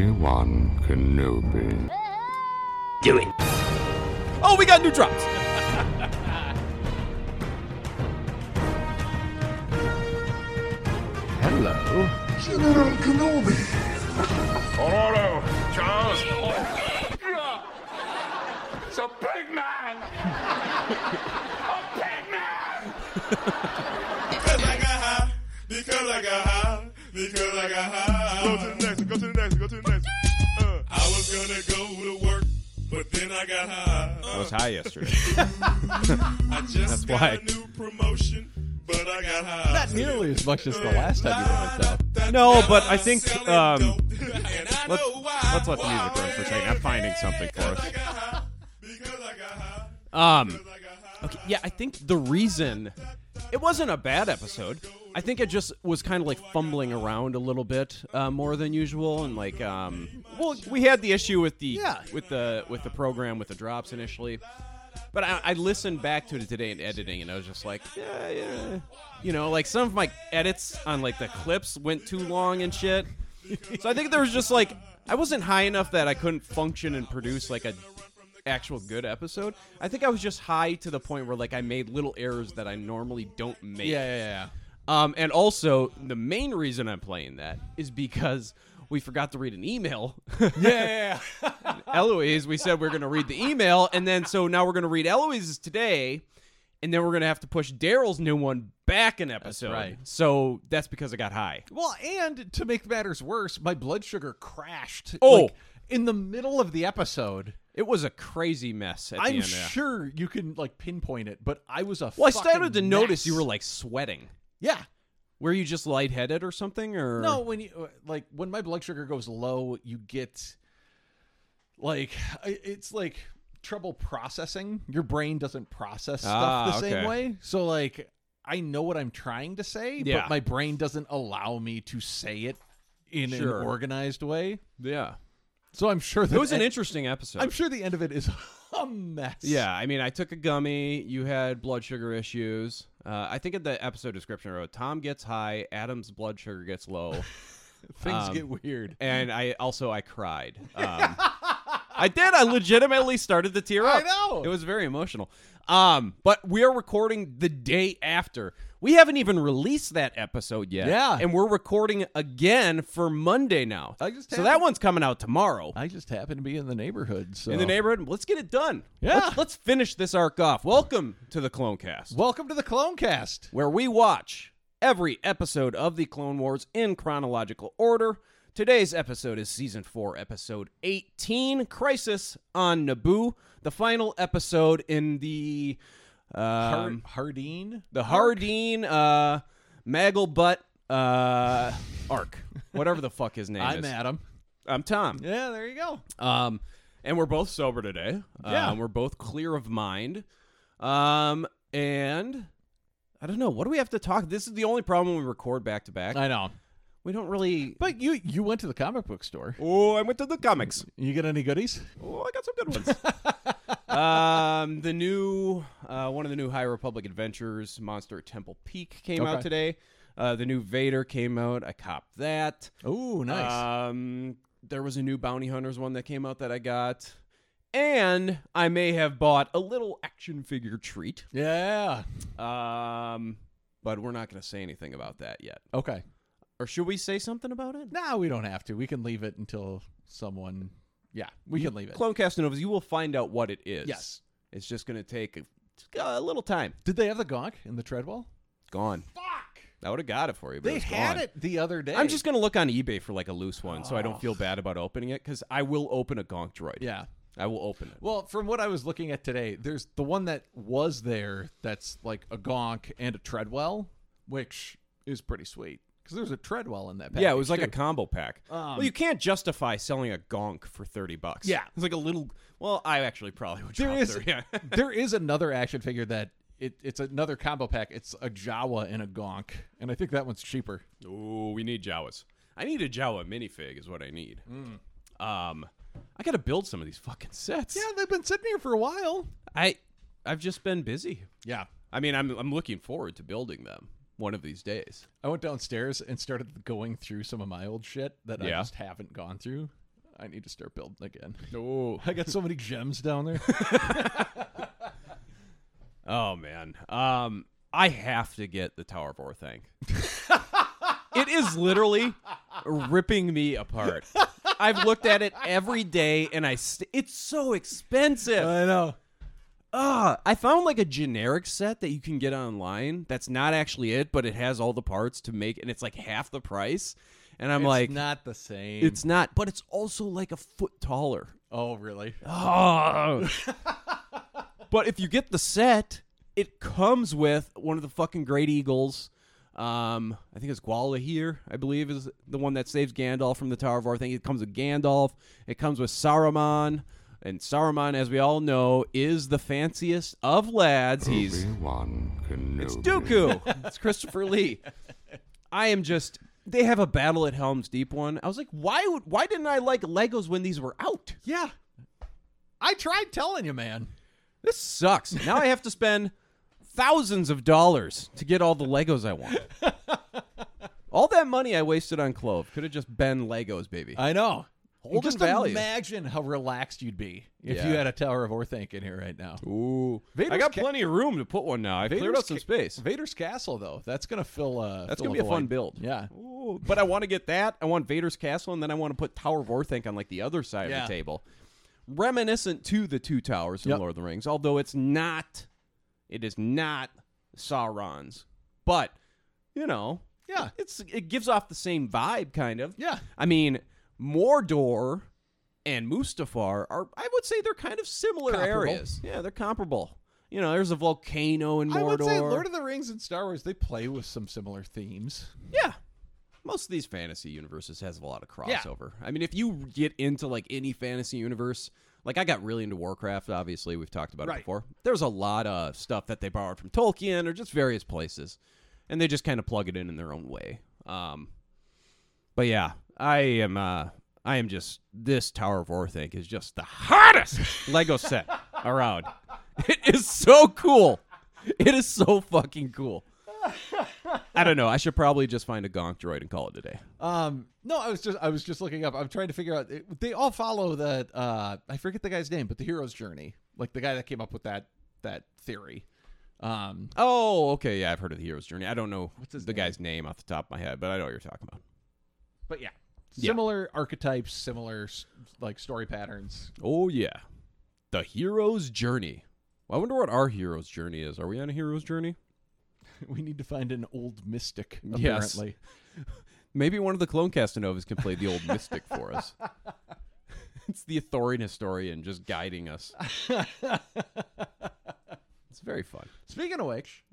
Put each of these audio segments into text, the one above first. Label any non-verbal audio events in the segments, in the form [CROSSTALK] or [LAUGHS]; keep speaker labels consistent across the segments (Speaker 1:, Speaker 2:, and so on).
Speaker 1: Obi-Wan Kenobi.
Speaker 2: Do it.
Speaker 3: Oh, we got new drops.
Speaker 4: Hello.
Speaker 5: General Kenobi.
Speaker 6: Order, Charles. It's a big man. a big man.
Speaker 7: Because I got high. Because I got high. Because I got high.
Speaker 6: Go to the next. Go to the next. Go to the next. Uh,
Speaker 7: I was gonna go to work, but then I got high.
Speaker 3: I was high yesterday.
Speaker 7: I just
Speaker 3: Uh. That's
Speaker 7: got
Speaker 3: why.
Speaker 7: a new promotion, but I got high.
Speaker 4: [LAUGHS] Not nearly as much as the last time you went, though.
Speaker 3: No, but I think, um, [LAUGHS]
Speaker 7: let's,
Speaker 3: let's- let's let the music run for a second. I'm finding something for us. Um, okay, yeah, I think the reason it wasn't a bad episode. I think it just was kind of like fumbling around a little bit uh, more than usual, and like, um, well, we had the issue with the
Speaker 4: Yeah.
Speaker 3: with the with the program with the drops initially, but I, I listened back to it today in editing, and I was just like, yeah, yeah, you know, like some of my edits on like the clips went too long and shit. so I think there was just like I wasn't high enough that I couldn't function and produce like a actual good episode. I think I was just high to the point where like I made little errors that I normally don't make.
Speaker 4: Yeah, yeah, yeah.
Speaker 3: Um, and also the main reason I'm playing that is because we forgot to read an email. [LAUGHS]
Speaker 4: Yeah, yeah,
Speaker 3: Eloise, we said we are going to read the email, and then so now we're going to read Eloise's today, and then we're going to have to push Daryl's new one back an episode.
Speaker 4: right.
Speaker 3: So that's because I got high.
Speaker 4: Well, and to make matters worse, my blood sugar crashed.
Speaker 3: Oh.
Speaker 4: like, in the middle of the episode.
Speaker 3: It was a crazy mess at the
Speaker 4: I'm
Speaker 3: end. yeah.
Speaker 4: sure you can like pinpoint it, but I was a.
Speaker 3: Well, I
Speaker 4: fucking
Speaker 3: started to notice
Speaker 4: mess.
Speaker 3: you were like sweating.
Speaker 4: yeah.
Speaker 3: Were you just lightheaded or something? Or
Speaker 4: No, when you like when my blood sugar goes low, you get like I- it's like trouble processing. Your brain doesn't process stuff
Speaker 3: Ah,
Speaker 4: the same
Speaker 3: okay.
Speaker 4: way. So like I know what I'm trying to say,
Speaker 3: Yeah.
Speaker 4: but my brain doesn't allow me to say it in
Speaker 3: Sure.
Speaker 4: an organized way.
Speaker 3: Yeah.
Speaker 4: So I'm sure that e-
Speaker 3: It was an interesting episode.
Speaker 4: I'm sure the end of it is [LAUGHS] a mess.
Speaker 3: Yeah, I mean, I took a gummy. You had blood sugar issues. Uh, I think in the episode description, I wrote Tom gets high, Adam's blood sugar gets
Speaker 4: [LAUGHS]
Speaker 3: low,
Speaker 4: Things
Speaker 3: Um,
Speaker 4: get weird.
Speaker 3: and I also
Speaker 4: [LAUGHS]
Speaker 3: I cried. Um, I did. I legitimately started to tear up.
Speaker 4: know.
Speaker 3: it was very emotional. Um, but we are recording the day after. We haven't even released that episode yet.
Speaker 4: Yeah.
Speaker 3: and we're recording again for Monday now.
Speaker 4: I just
Speaker 3: so
Speaker 4: had-
Speaker 3: that one's coming out tomorrow.
Speaker 4: I just happen to be in the neighborhood. So
Speaker 3: in the neighborhood, let's get it done.
Speaker 4: Yeah.
Speaker 3: Let's, let's finish this arc off. Welcome to the Clone Cast.
Speaker 4: Welcome to the Clone Cast.
Speaker 3: where we watch every episode of the Clone Wars in chronological order. Today's episode is season 4, episode 18, Crisis on Naboo, the final episode in the
Speaker 4: Har-
Speaker 3: um,
Speaker 4: Hardeen.
Speaker 3: the Hardeen uh Magglebutt uh arc. Whatever the fuck his name
Speaker 4: I'm
Speaker 3: is.
Speaker 4: Adam.
Speaker 3: I'm Tom.
Speaker 4: Yeah, there you go.
Speaker 3: Um, and we're both sober today.
Speaker 4: Yeah.
Speaker 3: Um, we're both clear of mind. Um, and I don't know. What do we have to talk? This is the only problem when we record back to back.
Speaker 4: I know.
Speaker 3: We don't really.
Speaker 4: But you you went to the comic book store.
Speaker 3: Oh, I went to the comics.
Speaker 4: You get any goodies?
Speaker 3: Oh, I got some good ones. [LAUGHS] um, the new uh, one of the new High Republic adventures, Monster at Temple Peak, came out
Speaker 4: Okay.
Speaker 3: today. Uh, the new Vader came out. I copped that.
Speaker 4: Oh, nice.
Speaker 3: Um, there was a new Bounty Hunters one that came out that I got, and I may have bought a little action figure treat.
Speaker 4: yeah.
Speaker 3: Um, but we're not going to say anything about that yet.
Speaker 4: Okay.
Speaker 3: Or should we say something about it?
Speaker 4: Nah, we don't have to. We can leave it until someone. Yeah, we can leave it.
Speaker 3: Clone Castanovas, you will find out what it is.
Speaker 4: Yes.
Speaker 3: it's just going to take a, a little time.
Speaker 4: Did they have the Gonk in the Treadwell?
Speaker 3: Gone. Fuck! I would have got it for you. But
Speaker 4: They
Speaker 3: it's
Speaker 4: had
Speaker 3: gone.
Speaker 4: it the other day.
Speaker 3: I'm just going to look on eBay for like a loose one, so I don't feel bad about opening it because I will open a Gonk droid.
Speaker 4: Yeah.
Speaker 3: I will open it.
Speaker 4: Well, from what I was looking at today, there's the one that was there that's like a Gonk and a Treadwell, which is pretty sweet because there's a Treadwell in that. Package
Speaker 3: Yeah, it was like a
Speaker 4: too.
Speaker 3: combo pack.
Speaker 4: Um,
Speaker 3: well, you can't justify selling a gonk for thirty bucks.
Speaker 4: Yeah.
Speaker 3: it's like a little. Well, I actually probably would.
Speaker 4: There
Speaker 3: drop
Speaker 4: is-
Speaker 3: 30, yeah.
Speaker 4: [LAUGHS] there is another action figure that it, it's another combo pack. It's a Jawa and a Gonk, and I think that one's cheaper.
Speaker 3: [LAUGHS] Ooh, we need Jawas. I need a Jawa minifig. Is what I need.
Speaker 4: Mm.
Speaker 3: Um, I gotta build some of these fucking sets.
Speaker 4: Yeah, they've been sitting here for a while.
Speaker 3: I, I've just been busy.
Speaker 4: Yeah,
Speaker 3: I mean, I'm I'm looking forward to building them, one of these days.
Speaker 4: I went downstairs and started going through some of my old shit that I
Speaker 3: Yeah.
Speaker 4: just haven't gone through. I need to start building again.
Speaker 3: Oh,
Speaker 4: [LAUGHS] I got so many gems down [LAUGHS] there.
Speaker 3: oh man. Um, I have to get the Tower of
Speaker 4: [LAUGHS]
Speaker 3: War thing. it is literally ripping me apart. I've looked at it every day, and I st- it's so expensive.
Speaker 4: know.
Speaker 3: Uh, I found like a generic set that you can get online. That's not actually it, but it has all the parts to make, and it's like half the price. And I'm
Speaker 4: It's
Speaker 3: like,
Speaker 4: not the same.
Speaker 3: it's not, but it's also like a foot taller.
Speaker 4: oh really?
Speaker 3: Uh, Oh. but if you get the set, it comes with one of the fucking Great Eagles. Um, I think it's Gwalahir, I believe, is the one that saves Gandalf from the Tower of War. I think it comes with Gandalf. It comes with Saruman. And Saruman, as we all know, is the fanciest of lads. He's it's Dooku. [LAUGHS] it's Christopher Lee. I am just. They have a battle at Helm's Deep one. I was like, why would why didn't I like Legos when these were out?
Speaker 4: Yeah. I tried telling you, man.
Speaker 3: This sucks. Now I have to spend thousands of dollars to get all the Legos I [LAUGHS] want. all that money I wasted on Clove could have just been Legos, baby.
Speaker 4: I know.
Speaker 3: Holding
Speaker 4: Just
Speaker 3: value.
Speaker 4: imagine how relaxed you'd be if
Speaker 3: Yeah.
Speaker 4: you had a Tower of Orthanc in here right now.
Speaker 3: Ooh, I
Speaker 4: Vader's
Speaker 3: got
Speaker 4: ca-
Speaker 3: plenty of room to put one now. I cleared
Speaker 4: Vader's
Speaker 3: out some
Speaker 4: ca-
Speaker 3: space.
Speaker 4: Vader's castle, though, that's gonna fill. Uh,
Speaker 3: That's
Speaker 4: fill
Speaker 3: gonna be a fun
Speaker 4: void.
Speaker 3: build.
Speaker 4: Yeah.
Speaker 3: Ooh, but I want to get that. I want Vader's castle, and then I want to put Tower of Orthanc on like the other side
Speaker 4: Yeah.
Speaker 3: of the table, reminiscent to the two towers in
Speaker 4: Yep.
Speaker 3: Lord of the Rings. Although it's not, it is not Sauron's, but you know,
Speaker 4: Yeah.
Speaker 3: it's it gives off the same vibe, kind of.
Speaker 4: Yeah.
Speaker 3: I mean, Mordor and Mustafar are, I would say, they're kind of similar
Speaker 4: Comparable.
Speaker 3: areas. Yeah, they're comparable. You know, there's a volcano in Mordor.
Speaker 4: I would say Lord of the Rings and Star Wars they play with some similar themes.
Speaker 3: Yeah. Most of these fantasy universes has a lot of crossover. I mean, if you get into like any fantasy universe, like I got really into Warcraft, obviously, we've talked about it
Speaker 4: Right.
Speaker 3: before. There's a lot of stuff that they borrowed from Tolkien or just various places, and they just kind of plug it in in their own way. Um, but yeah, I am uh I am just this Tower of Orthanc is just the hottest Lego set around. It is so cool. It is so fucking cool. I don't know. I should probably just find a gonk droid and call it a day.
Speaker 4: Um, no, I was just I was just looking up. I'm trying to figure out. It, they all follow that. Uh, I forget the guy's name, but the hero's journey, like the guy that came up with that that theory. Um,
Speaker 3: Oh, okay. Yeah, I've heard of the hero's journey. I don't know what's the guy's name off the top of my head, but I know what you're talking about.
Speaker 4: but yeah,
Speaker 3: Yeah.
Speaker 4: similar archetypes, similar s- like story patterns. [LAUGHS]
Speaker 3: Oh yeah, the hero's journey. Well, I wonder what our hero's journey is. Are we on a hero's journey?
Speaker 4: We need to find an old mystic.
Speaker 3: Yes.
Speaker 4: Apparently,
Speaker 3: Maybe one of the clone Castanovas can play the old mystic for [LAUGHS] us. It's the Athorian historian just guiding [LAUGHS] us. it's very fun.
Speaker 4: Speaking of which,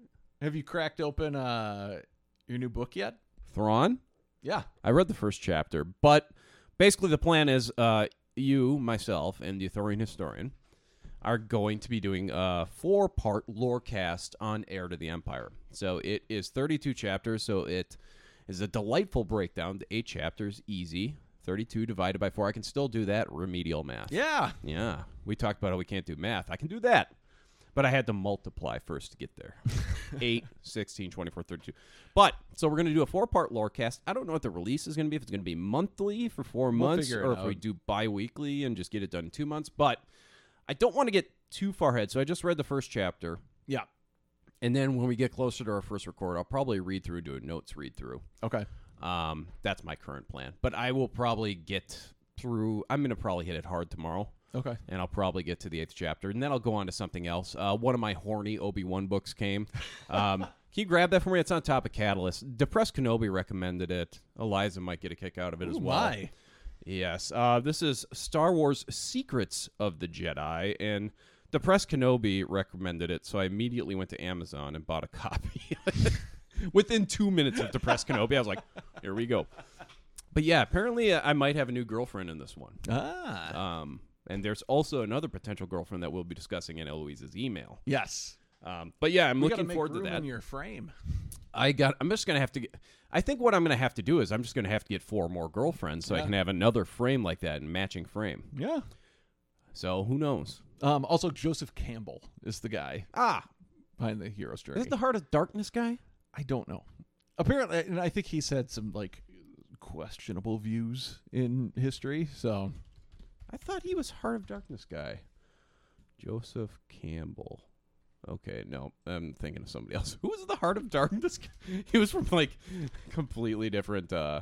Speaker 4: have you cracked open uh your new book yet?
Speaker 3: Thrawn?
Speaker 4: Yeah.
Speaker 3: I read the first chapter, but basically the plan is uh, you, myself, and the Athorian historian are going to be doing a four part lore cast on Heir to the Empire. So it is 32 chapters, so it is a delightful breakdown. The eight chapters, easy. 32 divided by four. I can still do that remedial math.
Speaker 4: Yeah.
Speaker 3: Yeah. We talked about how we can't do math. I can do that. But I had to multiply first to get
Speaker 4: [LAUGHS]
Speaker 3: there. 8, 16, 24, 32. But, so we're going to do a four part lore cast. I don't know what the release is going to be, if it's going to be monthly for 4 months,
Speaker 4: figure it
Speaker 3: or if
Speaker 4: out.
Speaker 3: we do bi weekly and just get it done in two months. But I don't want to get too far ahead. So I just read the first chapter.
Speaker 4: Yeah.
Speaker 3: And then when we get closer to our first record, I'll probably read through, do a notes read through.
Speaker 4: Okay.
Speaker 3: Um, that's my current plan. But I will probably get through, I'm going to probably hit it hard tomorrow
Speaker 4: Okay.
Speaker 3: and I'll probably get to the eighth chapter, and then I'll go on to something else. Uh, one of my horny Obi Wan books came. Um, can you grab that for me? It's on top of Catalyst. Depressed Kenobi recommended it. Eliza might get a kick out of it as well.
Speaker 4: Why?
Speaker 3: Yes. Uh, this is Star Wars Secrets of the Jedi, and Depressed Kenobi recommended it, so I immediately went to Amazon and bought a copy. [LAUGHS] Within two minutes of Depressed Kenobi, I was like, here we go. But yeah, apparently uh, I might have a new girlfriend in this one.
Speaker 4: Ah.
Speaker 3: Um, and there's also another potential girlfriend that we'll be discussing in Eloise's email.
Speaker 4: yes.
Speaker 3: Um, but yeah, I'm
Speaker 4: We gotta
Speaker 3: looking
Speaker 4: make
Speaker 3: forward to
Speaker 4: room
Speaker 3: that.
Speaker 4: In your frame.
Speaker 3: I got. I'm just gonna have to. Get, I think what I'm gonna have to do is I'm just gonna have to get four more girlfriends so I can have another frame like that and matching frame.
Speaker 4: Yeah.
Speaker 3: So who knows?
Speaker 4: Um, also, Joseph Campbell is the guy
Speaker 3: Ah,
Speaker 4: behind the hero's journey.
Speaker 3: is it the Heart of Darkness guy?
Speaker 4: I don't know. apparently, and I think he's had some like questionable views in history. So
Speaker 3: I thought he was Heart of Darkness guy. Joseph Campbell. Okay, no, I'm thinking of somebody else. [LAUGHS] Who was the Heart of Darkness? guy? [LAUGHS] he was from like completely different. uh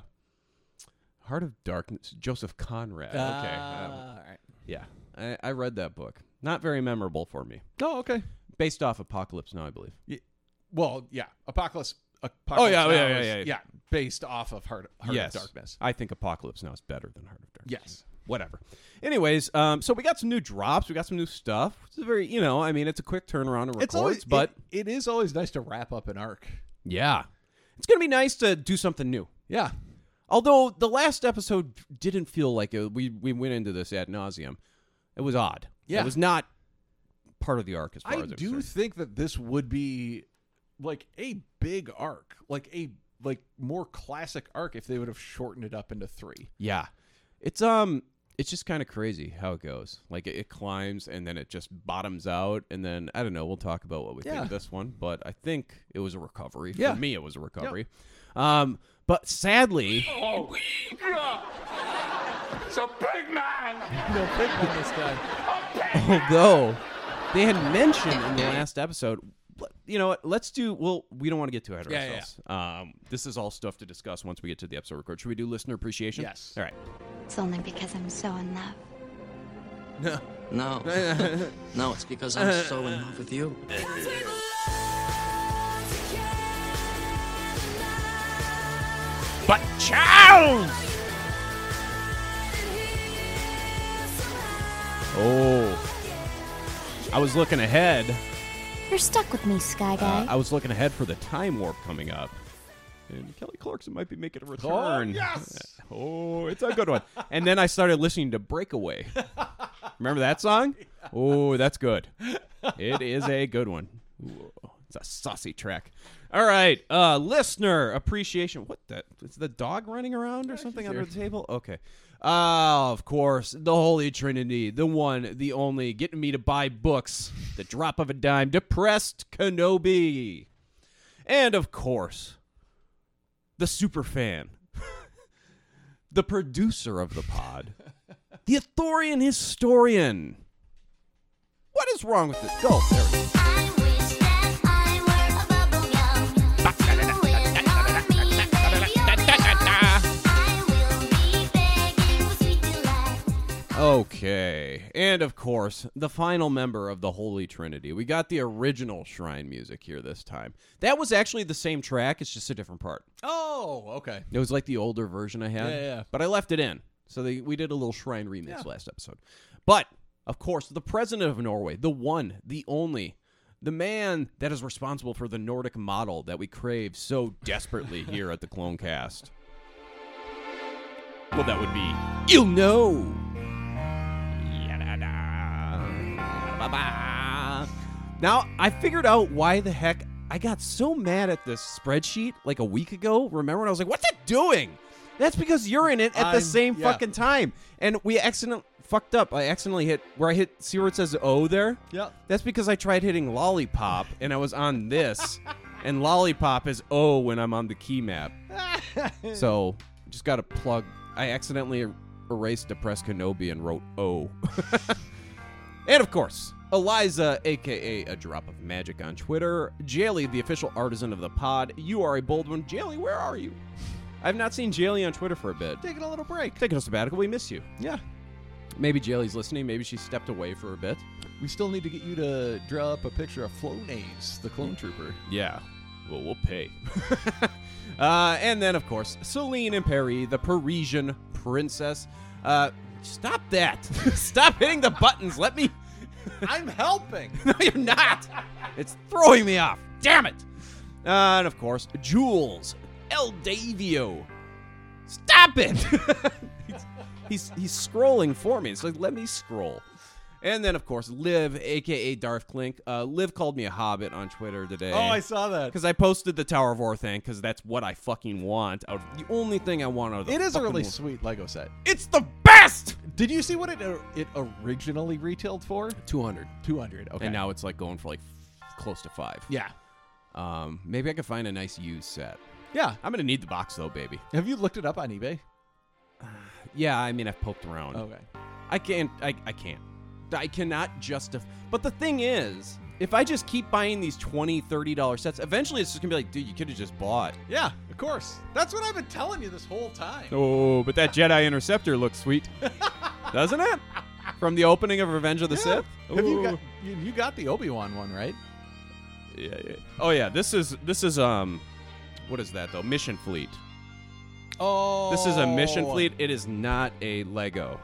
Speaker 3: Heart of Darkness. Joseph Conrad. okay, um,
Speaker 4: Ah.
Speaker 3: yeah, I, I read that book. Not very memorable for me.
Speaker 4: Oh, okay.
Speaker 3: Based off Apocalypse Now, I believe.
Speaker 4: Well, yeah, Apocalypse. Apocalypse
Speaker 3: Oh, yeah,
Speaker 4: Now
Speaker 3: yeah, yeah,
Speaker 4: is-
Speaker 3: yeah, yeah.
Speaker 4: based off of Heart, Heart
Speaker 3: yes.
Speaker 4: of Darkness.
Speaker 3: I think Apocalypse Now is better than Heart of Darkness.
Speaker 4: Yes.
Speaker 3: Whatever. Anyways, um, so we got some new drops. We got some new stuff. It's a very, you know, I mean, it's a quick turnaround of records,
Speaker 4: always,
Speaker 3: but
Speaker 4: it- it is always nice to wrap up an arc.
Speaker 3: yeah, it's gonna be nice to do something new.
Speaker 4: Yeah,
Speaker 3: Although the last episode didn't feel like it, we we went into this ad nauseum. It was odd.
Speaker 4: Yeah.
Speaker 3: it was not part of the arc as far
Speaker 4: I
Speaker 3: as I'm
Speaker 4: do
Speaker 3: concerned.
Speaker 4: think that this would be like a big arc, like a like more classic arc if they would have shortened it up into three.
Speaker 3: Yeah. It's um it's just kind of crazy how it goes. Like it, it climbs and then it just bottoms out and then I don't know, we'll talk about what we think
Speaker 4: Yeah.
Speaker 3: of this one, but I think it was a recovery.
Speaker 4: Yeah.
Speaker 3: For me it was a recovery. Um but sadly
Speaker 6: Oh, yeah. It's a big man.
Speaker 4: No big one this time.
Speaker 3: although they had mentioned in the last episode let- you know what let's do well we don't want to get too ahead of
Speaker 4: Yeah, yeah,
Speaker 3: ourselves um this is all stuff to discuss once we get to the episode record should we do listener appreciation
Speaker 4: Yes.
Speaker 3: all right
Speaker 1: It's only because I'm so in love.
Speaker 8: No. no, it's because I'm so in love with you.
Speaker 2: But Charles!
Speaker 3: oh i was looking ahead
Speaker 9: You're stuck with me, Sky
Speaker 3: Uh,
Speaker 9: Guy.
Speaker 3: I was looking ahead for the time warp coming up. And Kelly Clarkson might be making a return.
Speaker 4: yes!
Speaker 3: [LAUGHS] Oh, it's a good one. and then I started listening to Breakaway. Remember that [LAUGHS] song? Oh, that's good. It is a good one. Ooh, it's a saucy track. All right, uh, listener appreciation. What the? Is the dog running around or something under the table? Okay. Ah, of course, the Holy Trinity, the one, the only, getting me to buy books, the drop of a dime, depressed Kenobi, and of course, the super fan, [LAUGHS] the producer of the pod, the Athorian historian. What is wrong with it? Go. There we go. Okay. And of course, the final member of the Holy Trinity. We got the original shrine music here this time. That was actually the same track, it's just a different part.
Speaker 4: Oh, okay.
Speaker 3: It was like the older version I had.
Speaker 4: Yeah, yeah.
Speaker 3: But I left it in. So they, we did a little shrine remix last episode. But, of course, the president of Norway, the one, the only, the man that is responsible for the Nordic model that we crave so desperately here at the Clone Cast. Well, that would be You'll Know. Yadada. Ba-ba. Now, I figured out why the heck I got so mad at this spreadsheet like a week ago. Remember when I was like, what's it doing? That's because you're in it at the
Speaker 4: I'm-
Speaker 3: same
Speaker 4: yeah.
Speaker 3: fucking time. And we accident fucked up. I accidentally hit where I hit see where it says O there?
Speaker 4: Yeah.
Speaker 3: That's because I tried hitting lollipop and I was on this. and lollipop is O when I'm on the key map. so just gotta plug I accidentally er- erased Depressed Kenobi and wrote O. [LAUGHS] and of course, Eliza, aka a drop of magic on Twitter, Jaily, the official artisan of the pod. You are a bold one. Jaily, where are you? I've not seen Jaily on Twitter for a bit.
Speaker 4: Taking a little break.
Speaker 3: Taking a sabbatical, we miss you.
Speaker 4: Yeah.
Speaker 3: Maybe Jaily's listening, maybe she stepped away for a bit.
Speaker 4: We still need to get you to draw up a picture of Flonase, the clone
Speaker 3: [LAUGHS]
Speaker 4: trooper.
Speaker 3: Yeah. Well, we'll pay. [LAUGHS] uh, and then, of course, Celine and Perry, the Parisian princess. Uh, stop that. [LAUGHS] stop hitting the buttons. Let me.
Speaker 4: I'm
Speaker 3: [LAUGHS]
Speaker 4: helping.
Speaker 3: No, you're not. It's throwing me off. Damn it. Uh, and, of course, Jules, El Davio. Stop it. [LAUGHS] he's, he's, he's scrolling for me. It's like, let me scroll. And then, of course, Liv, aka Darth Clink. Uh, Liv called me a hobbit on Twitter today.
Speaker 4: Oh, I saw that.
Speaker 3: Because I posted the Tower of War thing because that's what I fucking want. Out of- the only thing I want out of the
Speaker 4: It is a
Speaker 3: fucking
Speaker 4: really
Speaker 3: world.
Speaker 4: sweet Lego set.
Speaker 3: It's the best.
Speaker 4: Did you see what it uh, it originally retailed for?
Speaker 3: Two hundred.
Speaker 4: Two hundred. Okay.
Speaker 3: And now it's like going for like f- close to five.
Speaker 4: yeah.
Speaker 3: Um, maybe I could find a nice used set.
Speaker 4: Yeah.
Speaker 3: I'm gonna need the box though, baby.
Speaker 4: Have you looked it up on eBay?
Speaker 3: Yeah, I mean I've poked around.
Speaker 4: Okay.
Speaker 3: I can't. I, I can't. I cannot justify. But the thing is, if I just keep buying these 20 $30 sets, eventually it's just going to be like, dude, you could have just bought.
Speaker 4: Yeah, of course. That's what I've been telling you this whole time.
Speaker 3: Oh, but that Jedi Interceptor looks [LAUGHS] sweet. Doesn't it? From the opening of Revenge of the
Speaker 4: Yeah.
Speaker 3: Sith?
Speaker 4: Have you got
Speaker 3: Ooh.
Speaker 4: you, you got the Obi Wan one right?
Speaker 3: Yeah, yeah. Oh yeah, this is this is um what is that though? Mission Fleet.
Speaker 4: Oh,
Speaker 3: This is a Mission Fleet. It is not a Lego.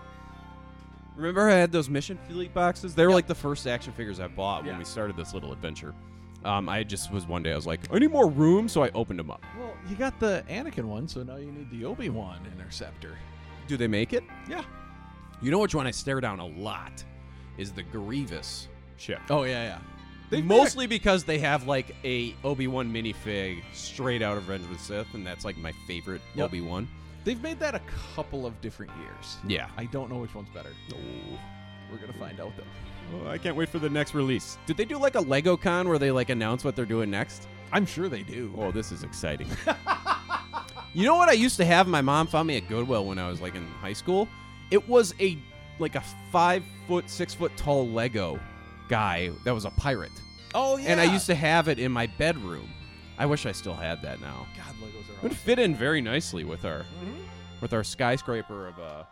Speaker 3: Remember, I had those Mission Fleet boxes. They were like the first action figures I bought when
Speaker 4: Yeah.
Speaker 3: we started this little adventure. Um, I just was one day I was like, I need more room, so I opened them up.
Speaker 4: Well, you got the Anakin one, so now you need the Obi Wan interceptor.
Speaker 3: Do they make it?
Speaker 4: Yeah.
Speaker 3: You know which one I stare down a lot is the Grievous ship.
Speaker 4: Oh yeah, yeah. They've made
Speaker 3: Mostly because they have like a Obi Wan minifig straight out of Revenge of the Sith, and that's like my favorite
Speaker 4: Yep.
Speaker 3: Obi Wan.
Speaker 4: a- they've made that a couple of different years.
Speaker 3: Yeah.
Speaker 4: I don't know which one's better. We're gonna find out though.
Speaker 3: Oh, I can't wait for the next release. Did they do like a Lego con where they like announce what they're doing next?
Speaker 4: I'm sure they do.
Speaker 3: Oh, this is exciting. you know what I used to have? My mom found me at Goodwill when I was like in high school. It was a like a five foot, six foot tall Lego guy that was a pirate,
Speaker 4: Oh yeah.
Speaker 3: and I used to have it in my bedroom. I wish I still had that now.
Speaker 4: God, Legos are.
Speaker 3: It would
Speaker 4: Awesome. Mm-hmm.
Speaker 3: fit in very nicely with our with our skyscraper of uh,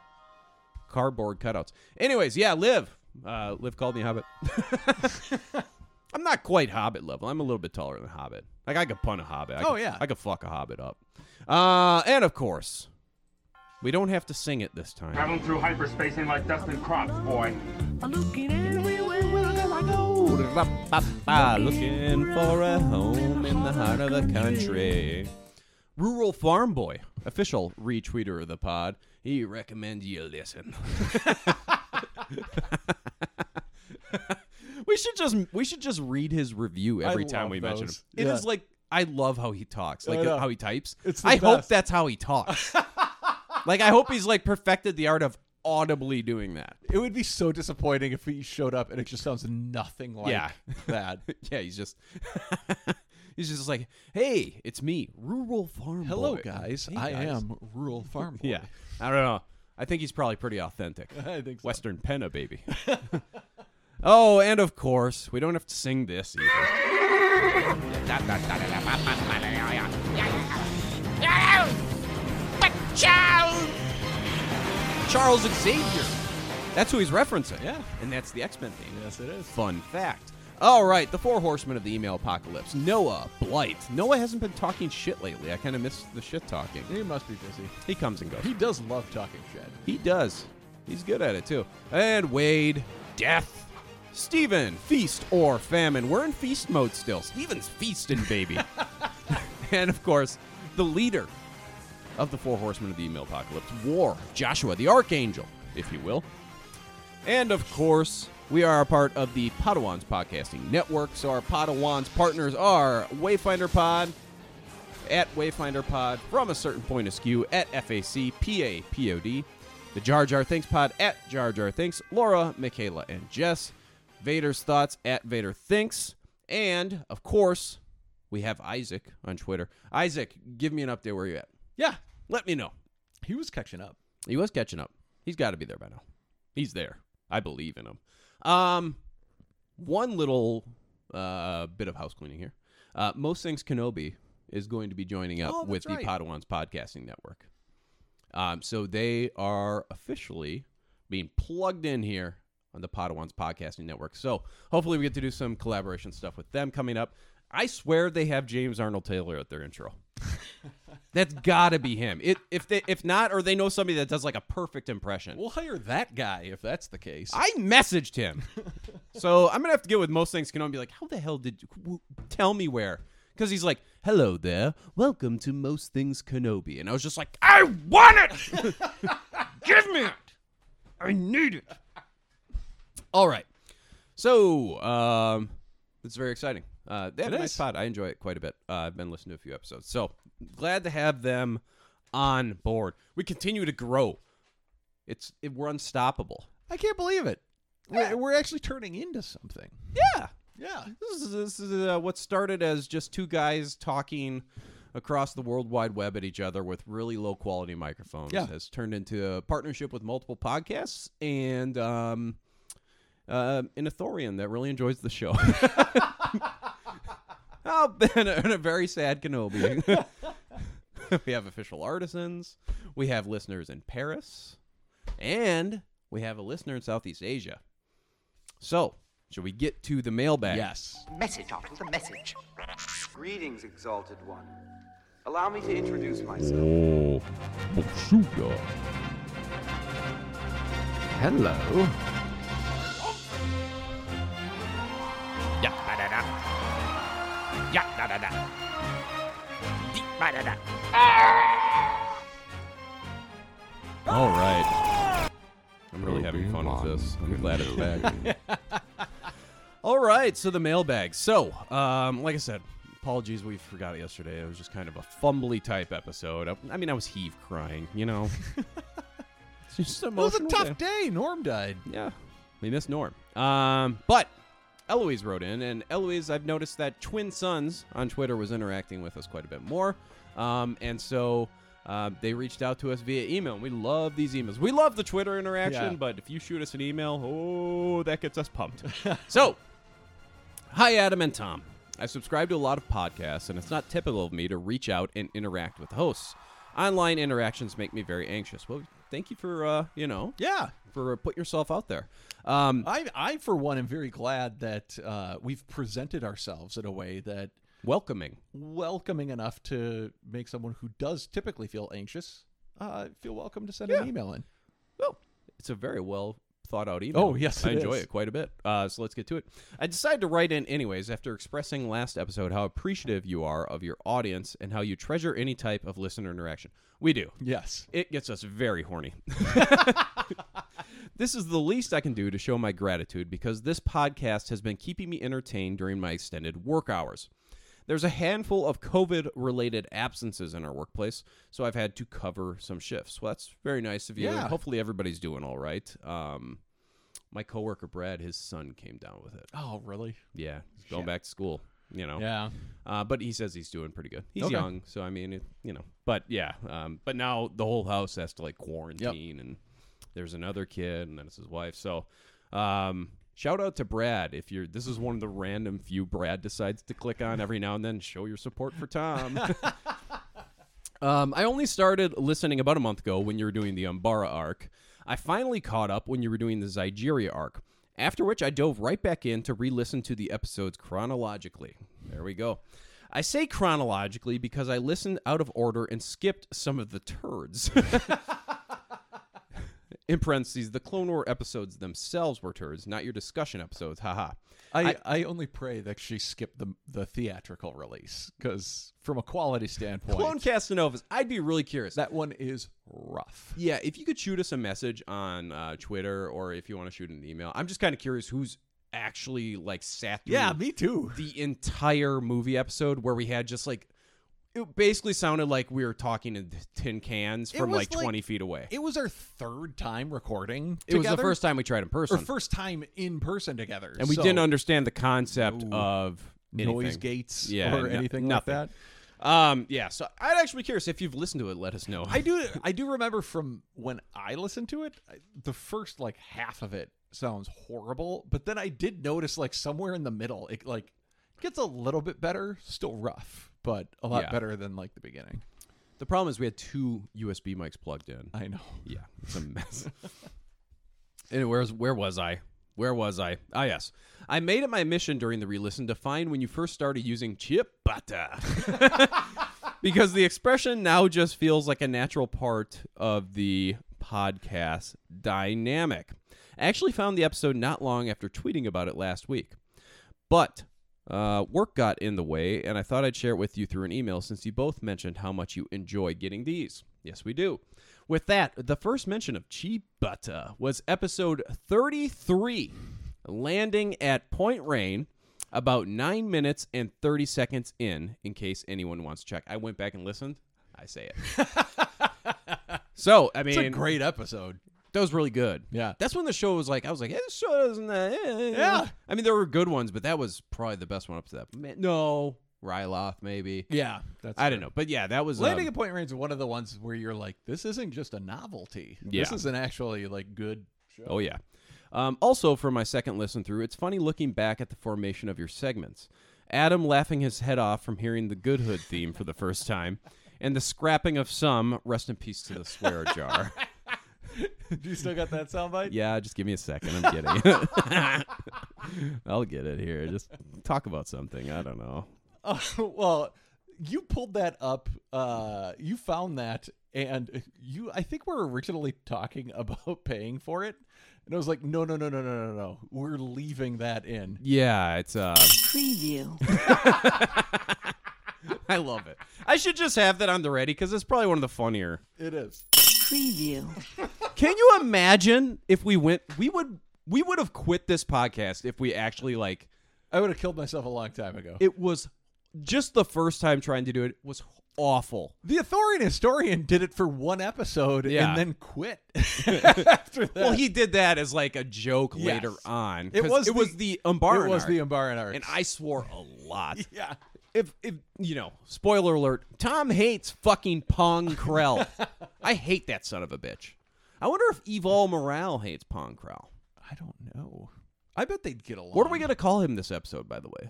Speaker 3: cardboard cutouts. Anyways, yeah, Liv, uh, Liv called me Hobbit.
Speaker 4: [LAUGHS]
Speaker 3: I'm not quite Hobbit level. I'm a little bit taller than Hobbit. Like I could pun a Hobbit. I
Speaker 4: Oh,
Speaker 3: could-
Speaker 4: yeah.
Speaker 3: I could fuck a Hobbit up. Uh, and of course, we don't have to sing it this time.
Speaker 6: Traveling through hyperspace ain't like dusting crops, boy.
Speaker 3: Ba-ba, Looking for a home in the heart of the country. Rural Farm Boy, official retweeter of the pod, he recommends you listen. [LAUGHS] we should just we should just read his review every
Speaker 4: I
Speaker 3: time
Speaker 4: love
Speaker 3: we mention him.
Speaker 4: those.
Speaker 3: It is
Speaker 4: Yeah.
Speaker 3: like I love how he talks, like
Speaker 4: know.
Speaker 3: how he types.
Speaker 4: It's the
Speaker 3: I hope
Speaker 4: best.
Speaker 3: that's how he talks.
Speaker 4: [LAUGHS]
Speaker 3: like I hope he's like perfected the art of audibly doing that.
Speaker 4: It would be so disappointing if he showed up and it just sounds nothing like
Speaker 3: Yeah.
Speaker 4: [LAUGHS]
Speaker 3: [LAUGHS]
Speaker 4: that.
Speaker 3: Yeah, he's just [LAUGHS] he's just like, hey, it's me, rural farm.
Speaker 4: Hello,
Speaker 3: boy."
Speaker 4: guys.
Speaker 3: Hey,
Speaker 4: I
Speaker 3: guys.
Speaker 4: am rural farm [LAUGHS] boy.
Speaker 3: [LAUGHS] Yeah, I don't know. I think he's probably pretty authentic.
Speaker 4: [LAUGHS] I think so.
Speaker 3: Western Penna, baby. [LAUGHS] oh, and of course, we don't have to sing this either. Charles Xavier. That's who he's referencing.
Speaker 4: Yeah.
Speaker 3: and that's the X Men theme.
Speaker 4: Yes, it is.
Speaker 3: Fun fact. All right, the four horsemen of the email apocalypse. Noah, Blight. Noah hasn't been talking shit lately. I kind of miss the shit talking.
Speaker 4: He must be busy.
Speaker 3: He comes and goes.
Speaker 4: He does love talking shit.
Speaker 3: He does. He's good at it too. And Wade, death. Steven, feast or famine. We're in feast mode still. Steven's feasting,
Speaker 4: [LAUGHS]
Speaker 3: baby. [LAUGHS] and of course, the leader of the four horsemen of the email apocalypse, War, Joshua the Archangel, if you will. And of course, we are a part of the Padawans Podcasting Network. So our Padawans partners are Wayfinder Pod, at Wayfinder Pod, From A Certain Point Askew, at FAC, PAPOD, The Jar Jar Thinks Pod, at Jar Jar Thinks, Laura, Michaela, and Jess, Vader's Thoughts, at Vader Thinks, and, of course, we have Isaac on Twitter. Isaac, give me an update where you at.
Speaker 4: Yeah.
Speaker 3: Let me know.
Speaker 4: He was catching up.
Speaker 3: He was catching up. He's got to be there by now. He's there. I believe in him. Um, one little uh, bit of house cleaning here. Uh, Most Things Kenobi is going to be joining up
Speaker 4: Oh, that's
Speaker 3: with
Speaker 4: right.
Speaker 3: the Padawans Podcasting Network. Um, so they are officially being plugged in here on the Padawans Podcasting Network. So hopefully we get to do some collaboration stuff with them coming up. I swear they have James Arnold Taylor at their intro. That's got to be him. It, if they, if not, or they know somebody that does like a perfect impression.
Speaker 4: We'll hire that guy if that's the case.
Speaker 3: I messaged him, so I'm gonna have to get with most things. Can be like, how the hell did? you wh- Tell me where. Because he's like, "Hello there, welcome to Most Things Kenobi," and I was just like, "I want it! [LAUGHS] Give me it! I need it!" All right, so um, it's very exciting. Uh, they had a
Speaker 4: It
Speaker 3: nice
Speaker 4: is.
Speaker 3: pod. I enjoy it quite a bit. Uh, I've been listening to a few episodes, so glad to have them on board. We continue to grow. It's it, we're unstoppable.
Speaker 4: I can't believe it. We're, we're actually turning into something.
Speaker 3: Yeah.
Speaker 4: Yeah.
Speaker 3: This is, this is uh, what started as just two guys talking across the World Wide Web at each other with really low quality microphones
Speaker 4: Yeah.
Speaker 3: has turned into a partnership with multiple podcasts and um, uh, an Athorian that really enjoys the show. [LAUGHS] Oh, and a, and a very sad Kenobi. [LAUGHS] we have official artisans. We have listeners in Paris. And we have a listener in Southeast Asia. So, should we get to the mailbag?
Speaker 4: Yes.
Speaker 10: Message after the message.
Speaker 11: Greetings, exalted one. Allow me to introduce myself.
Speaker 4: Hello.
Speaker 2: Yeah, da da da. Yeah, da da da. Deep, da da da.
Speaker 3: All right. I'm really having fun with this. I'm glad it's back. [LAUGHS] All right, so the mailbag. So, um, like I said, apologies we forgot yesterday. It was just kind of a fumbly type episode. I, I mean, I was heave crying, you know. it's just
Speaker 4: It was a
Speaker 3: emotional
Speaker 4: tough day. Norm died.
Speaker 3: Yeah, we miss Norm. Um, but Eloise wrote in, and Eloise, I've noticed that Twin Sons on Twitter was interacting with us quite a bit more, um, and so. Uh, they reached out to us via email. We love these emails. We love the Twitter interaction,
Speaker 4: Yeah.
Speaker 3: but if you shoot us an email, oh, that gets us pumped. [LAUGHS] so, Hi, Adam and Tom. I subscribe to a lot of podcasts, and it's not typical of me to reach out and interact with hosts. Online interactions make me very anxious. Well, thank you for, uh, you know,
Speaker 4: Yeah.
Speaker 3: for putting yourself out there. Um,
Speaker 4: I, I for one, am very glad that uh, we've presented ourselves in a way that
Speaker 3: welcoming.
Speaker 4: welcoming enough to make someone who does typically feel anxious uh, feel welcome to send an email in.
Speaker 3: Well, it's a very well thought out email.
Speaker 4: Oh, yes,
Speaker 3: I
Speaker 4: it
Speaker 3: enjoy
Speaker 4: is.
Speaker 3: it quite a bit. Uh, so let's get to it. I decided to write in anyways after expressing last episode how appreciative you are of your audience and how you treasure any type of listener interaction. We do.
Speaker 4: Yes.
Speaker 3: It gets us very horny. [LAUGHS] this is the least I can do to show my gratitude because this podcast has been keeping me entertained during my extended work hours. There's a handful of COVID related absences in our workplace, so I've had to cover some shifts. Well, that's very nice of you.
Speaker 4: Yeah.
Speaker 3: Hopefully, everybody's doing all right. Um, my coworker Brad, his son came down with it.
Speaker 4: Oh, really?
Speaker 3: Yeah, he's going back to school. You know,
Speaker 4: Yeah.
Speaker 3: uh, but he says he's doing pretty good. He's
Speaker 4: Okay.
Speaker 3: young, so I mean, it, you know. But yeah, um, but now the whole house has to like quarantine, and there's another kid, and then it's his wife. So, um, shout out to Brad if you're. This is one of the random few Brad decides to click on every now and then. Show your support for Tom. [LAUGHS] Um, I only started listening about a month ago when you were doing the Umbara arc. I finally caught up when you were doing the Zygeria arc, after which I dove right back in to re listen to the episodes chronologically. There we go. I say chronologically because I listened out of order and skipped some of the turds. [LAUGHS] In parentheses, the Clone War episodes themselves were turds, not your discussion episodes. Haha.
Speaker 4: I, I, only pray that she skipped the the theatrical release because from a quality standpoint,
Speaker 3: Clone Castanovas. I'd be really curious.
Speaker 4: that one is rough.
Speaker 3: Yeah, if you could shoot us a message on uh, Twitter or if you want to shoot an email, I'm just kind of curious who's actually like sat through
Speaker 4: me too.
Speaker 3: the entire movie episode where we had just like it basically sounded like we were talking in tin cans
Speaker 4: It
Speaker 3: from
Speaker 4: was
Speaker 3: like,
Speaker 4: like-
Speaker 3: 20 feet away. It,
Speaker 4: It was our third time recording.
Speaker 3: was the
Speaker 4: together,
Speaker 3: first time we tried in person,
Speaker 4: or first time in person together,
Speaker 3: and we
Speaker 4: so
Speaker 3: didn't understand the concept of
Speaker 4: noise
Speaker 3: anything.
Speaker 4: gates
Speaker 3: Yeah,
Speaker 4: or
Speaker 3: no-
Speaker 4: anything
Speaker 3: nothing.
Speaker 4: like that.
Speaker 3: Um, yeah, so I'd actually be curious if you've listened to it. Let us know.
Speaker 4: I do I do remember from when I listened to it, I- the first like half of it sounds horrible, but then I did notice like somewhere in the middle it like gets a little bit better, still rough, but a lot
Speaker 3: Yeah.
Speaker 4: better than like the beginning.
Speaker 3: the problem is we had two USB mics plugged in.
Speaker 4: I know.
Speaker 3: Yeah, it's a mess. [LAUGHS] anyway, where's, where was I? Where was I? Ah, yes. I made it my mission during the re-listen to find when you first started using chip butter. [LAUGHS] because the expression now just feels like a natural part of the podcast dynamic. I actually found the episode not long after tweeting about it last week. But uh, work got in the way, and I thought I'd share it with you through an email since you both mentioned how much you enjoy getting these. Yes, we do. With that, the first mention of Chibata was episode 33, landing at Point Rain about 9 minutes and 30 seconds in, in case anyone wants to check. I went back and listened. I say
Speaker 4: [LAUGHS]
Speaker 3: it. so, I mean,
Speaker 4: It's a great episode.
Speaker 3: that was really good.
Speaker 4: Yeah.
Speaker 3: That's when the show was like, I was like, hey, this show isn't that. eh, eh, eh."
Speaker 4: Yeah.
Speaker 3: I mean, there were good ones, but that was probably the best one up to that. Man, no. Ryloth, maybe.
Speaker 4: Yeah, that's
Speaker 3: I don't know, but yeah, that was
Speaker 4: Landing
Speaker 3: um,
Speaker 4: at Point Reyes is one of the ones where you're like, this isn't just a novelty. This
Speaker 3: Yeah.
Speaker 4: is an actually like good [LAUGHS] show.
Speaker 3: Oh yeah. Um, also, for my second listen through, it's funny looking back at the formation of your segments. Adam laughing his head off from hearing the Good Hood theme for the first time, and the scrapping of some rest in peace to the swear
Speaker 4: [LAUGHS]
Speaker 3: jar.
Speaker 4: Do you still got that soundbite?
Speaker 3: yeah, just give me a second. I'm
Speaker 4: [LAUGHS]
Speaker 3: kidding. [LAUGHS] I'll get it here. Just talk about something. I don't know.
Speaker 4: Uh, [LAUGHS] well, you pulled that up. Uh, you found that, and you. I think we're originally talking [LAUGHS] about paying for it, and I was like, no, no, no, no, no, no, no. We're leaving that in.
Speaker 3: Yeah, it's uh.
Speaker 9: Preview.
Speaker 3: [LAUGHS] I love it. I should just have that on the ready because it's probably one of the funnier.
Speaker 4: It is.
Speaker 9: Preview.
Speaker 3: Can you imagine if we went? We would. We would have quit this podcast if we actually like
Speaker 4: I would have killed myself a long time ago.
Speaker 3: it was just the first time trying to do it was awful.
Speaker 4: the Authorian historian did it for one episode
Speaker 3: Yeah.
Speaker 4: and then quit [LAUGHS] after that.
Speaker 3: Well, he did that as like a joke
Speaker 4: Yes.
Speaker 3: later on.
Speaker 4: It
Speaker 3: 'cause
Speaker 4: was
Speaker 3: Uh, it
Speaker 4: the-
Speaker 3: was the Umbaran
Speaker 4: it was
Speaker 3: arc,
Speaker 4: the Umbaran arc,
Speaker 3: and I swore a lot.
Speaker 4: yeah.
Speaker 3: If if you know, spoiler alert, Tom hates fucking Pong Krell. I hate that son of a bitch. I wonder if Evol Morale hates Pong Krell.
Speaker 4: I don't know. I bet they'd get along.
Speaker 3: What are we gonna call him this episode, by the way?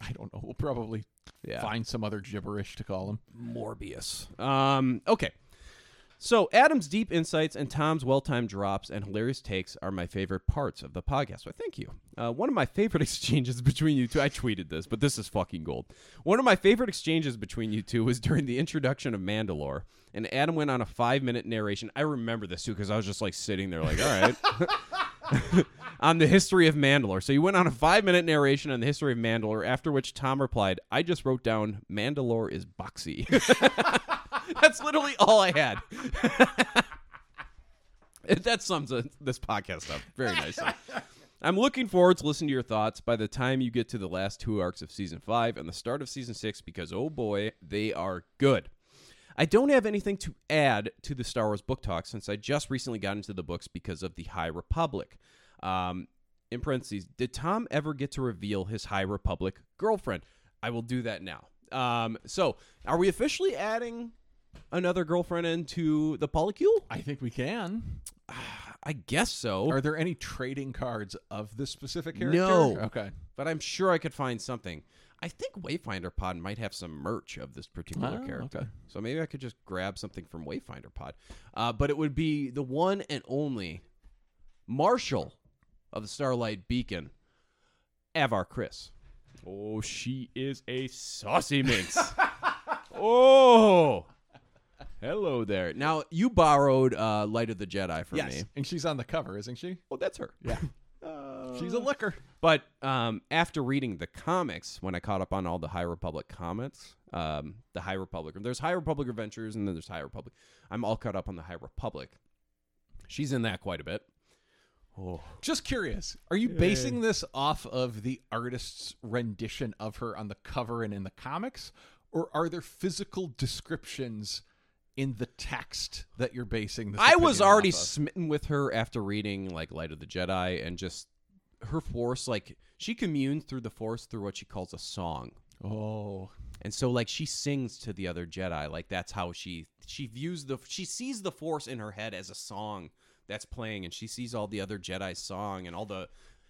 Speaker 4: I don't know. We'll probably
Speaker 3: Yeah.
Speaker 4: find some other gibberish to call him.
Speaker 3: Morbius. Um, okay. So Adam's deep insights and Tom's well-timed drops and hilarious takes are my favorite parts of the podcast. Well, thank you. Uh, one of my favorite [LAUGHS] exchanges between you two. I tweeted this, but this is fucking gold. One of my favorite exchanges between you two was during the introduction of Mandalore, and Adam went on a five-minute narration. I remember this too because I was just like sitting there, like, all right. [LAUGHS] on the history of Mandalore. So you went on a five minute narration on the history of Mandalore, after which Tom replied, I just wrote down Mandalore is boxy. [LAUGHS] That's literally all I had. [LAUGHS] that sums uh, this podcast up very nicely. I'm looking forward to listening to your thoughts by the time you get to the last two arcs of season five and the start of season six because, oh boy, they are good. I don't have anything to add to the Star Wars book talk since I just recently got into the books because of the High Republic. Um, in parentheses, did Tom ever get to reveal his High Republic girlfriend? I will do that now. Um, so, are we officially adding another girlfriend into the polycule?
Speaker 4: I think we can.
Speaker 3: I guess so.
Speaker 4: Are there any trading cards of this specific character?
Speaker 3: No.
Speaker 4: Okay.
Speaker 3: but I'm sure I could find something. I think Wayfinder Pod might have some merch of this particular
Speaker 4: Oh,
Speaker 3: character.
Speaker 4: okay.
Speaker 3: So maybe I could just grab something from Wayfinder Pod. Uh, but it would be the one and only Marshal of the Starlight Beacon, Avar Chris. Oh, she is a saucy [LAUGHS] minx. [LAUGHS] oh. Hello there. Now, you borrowed uh, Light of the Jedi from me.
Speaker 4: And she's on the cover, isn't she?
Speaker 3: Oh, that's her. Yeah.
Speaker 4: She's a looker.
Speaker 3: But um, after reading the comics, when I caught up on all the High Republic comics, um, the High Republic, there's High Republic Adventures and then there's High Republic. I'm all caught up on the High Republic. She's in that quite a bit.
Speaker 4: Just curious, are you basing this off of the artist's rendition of her on the cover and in the comics, or are there physical descriptions in the text that you're basing this?
Speaker 3: I was
Speaker 4: opinion
Speaker 3: already
Speaker 4: off of?
Speaker 3: smitten with her after reading like Light of the Jedi and just her force. Like she communes through the force through what she calls a song.
Speaker 4: oh,
Speaker 3: And so like she sings to the other Jedi, like that's how she she views the she sees the force in her head as a song that's playing and she sees all the other Jedi's song and all the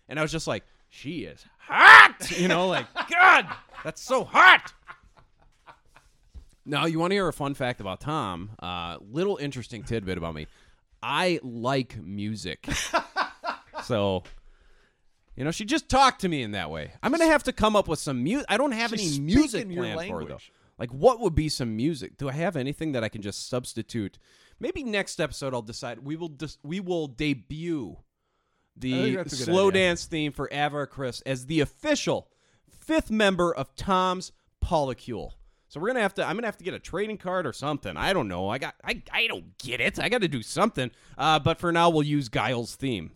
Speaker 3: and I was just like she is hot, you know, like god, that's so hot. Now, you want to hear a fun fact about Tom? Uh, little interesting tidbit about me. I like
Speaker 4: [LAUGHS]
Speaker 3: music. so, you know, she just talked to me in that way. I'm going to have to come up with some music. I don't have
Speaker 4: She's
Speaker 3: any music
Speaker 4: speaking your
Speaker 3: planned for her, though.
Speaker 4: language.
Speaker 3: Like, what would be some music? Do I have anything that I can just substitute? Maybe next episode I'll decide. We will dis- we will debut
Speaker 4: I think
Speaker 3: the
Speaker 4: that's a good
Speaker 3: slow
Speaker 4: idea.
Speaker 3: dance theme for Avar Chris as the official fifth member of Tom's Polycule. So we're gonna have to. I'm gonna have to get a trading card or something. I don't know. I got. I. I don't get it. I got to do something. Uh, but for now, we'll use Guile's theme.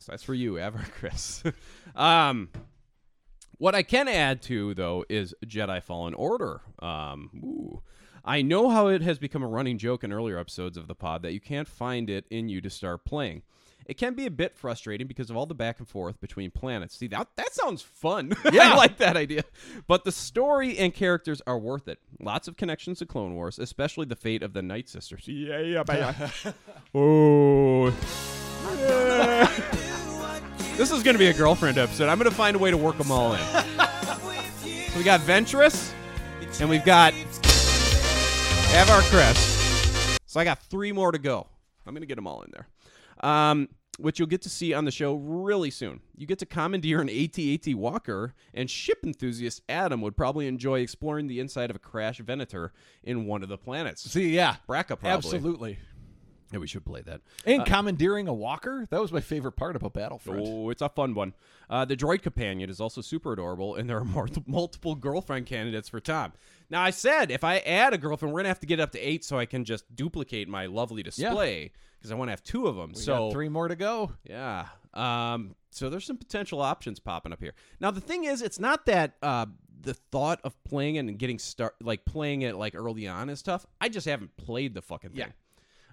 Speaker 3: So that's for you, Avar [LAUGHS] Chris. um, what I can add to though is Jedi Fallen Order. Um, ooh. I know how it has become a running joke in earlier episodes of the pod that you can't find it in you to start playing. It can be a bit frustrating because of all the back and forth between planets. See, that that sounds fun. [LAUGHS] I
Speaker 4: Yeah.
Speaker 3: like that idea. But the story and characters are worth it. Lots of connections to Clone Wars, especially the fate of the Night Sisters. Yeah, yeah, yeah. oh. Yeah. This is going to be a girlfriend episode. I'm going to find a way to work them all in. so we got Ventress, and we've got Evar Chris. So I got three more to go. I'm going to get them all in there. Um, which you'll get to see on the show really soon. You get to commandeer an AT-AT Walker, and ship enthusiast Adam would probably enjoy exploring the inside of a crash Venator in one of the planets.
Speaker 4: See, yeah,
Speaker 3: Braca probably.
Speaker 4: absolutely.
Speaker 3: Yeah, we should play that.
Speaker 4: And commandeering a walker? That was my favorite part about Battlefront.
Speaker 3: Oh, it's a fun one. Uh, the droid companion is also super adorable, and there are [LAUGHS] mul- multiple girlfriend candidates for Tom. Now, I said if I add a girlfriend, we're gonna have to get up to eight, so I can just duplicate my lovely display because I want to have two of them.
Speaker 4: We
Speaker 3: so
Speaker 4: got three more to go.
Speaker 3: yeah. Um, so there's some potential options popping up here. Now the thing is, it's not that uh, the thought of playing it and getting start like playing it like early on is tough. I just haven't played the fucking thing.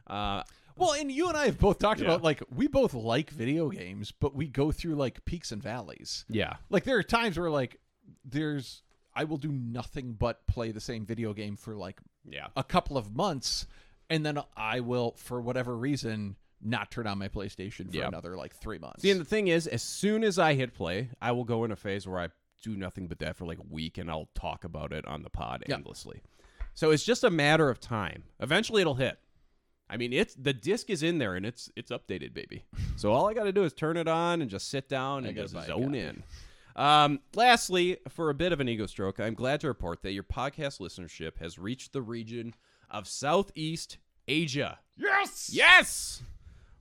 Speaker 3: Uh,
Speaker 4: Well, and you and I have both talked
Speaker 3: Yeah.
Speaker 4: about like we both like video games, but we go through like peaks and valleys.
Speaker 3: yeah.
Speaker 4: Like there are times where like there's I will do nothing but play the same video game for like
Speaker 3: Yeah.
Speaker 4: a couple of months and then I will for whatever reason not turn on my PlayStation for
Speaker 3: Yeah.
Speaker 4: another like 3 months.
Speaker 3: See, and the thing is, as soon as I hit play, I will go in a phase where I do nothing but that for like a week, and I'll talk about it on the pod
Speaker 4: Yeah.
Speaker 3: endlessly. So it's just a matter of time. Eventually, it'll hit. I mean, it's the disc is in there and it's it's
Speaker 4: [LAUGHS]
Speaker 3: updated, baby. So all I got to do is turn it on and just sit down and
Speaker 4: gotta
Speaker 3: just
Speaker 4: buy a
Speaker 3: zone
Speaker 4: copy.
Speaker 3: in. Um, lastly, for a bit of an ego stroke, I'm glad to report that your podcast listenership has reached the region of Southeast Asia.
Speaker 6: Yes!
Speaker 3: Yes!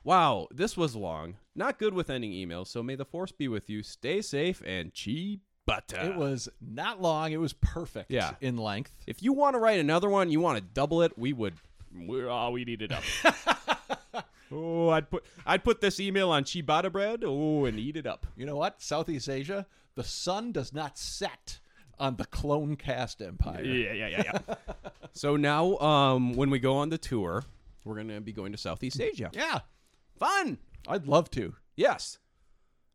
Speaker 3: Wow, this was long. Not good with ending emails, so may the force be with you. Stay safe and chi butter.
Speaker 4: it was not long, it was perfect
Speaker 3: Uh, Yeah.
Speaker 4: in length.
Speaker 3: If you want to write another one, you want to double it, we would. We're all we need it [LAUGHS] up. oh, I'd put I'd put this email on ciabatta bread. Oh, and eat it up.
Speaker 4: You know what? Southeast Asia, the sun does not set on the clone cast empire.
Speaker 3: yeah, yeah, [LAUGHS] yeah. so now, um, when we go on the tour, we're gonna be going to Southeast Asia.
Speaker 4: Yeah,
Speaker 3: Fun.
Speaker 4: I'd love to.
Speaker 3: Yes.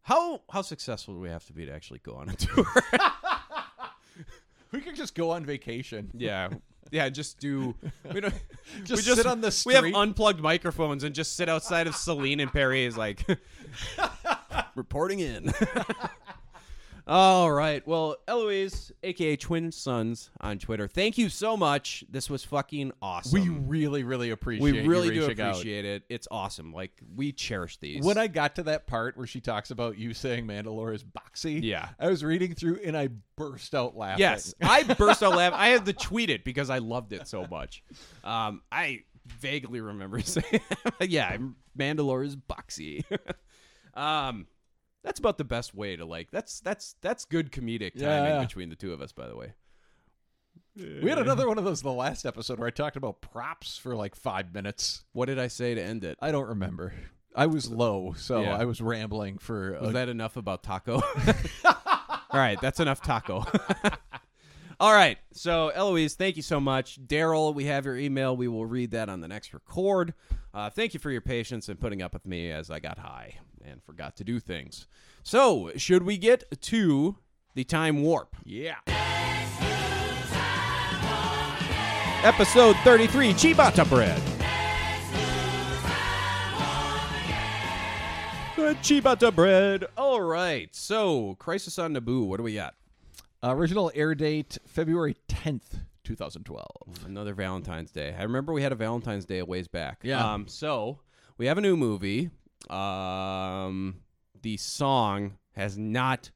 Speaker 3: How how successful do we have to be to actually go on a [LAUGHS] tour?
Speaker 4: We could just go on vacation.
Speaker 3: Yeah. Yeah, just do. We [LAUGHS] don't.
Speaker 4: Just
Speaker 3: we just
Speaker 4: sit on the
Speaker 3: We have
Speaker 4: street.
Speaker 3: unplugged microphones and just sit outside of Celine and Perry is like [LAUGHS] reporting in. [LAUGHS] All right. Well, Eloise, aka Twin Sons, on Twitter. Thank you so much. This was fucking awesome.
Speaker 4: We really, really appreciate.
Speaker 3: we
Speaker 4: you
Speaker 3: really do
Speaker 4: reaching out.
Speaker 3: appreciate it. It's awesome. Like we cherish these.
Speaker 4: When I got to that part where she talks about you saying Mandalore is boxy,
Speaker 3: Yeah.
Speaker 4: I was reading through and I burst out laughing. [LAUGHS]
Speaker 3: Yes, I burst out laughing. I had to tweet it because I loved it so much. Um, I vaguely remember [LAUGHS] saying, "Yeah, I'm- Mandalore is boxy." [LAUGHS] um, that's about the best way to like. That's that's that's good comedic timing
Speaker 4: Yeah, yeah.
Speaker 3: between the two of us, by the way.
Speaker 4: we had another one of those the last episode where I talked about props for like five minutes.
Speaker 3: What did I say to end it?
Speaker 4: I don't remember. I was low, so
Speaker 3: Yeah.
Speaker 4: I was rambling for.
Speaker 3: Was
Speaker 4: a-
Speaker 3: that enough about taco? [LAUGHS] All right, that's enough taco. [LAUGHS] All right, so Eloise, thank you so much. Daryl, we have your email. We will read that on the next record. Uh, thank you for your patience and putting up with me as I got high and forgot to do things. So, should we get to the time warp?
Speaker 4: yeah.
Speaker 3: Episode 33, Chibata Bread. The Chibata Bread. All right, so Crisis on Naboo, what do we got?
Speaker 4: Original air date February tenth, two thousand twelve.
Speaker 3: Another Valentine's Day. I remember we had a Valentine's Day a ways back.
Speaker 4: Yeah.
Speaker 3: Um, so we have a new movie. Um, the song has not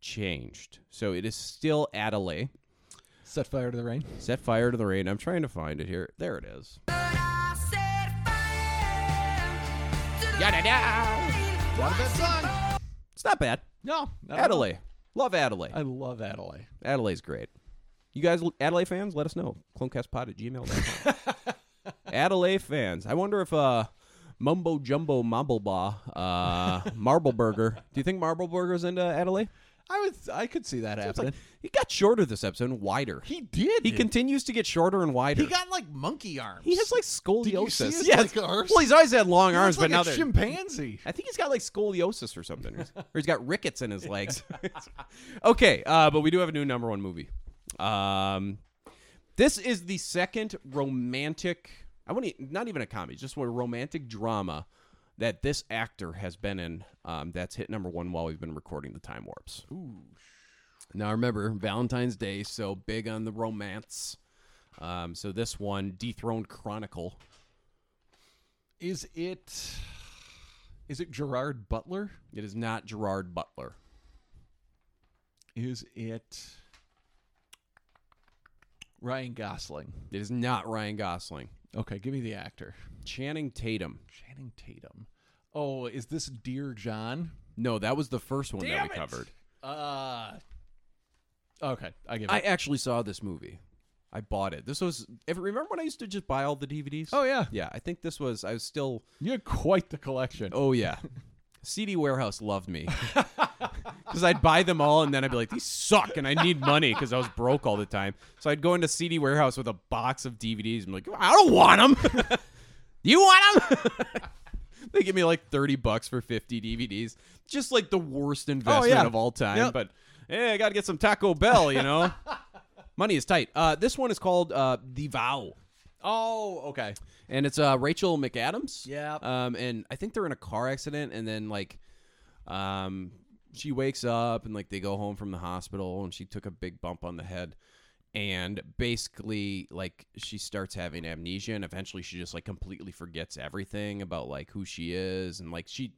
Speaker 3: changed, so it is still Adelaide.
Speaker 4: Set fire to the rain.
Speaker 3: Set fire to the rain. I'm trying to find it here. There it is. Yada-da. It's not bad.
Speaker 4: No, not at all.
Speaker 3: Adelaide. Love Adelaide.
Speaker 4: I love Adelaide.
Speaker 3: Adelaide's great. You guys, Adelaide fans, let us know. Clonecastpod at gmail.com.
Speaker 4: [LAUGHS]
Speaker 3: Adelaide fans. I wonder if uh, Mumbo Jumbo Mamblebaugh, uh, Marble Burger. Do you think Marble Burger's into Adelaide?
Speaker 4: I would. I could see that
Speaker 3: It's like
Speaker 4: happening.
Speaker 3: he got shorter this episode and wider.
Speaker 4: he did.
Speaker 3: He continues to get shorter and wider.
Speaker 4: He got like monkey arms.
Speaker 3: He has like
Speaker 4: Did you see
Speaker 3: scoliosis.
Speaker 4: his,
Speaker 3: Yeah.
Speaker 4: like, arms?
Speaker 3: well, he's always had long
Speaker 4: He
Speaker 3: arms,
Speaker 4: looks like
Speaker 3: but now
Speaker 4: a
Speaker 3: they're
Speaker 4: chimpanzee.
Speaker 3: I think he's got like scoliosis or [LAUGHS] something, or or he's got rickets in his legs. [LAUGHS] okay, uh, but we do have a new number one movie. Um, this is the second romantic. I wouldn't e- not even a comedy, just a romantic drama that this actor has been in. Um, that's hit number one while we've been recording the time warps. Ooh. Now remember Valentine's Day, so big on the romance. Um, so this one, Dethroned Chronicle.
Speaker 4: Is it? Is it Gerard Butler?
Speaker 3: It is not Gerard Butler.
Speaker 4: Is it Ryan Gosling?
Speaker 3: It is not Ryan Gosling.
Speaker 4: Okay, give me the actor.
Speaker 3: Channing Tatum.
Speaker 4: Channing Tatum. Oh, is this Dear John?
Speaker 3: No, that was the first one that we covered.
Speaker 4: Uh. Okay, I give it.
Speaker 3: I actually saw this movie. I bought it. This was. ever- Remember when I used to just buy all the DVDs?
Speaker 4: oh yeah,
Speaker 3: yeah. I think this was. I was still.
Speaker 4: you had quite the collection.
Speaker 3: Oh yeah. CD Warehouse loved me [LAUGHS] because I'd buy them all and then I'd be like, these suck, and I need money because I was broke all the time. So I'd go into CD Warehouse with a box of DVDs and be like, I don't want them. [LAUGHS] you want them? [LAUGHS] they give me like thirty bucks for fifty DVDs. Just like the worst investment
Speaker 4: Oh, yeah.
Speaker 3: of all time.
Speaker 4: Yep.
Speaker 3: But hey, I got to get some Taco Bell,
Speaker 4: [LAUGHS]
Speaker 3: you know. Money is tight. Uh, this one is called uh, The Vow
Speaker 4: Oh, okay.
Speaker 3: and it's uh, Rachel McAdams.
Speaker 4: Yep.
Speaker 3: Um, and I think they're in a car accident, and then like, um, she wakes up and like they go home from the hospital, and she took a big bump on the head, and basically like she starts having amnesia, and eventually she just like completely forgets everything about like who she is, and like she,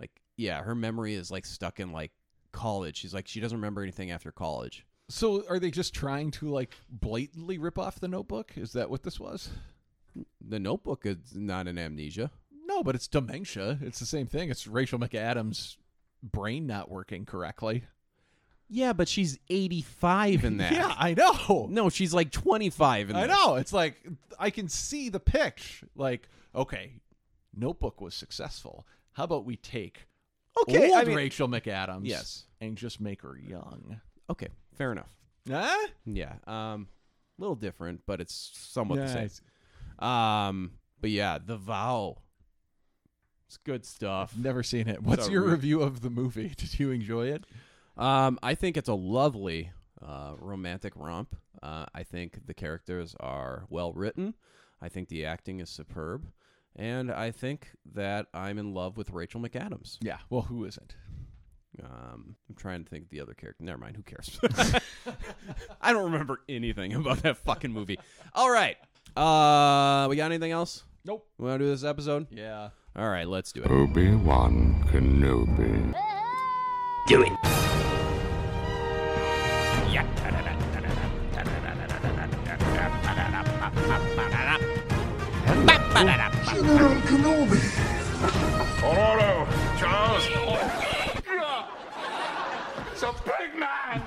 Speaker 3: like yeah, her memory is like stuck in like college. She's like she doesn't remember anything after college.
Speaker 4: So are they just trying to like blatantly rip off the notebook? Is that what this was?
Speaker 3: The Notebook is not an amnesia.
Speaker 4: No, but it's dementia. It's the same thing. It's Rachel McAdams' brain not working correctly.
Speaker 3: Yeah, but she's 85 [LAUGHS] in that.
Speaker 4: Yeah, I know.
Speaker 3: No, she's like 25 in
Speaker 4: I
Speaker 3: this.
Speaker 4: know. It's like I can see the pitch. Like, okay, notebook was successful. How about we take
Speaker 3: Okay,
Speaker 4: old
Speaker 3: I mean-
Speaker 4: Rachel McAdams
Speaker 3: Yes.
Speaker 4: and just make her young?
Speaker 3: Okay, fair enough.
Speaker 4: Huh?
Speaker 3: Yeah. Um a little different, but it's somewhat
Speaker 4: Yeah,
Speaker 3: the same. Um but yeah, The Vow. It's good stuff.
Speaker 4: Never seen it. What's
Speaker 3: So
Speaker 4: your
Speaker 3: rude.
Speaker 4: review of the movie? [LAUGHS] Did you enjoy it?
Speaker 3: Um I think it's a lovely uh romantic romp. Uh I think the characters are well written. I think the acting is superb. And I think that I'm in love with Rachel McAdams.
Speaker 4: Yeah. Well, who isn't?
Speaker 3: Um, I'm trying to think of the other character. Never mind. Who cares? [LAUGHS] I don't remember anything about that fucking movie. All right. Uh, we got anything else?
Speaker 4: Nope.
Speaker 3: We want to do this episode?
Speaker 4: Yeah.
Speaker 3: All right, let's do it.
Speaker 5: Obi-Wan Kenobi. General Kenobi.
Speaker 6: Ororo, Charles. Yeah. It's a big man.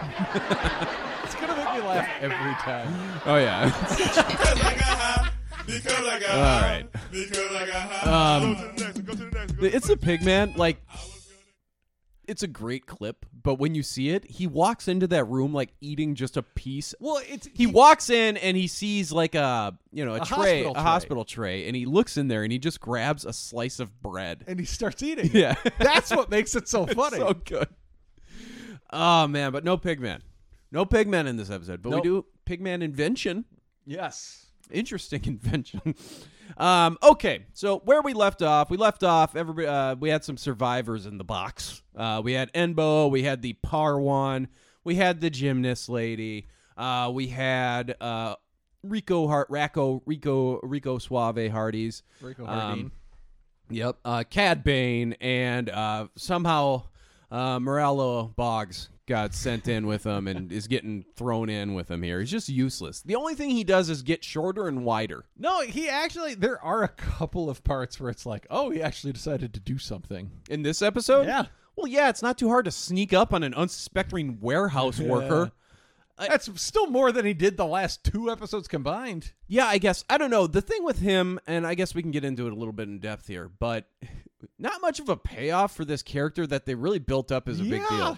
Speaker 4: It's gonna make me laugh every time.
Speaker 3: Oh yeah. [LAUGHS] All right. Um, It's a pig man. Like, it's a great clip, but when you see it, he walks into that room like eating just a piece
Speaker 4: Well, it's
Speaker 3: he walks in and he sees like a you know a,
Speaker 4: A
Speaker 3: tray,
Speaker 4: hospital
Speaker 3: a
Speaker 4: tray.
Speaker 3: hospital tray, and he looks in there and he just grabs a slice of bread.
Speaker 4: and he starts eating.
Speaker 3: Yeah, [LAUGHS]
Speaker 4: That's what makes it so funny.
Speaker 3: so good. Oh man, but no pigman, no pigman in this episode. But
Speaker 4: Nope.
Speaker 3: we do pigman invention,
Speaker 4: yes.
Speaker 3: interesting [LAUGHS] invention. um, okay, so where we left off, we left off. Everybody, uh, we had some survivors in the box. Uh, we had Enbo, we had the Parwan, we had the gymnast lady, uh, we had uh, Rico Hart, Racco, Rico, Rico Suave Hardys.
Speaker 4: Rico
Speaker 3: Um, Yep. Uh, Cad Bane and uh, somehow uh, Morello Boggs got sent in with him and is getting thrown in with him here. He's just useless. The only thing he does is get shorter and wider.
Speaker 4: no, he actually. There are a couple of parts where it's like, oh, he actually decided to do something.
Speaker 3: In this episode?
Speaker 4: Yeah.
Speaker 3: Well, yeah, it's not too hard to sneak up on an unsuspecting warehouse worker.
Speaker 4: That's still more than he did the last two episodes combined.
Speaker 3: Yeah, I guess. I don't know. The thing with him, and I guess we can get into it a little bit in depth here, but not much of a payoff for this character that they really built up as a big
Speaker 4: Yeah.
Speaker 3: deal.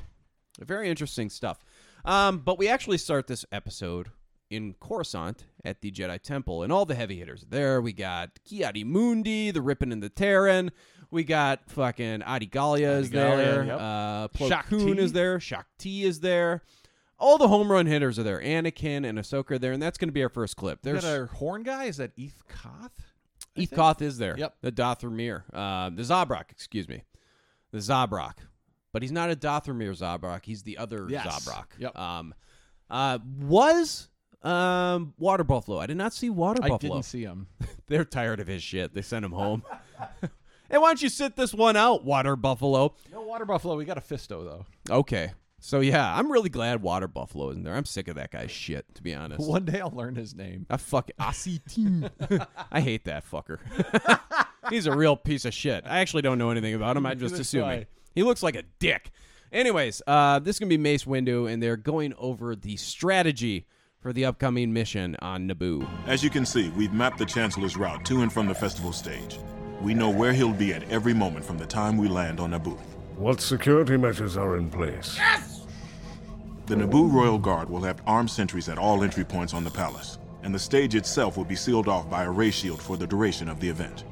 Speaker 3: Very interesting stuff. Um, but we actually start this episode in Coruscant at the Jedi Temple, and all the heavy hitters are there. We got Kiadi Mundi, the Rippin' and the Terran. We got fucking Adi Gallia is
Speaker 4: Adi Gallia,
Speaker 3: there.
Speaker 4: yep.
Speaker 3: Uh, Plo
Speaker 4: Shakti.
Speaker 3: Koon is there. Shakti is there. All the home run hitters are there. Anakin and Ahsoka are there, and that's going to be our first clip.
Speaker 4: Is
Speaker 3: There's
Speaker 4: that our horn guy? Is that Eth Koth?
Speaker 3: Eth Koth is there.
Speaker 4: Yep.
Speaker 3: The Dothramir. Uh, the Zabrak, excuse me. The Zabrak. But he's not a Dothramir Zabrak. He's the other
Speaker 4: Yes.
Speaker 3: Zabrak.
Speaker 4: Yep.
Speaker 3: Um, uh, was um, Water Buffalo. I did not see Water
Speaker 4: I
Speaker 3: Buffalo.
Speaker 4: didn't see him.
Speaker 3: They're tired of his shit. They sent him home. [LAUGHS] and why don't you sit this one out, Water Buffalo?
Speaker 4: No water buffalo. We got a fisto though.
Speaker 3: Okay. So, yeah, I'm really glad Water Buffalo isn't there. I'm sick of that guy's shit, to be honest.
Speaker 4: One day I'll learn his name.
Speaker 3: I fuck
Speaker 4: [LAUGHS]
Speaker 3: Asitin. I hate that fucker. [LAUGHS] He's a real piece of shit. I actually don't know anything about him. I just
Speaker 4: Neither
Speaker 3: assume
Speaker 4: do I.
Speaker 3: it. He looks like a dick. Anyways, uh, this is gonna be Mace Windu, and they're going over the strategy for the upcoming mission on Naboo.
Speaker 7: As you can see, we've mapped the Chancellor's route to and from the festival stage. We know where he'll be at every moment from the time we land on Naboo.
Speaker 10: What security measures are in place?
Speaker 7: The Naboo Royal Guard will have armed sentries at all entry points on the palace, and the stage itself will be sealed off by a ray shield for the duration of the event.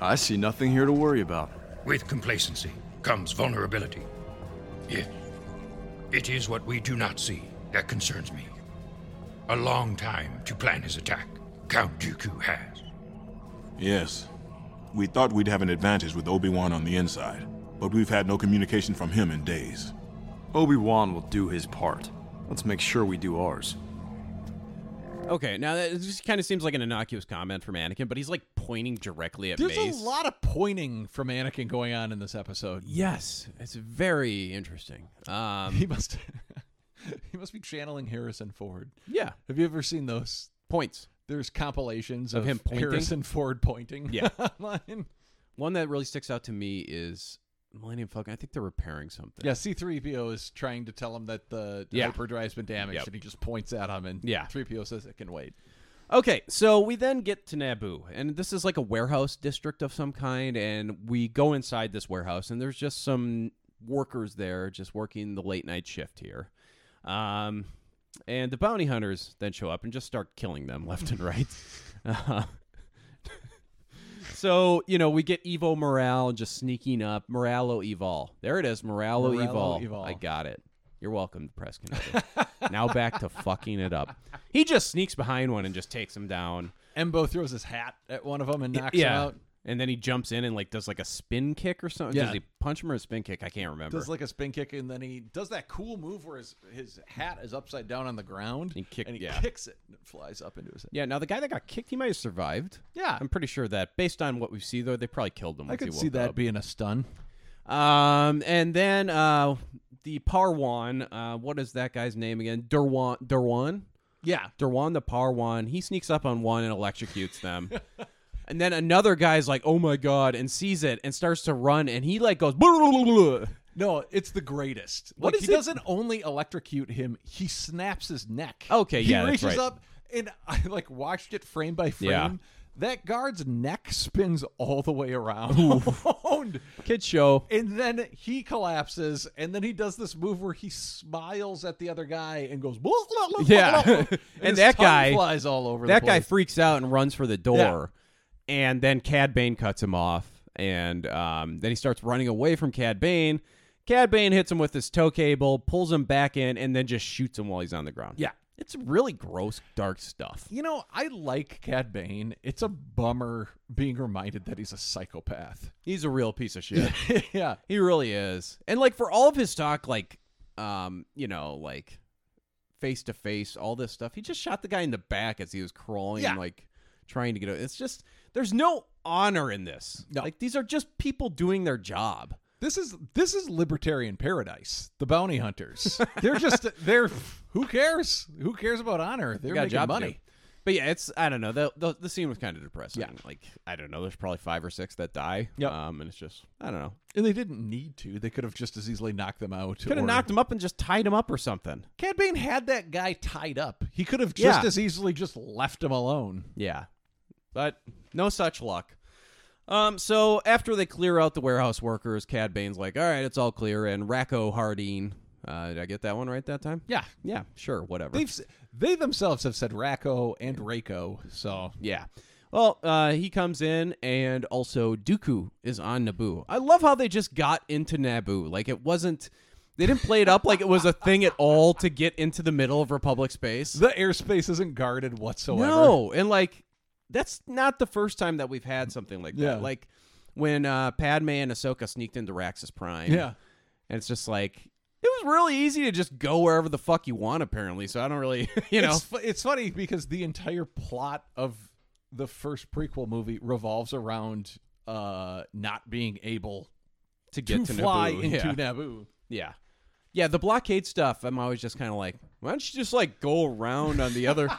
Speaker 11: I see nothing here to worry about.
Speaker 10: With complacency comes vulnerability. Yes. It is what we do not see that concerns me. A long time to plan his attack, Count Dooku has.
Speaker 7: Yes. We thought we'd have an advantage with Obi Wan on the inside, but we've had no communication from him in days.
Speaker 11: Obi Wan will do his part. Let's make sure we do ours.
Speaker 3: Okay, now that it just kind of seems like an innocuous comment from Anakin, but he's like pointing directly at
Speaker 4: There's
Speaker 3: Mace.
Speaker 4: a lot of pointing from Anakin going on in this episode. [LAUGHS]
Speaker 3: Yes, it's very interesting. Um,
Speaker 4: He must [LAUGHS] he must be channeling Harrison Ford.
Speaker 3: yeah,
Speaker 4: Have you ever seen those?
Speaker 3: points.
Speaker 4: There's compilations
Speaker 3: Of
Speaker 4: of,
Speaker 3: him pointing?
Speaker 4: Harrison Ford pointing.
Speaker 3: Yeah.
Speaker 4: [LAUGHS] online.
Speaker 3: One that really sticks out to me is Millennium Falcon. I think they're repairing something.
Speaker 4: Yeah, C3PO is trying to tell him that the
Speaker 3: Yeah.
Speaker 4: hyperdrive's been damaged,
Speaker 3: Yep.
Speaker 4: and he just points at him, and
Speaker 3: Yeah.
Speaker 4: 3PO says it can wait.
Speaker 3: Okay, so we then get to Naboo, and this is like a warehouse district of some kind, and we go inside this warehouse, and there's just some workers there just working the late night shift here. Um, and the bounty hunters then show up and just start killing them left and right. [LAUGHS] Uh, so, you know, we get Evo Morale just sneaking up. Moralo Evol. There it is, Moralo,
Speaker 4: Moralo
Speaker 3: Evol.
Speaker 4: Evol.
Speaker 3: I got it. You're welcome, Press Connector. [LAUGHS] now back to fucking it up. He just sneaks behind one and just takes him down.
Speaker 4: Embo throws his hat at one of them and knocks him out.
Speaker 3: And then he jumps in and like does like a spin kick or something.
Speaker 4: Yeah.
Speaker 3: Does he punch him or a spin kick? I can't remember.
Speaker 4: Does like a spin kick, and then he does that cool move where his, his hat is upside down on the ground,
Speaker 3: He kick-
Speaker 4: and he
Speaker 3: yeah.
Speaker 4: kicks it, and it flies up into his head.
Speaker 3: yeah, now the guy that got kicked, he might have survived.
Speaker 4: Yeah.
Speaker 3: I'm pretty sure that based on what we see though, they probably killed him.
Speaker 4: I
Speaker 3: once he
Speaker 4: could see
Speaker 3: woke
Speaker 4: that
Speaker 3: up.
Speaker 4: being a stun.
Speaker 3: Um, and then uh, the Parwan. Uh, what is that guy's name again? Derwan. Derwan.
Speaker 4: Yeah.
Speaker 3: Derwan the Parwan. He sneaks up on one and electrocutes them. [LAUGHS] and then another guy's like, "Oh my god!" and sees it and starts to run, and he like goes.
Speaker 4: No, it's the greatest.
Speaker 3: What
Speaker 4: What
Speaker 3: is
Speaker 4: he
Speaker 3: it-
Speaker 4: doesn't only electrocute him, he snaps his neck.
Speaker 3: Okay,
Speaker 4: he
Speaker 3: yeah, that's
Speaker 4: reaches
Speaker 3: right.
Speaker 4: up and [LAUGHS] I like watched it frame by frame.
Speaker 3: Yeah.
Speaker 4: That guard's neck spins all the way around.
Speaker 3: Kid show.
Speaker 4: [LAUGHS] and then he collapses, and then he does this move where he smiles at the other guy and goes,
Speaker 3: Yeah. [LAUGHS]
Speaker 4: his
Speaker 3: And that
Speaker 4: tongue
Speaker 3: guy-
Speaker 4: flies all over
Speaker 3: That
Speaker 4: the
Speaker 3: guy
Speaker 4: place.
Speaker 3: freaks out and runs for the door, and then Cad Bane cuts him off, and um, then he starts running away from Cad Bane. Cad Bane hits him with his tow cable, pulls him back in, and then just shoots him while he's on the ground.
Speaker 4: Yeah.
Speaker 3: it's really gross, dark stuff.
Speaker 4: You know, I like Cad Bane. It's a bummer being reminded that he's a psychopath. [LAUGHS]
Speaker 3: He's a real piece of shit.
Speaker 4: yeah.
Speaker 3: he really is. And like for all of his talk, like, um, you know, like face to face, all this stuff. He just shot the guy in the back as he was crawling,
Speaker 4: Yeah.
Speaker 3: like trying to get. It's just there's no honor in this.
Speaker 4: No.
Speaker 3: Like these are just people doing their job.
Speaker 4: This is this is libertarian paradise. The bounty [LAUGHS] hunters. They're just they're who cares? Who cares about honor? They're
Speaker 3: They got a
Speaker 4: making
Speaker 3: job to do.
Speaker 4: money.
Speaker 3: But yeah, it's I don't know. The the, the scene was kind of depressing.
Speaker 4: Yeah.
Speaker 3: Like I don't know. There's probably five or six that die.
Speaker 4: Yep.
Speaker 3: Um, and it's just I don't know.
Speaker 4: And they didn't need to. They could have just as easily knocked them out.
Speaker 3: Could have
Speaker 4: or-
Speaker 3: knocked him up and just tied him up or something.
Speaker 4: Cad Bane had that guy tied up. He could have just
Speaker 3: Yeah.
Speaker 4: as easily just left him alone.
Speaker 3: Yeah. But no such luck. Um, so after they clear out the warehouse workers, Cad Bane's like, all right, it's all clear. And Racco Harding, Uh, did I get that one right that time?
Speaker 4: Yeah.
Speaker 3: Yeah, sure, whatever.
Speaker 4: They've s- they themselves have said Racco and Rako. So
Speaker 3: Yeah. Well, uh, he comes in, and also Dooku is on Naboo. I love how they just got into Naboo. Like, it wasn't. They didn't play it up like it was a thing at all to get into the middle of Republic space.
Speaker 4: the airspace isn't guarded whatsoever.
Speaker 3: No, and like that's not the first time that we've had something like that.
Speaker 4: Yeah.
Speaker 3: Like when uh, Padme and Ahsoka sneaked into Raxus Prime.
Speaker 4: Yeah.
Speaker 3: and it's just like it was really easy to just go wherever the fuck you want. Apparently, so I don't really, [LAUGHS] you know,
Speaker 4: It's, fu- it's funny because the entire plot of the first prequel movie revolves around uh not being able
Speaker 3: to get
Speaker 4: to,
Speaker 3: to,
Speaker 4: fly
Speaker 3: Naboo.
Speaker 4: into
Speaker 3: yeah.
Speaker 4: Naboo.
Speaker 3: yeah, yeah. The blockade stuff. I'm always just kind of like, why don't you just like go around on
Speaker 4: [LAUGHS]
Speaker 3: the other,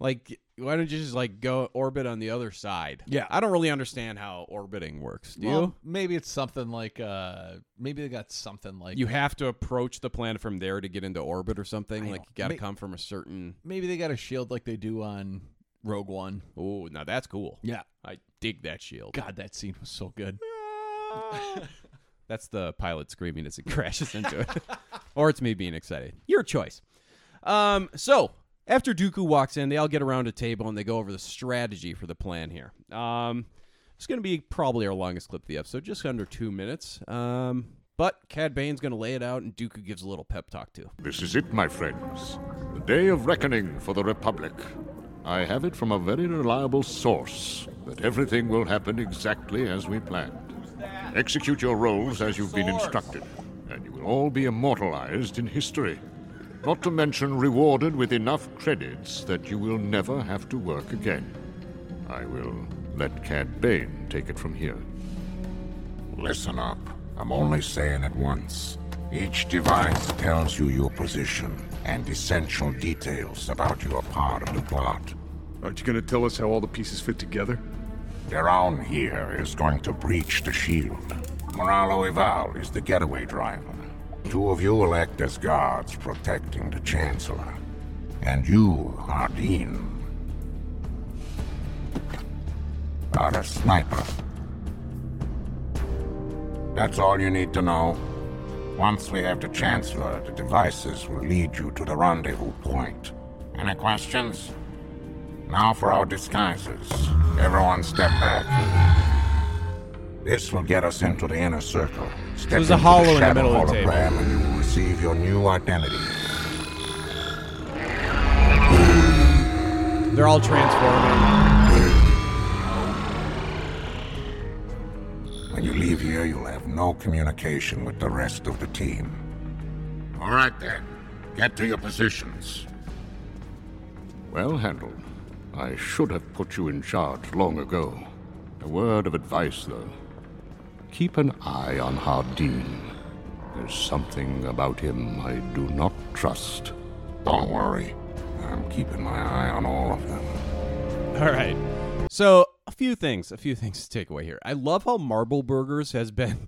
Speaker 3: like. Why don't you just like go orbit on the other side?
Speaker 4: Yeah.
Speaker 3: I don't really understand how orbiting works. Do you?
Speaker 4: Well, maybe it's something like uh maybe they got something like
Speaker 3: you have to approach the planet from there to get into orbit or something. like you
Speaker 4: don't-
Speaker 3: got to
Speaker 4: may-
Speaker 3: come from a certain.
Speaker 4: maybe they got a shield like they do on Rogue One.
Speaker 3: Oh, now that's cool.
Speaker 4: Yeah.
Speaker 3: I dig that shield.
Speaker 4: God, that scene was so good.
Speaker 3: That's the pilot
Speaker 4: [LAUGHS]
Speaker 3: screaming as it crashes into it, [LAUGHS] or it's me being excited. Your choice. Um, so after Dooku walks in, they all get around a table and they go over the strategy for the plan here. Um, it's going to be probably our longest clip of the episode, just under two minutes. Um, but Cad Bane's going to lay it out, and Dooku gives a little pep talk too.
Speaker 5: This is it, my friends. The day of reckoning for the Republic. I have it from a very reliable source that everything will happen exactly as we planned. Execute your roles as you've been instructed, and you will all be immortalized in history. Not to mention rewarded with enough credits that you will never have to work again. I will let Cad Bane take it from here.
Speaker 12: Listen up. I'm only saying it once. Each device tells you your position and essential details about your part of the plot.
Speaker 13: Aren't you going to tell us how all the pieces fit together?
Speaker 12: The round here is going to breach the shield. Moralo Eval is the getaway driver. Two of you will act as guards protecting the Chancellor. And you, Hardin, are a sniper. That's all you need to know. Once we have the Chancellor, the devices will lead you to the rendezvous point. Any questions? Now for our disguises. Everyone step back. This will get us into the inner circle. Step
Speaker 3: There's a
Speaker 12: into
Speaker 3: hollow in the
Speaker 12: shadow
Speaker 3: middle of the table.
Speaker 12: hologram and you will receive your new identity.
Speaker 3: They're all transforming.
Speaker 12: When you leave here, you'll have no communication with the rest of the team. All right then. Get to your positions.
Speaker 5: Well handled. I should have put you in charge long ago. A word of advice, though. Keep an eye on Hardin. There's something about him I do not trust.
Speaker 12: Don't worry. I'm keeping my eye on all of them.
Speaker 3: [LAUGHS] All right. So a few things, a few things to take away here. I love how Marble Burgers has been.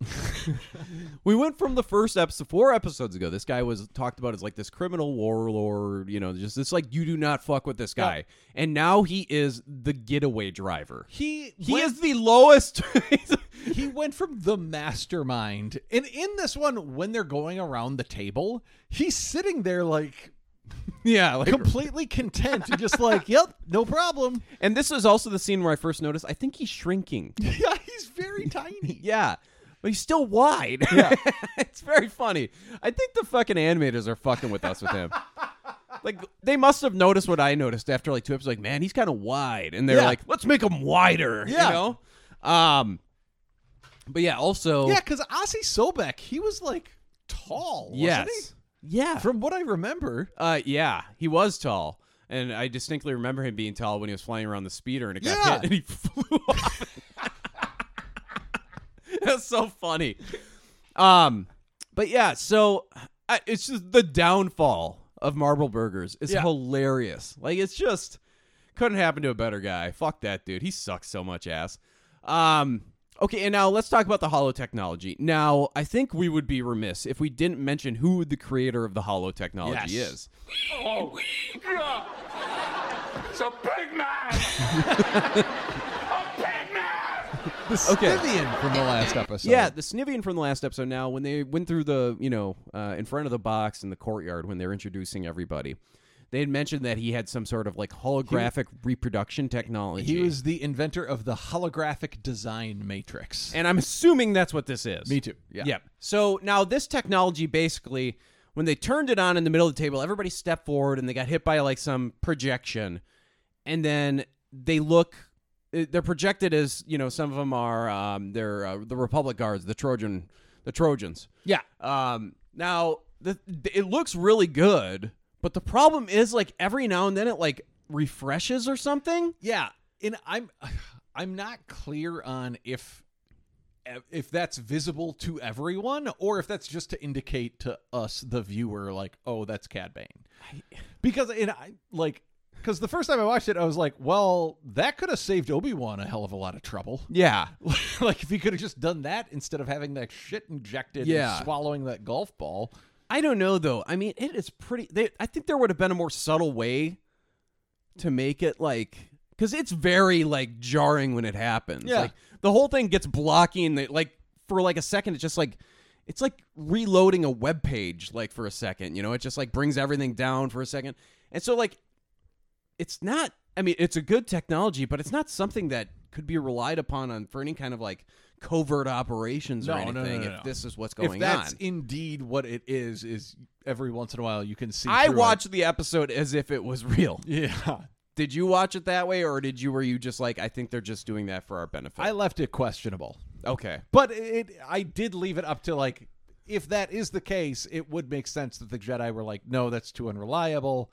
Speaker 3: [LAUGHS] we went from the first episode, four episodes ago. This guy was talked about as like this criminal warlord, you know, just it's like you do not fuck with this guy, and now he is the getaway driver.
Speaker 4: He
Speaker 3: He
Speaker 4: went-
Speaker 3: is the lowest. [LAUGHS]
Speaker 4: he went from the mastermind and in this one when they're going around the table he's sitting there like
Speaker 3: yeah, like
Speaker 4: completely content and just like yep no problem
Speaker 3: And this is also the scene where I first noticed. I think
Speaker 4: [LAUGHS]
Speaker 3: he's shrinking.
Speaker 4: yeah he's
Speaker 3: [LAUGHS]
Speaker 4: very tiny
Speaker 3: Yeah. But he's still wide. Yeah. [LAUGHS] it's very funny. I think the fucking animators are fucking with us
Speaker 4: [LAUGHS]
Speaker 3: with him. Like they must have noticed what I noticed after like two episodes. Like, man, he's kind of wide, and they're
Speaker 4: Yeah.
Speaker 3: like, let's make him wider.
Speaker 4: Yeah.
Speaker 3: You know. Um. But yeah, also.
Speaker 4: yeah because Asi Sobek he was like tall wasn't
Speaker 3: Yes. Yeah.
Speaker 4: he? from what I remember
Speaker 3: Uh. Yeah. He was tall, and I distinctly remember him being tall when he was flying around the speeder, and it got
Speaker 4: Yeah.
Speaker 3: hit, and he [LAUGHS] flew off. That's so funny. Um, but yeah, so I, it's just the downfall of Marble Burgers is
Speaker 4: Yeah.
Speaker 3: hilarious. Like it's just couldn't happen to a better guy. Fuck that dude. He sucks so much ass. Um, okay, and now let's talk about the hollow technology. Now, I think we would be remiss if we didn't mention who the creator of the hollow technology
Speaker 4: Yes.
Speaker 3: is.
Speaker 6: Oh, yeah.
Speaker 13: [LAUGHS]
Speaker 6: It's a big man. a big man.
Speaker 4: The Scythian from the last episode.
Speaker 3: Yeah, the Snivian from the last episode. Now, when they went through the, you know, uh, in front of the box in the courtyard when they were introducing everybody, they had mentioned that he had some sort of like holographic reproduction technology.
Speaker 4: He was the inventor of the holographic design matrix.
Speaker 3: And I'm assuming that's what this is.
Speaker 4: Me too. Yeah.
Speaker 3: Yep. So now this technology basically, when they turned it on in the middle of the table, everybody stepped forward and they got hit by like some projection, and then they look. uh, They're projected as you know. Some of them are um, they're uh, the Republic guards, the Trojan, the Trojans.
Speaker 4: Yeah.
Speaker 3: Um, now the, it looks really good, but the problem is like every now and then it like refreshes or something.
Speaker 4: Yeah, and I'm [SIGHS] I'm not clear on if e-, if that's visible to everyone or if that's just to indicate to us the viewer like oh that's Cad Bane. [SIGHS] Because and I like cuz the first time I watched it I was like well that could have saved Obi-Wan a hell of a lot of trouble.
Speaker 3: Yeah.
Speaker 4: [LAUGHS] like if he could have just done that instead of having that shit injected
Speaker 3: Yeah.
Speaker 4: and swallowing that golf ball.
Speaker 3: I don't know though. I mean, it is pretty. They, I think there would have been a more subtle way to make it like because it's very like jarring when it happens.
Speaker 4: Yeah.
Speaker 3: like, the whole thing gets blocky, and they, like for like a second, it's just like it's like reloading a web page. Like for a second, you know, it just like brings everything down for a second, and so like it's not. I mean, it's a good technology, but it's not something that could be relied upon on for any kind of like covert operations or
Speaker 4: No, no,
Speaker 3: anything.
Speaker 4: no, no,
Speaker 3: if
Speaker 4: no.
Speaker 3: this is what's going
Speaker 4: if that's
Speaker 3: on,
Speaker 4: indeed what it is is every once in a while you can see
Speaker 3: I
Speaker 4: through it.
Speaker 3: watched the episode as if it was real.
Speaker 4: [LAUGHS] Yeah.
Speaker 3: Did you watch it that way, or did you? Were you just like, I think they're just doing that for our benefit?
Speaker 4: I left it questionable.
Speaker 3: okay,
Speaker 4: But it, I did leave it up to like, if that is the case, it would make sense that the Jedi were like, no, that's too unreliable.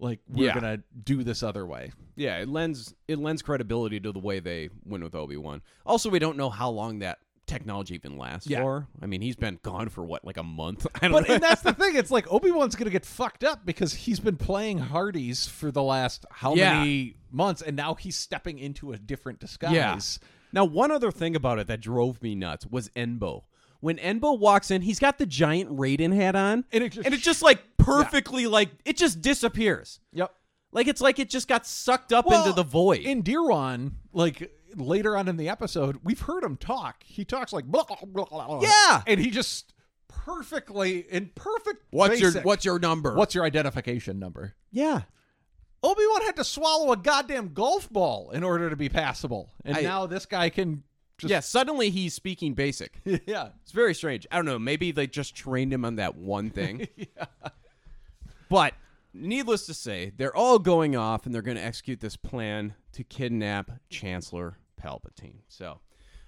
Speaker 4: Like we're
Speaker 3: Yeah.
Speaker 4: gonna do this other way.
Speaker 3: yeah, it lends it lends credibility to the way they went with Obi Wan. Also, we don't know how long that technology even lasts
Speaker 4: Yeah.
Speaker 3: for. I mean, he's been gone for what, like a month? [LAUGHS] I don't
Speaker 4: But
Speaker 3: know.
Speaker 4: and that's the thing. It's like Obi Wan's gonna get fucked up because he's been playing Hardy's for the last how
Speaker 3: Yeah.
Speaker 4: many months, and now he's stepping into a different disguise.
Speaker 3: Yeah. Now, one other thing about it that drove me nuts was Enbo. When Enbo walks in, he's got the giant Raiden hat on,
Speaker 4: And it just-
Speaker 3: and it just like perfectly like it just disappears.
Speaker 4: Yep.
Speaker 3: Like it's like it just got sucked up
Speaker 4: Well,
Speaker 3: into the void.
Speaker 4: In Deerwan, like later on in the episode, we've heard him talk. He talks like blah, blah, blah, blah.
Speaker 3: Yeah.
Speaker 4: and he just perfectly in perfect.
Speaker 3: What's your
Speaker 4: basic-
Speaker 3: What's your number?
Speaker 4: What's your identification number?
Speaker 3: yeah?
Speaker 4: Obi Wan had to swallow a goddamn golf ball in order to be passable, and
Speaker 3: I-
Speaker 4: now this guy can [LAUGHS] just
Speaker 3: yeah. Suddenly he's speaking [LAUGHS] basic.
Speaker 4: yeah.
Speaker 3: It's very strange. I don't know. Maybe they just trained him on that one thing. But needless to say, they're all going off and they're going to execute this plan to kidnap Chancellor Palpatine. So,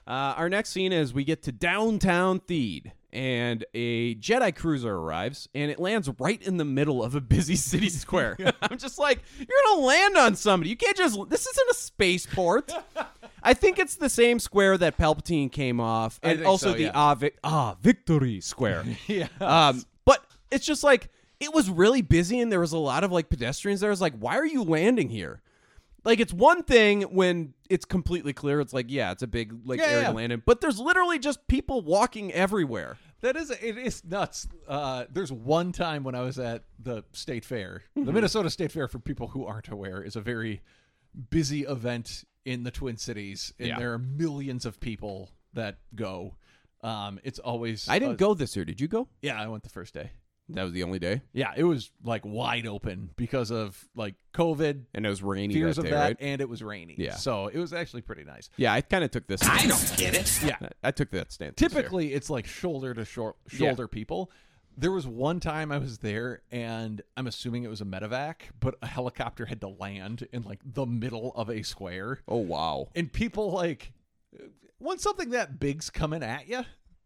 Speaker 3: uh, our next scene is we get to downtown Theed and a Jedi cruiser arrives and it lands right in the middle of a busy [LAUGHS]
Speaker 4: [LAUGHS]
Speaker 3: city square. I'm just like, you're going to land on somebody. You can't just, this isn't
Speaker 4: [LAUGHS]
Speaker 3: a spaceport. I think it's the same square that Palpatine came off, and
Speaker 4: think
Speaker 3: also
Speaker 4: so,
Speaker 3: the
Speaker 4: yeah.
Speaker 3: Ah, Vic- ah Victory
Speaker 4: [LAUGHS]
Speaker 3: Square. yeah. Um, but it's just like it was really busy, and there was a lot of like pedestrians there. I was like, why are you landing here? Like it's one thing when it's completely clear. It's like yeah, it's a big like
Speaker 4: Yeah,
Speaker 3: area
Speaker 4: yeah.
Speaker 3: to land in, but there's literally just people walking everywhere.
Speaker 4: That is it is nuts. Uh, there's one time when I was at the state fair.
Speaker 3: Mm-hmm.
Speaker 4: The Minnesota State Fair, for people who aren't aware, is a very busy event in the Twin Cities, and
Speaker 3: Yeah.
Speaker 4: there are millions of people that go. Um, it's always
Speaker 3: I didn't
Speaker 4: uh,
Speaker 3: go this year. Did you go?
Speaker 4: Yeah, I went the first day.
Speaker 3: That was the only day,
Speaker 4: Yeah, it was like wide open because of like COVID
Speaker 3: and it was rainy
Speaker 4: fears
Speaker 3: that
Speaker 4: of
Speaker 3: day,
Speaker 4: that,
Speaker 3: right?
Speaker 4: and it was rainy.
Speaker 3: Yeah.
Speaker 4: so it was actually pretty nice.
Speaker 3: Yeah, I kind of took this. I don't get it.
Speaker 4: Yeah.
Speaker 3: I took that stance. this year.
Speaker 4: typically it's like shoulder to shor- shoulder people there was one time i was there and i'm assuming it was a medevac but a helicopter had to land in like the middle of a square
Speaker 3: Oh wow.
Speaker 4: and people like when something that big's coming at you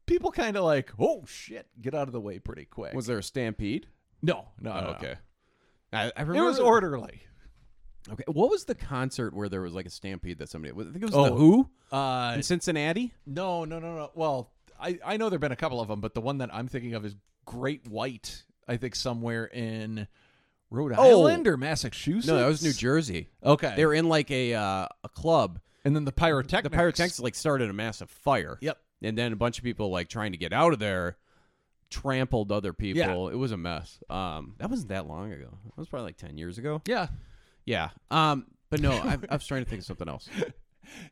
Speaker 4: people kind of like oh shit get out of the way pretty quick
Speaker 3: Was there a stampede?
Speaker 4: no no,
Speaker 3: Oh,
Speaker 4: no, no.
Speaker 3: okay. I, I
Speaker 4: it
Speaker 3: remember
Speaker 4: was orderly
Speaker 3: Okay, what was the concert where there was like a stampede that somebody? I think it was the
Speaker 4: Oh.
Speaker 3: Who
Speaker 4: uh
Speaker 3: in Cincinnati.
Speaker 4: No, no, no, no. Well, I, I know there have been a couple of them, but the one that I'm thinking of is Great White, I think somewhere in Rhode
Speaker 3: Oh.
Speaker 4: Island or Massachusetts.
Speaker 3: No, that was New Jersey.
Speaker 4: Okay.
Speaker 3: They were in like a uh, a club.
Speaker 4: and then the pyrotechnics.
Speaker 3: The pyrotechnics like started a massive fire.
Speaker 4: Yep.
Speaker 3: and then a bunch of people like trying to get out of there trampled other people. It was a mess. Um, that wasn't that long ago. That was probably like ten years ago.
Speaker 4: Yeah.
Speaker 3: Yeah. Um, but no, I, I was trying to think of something else.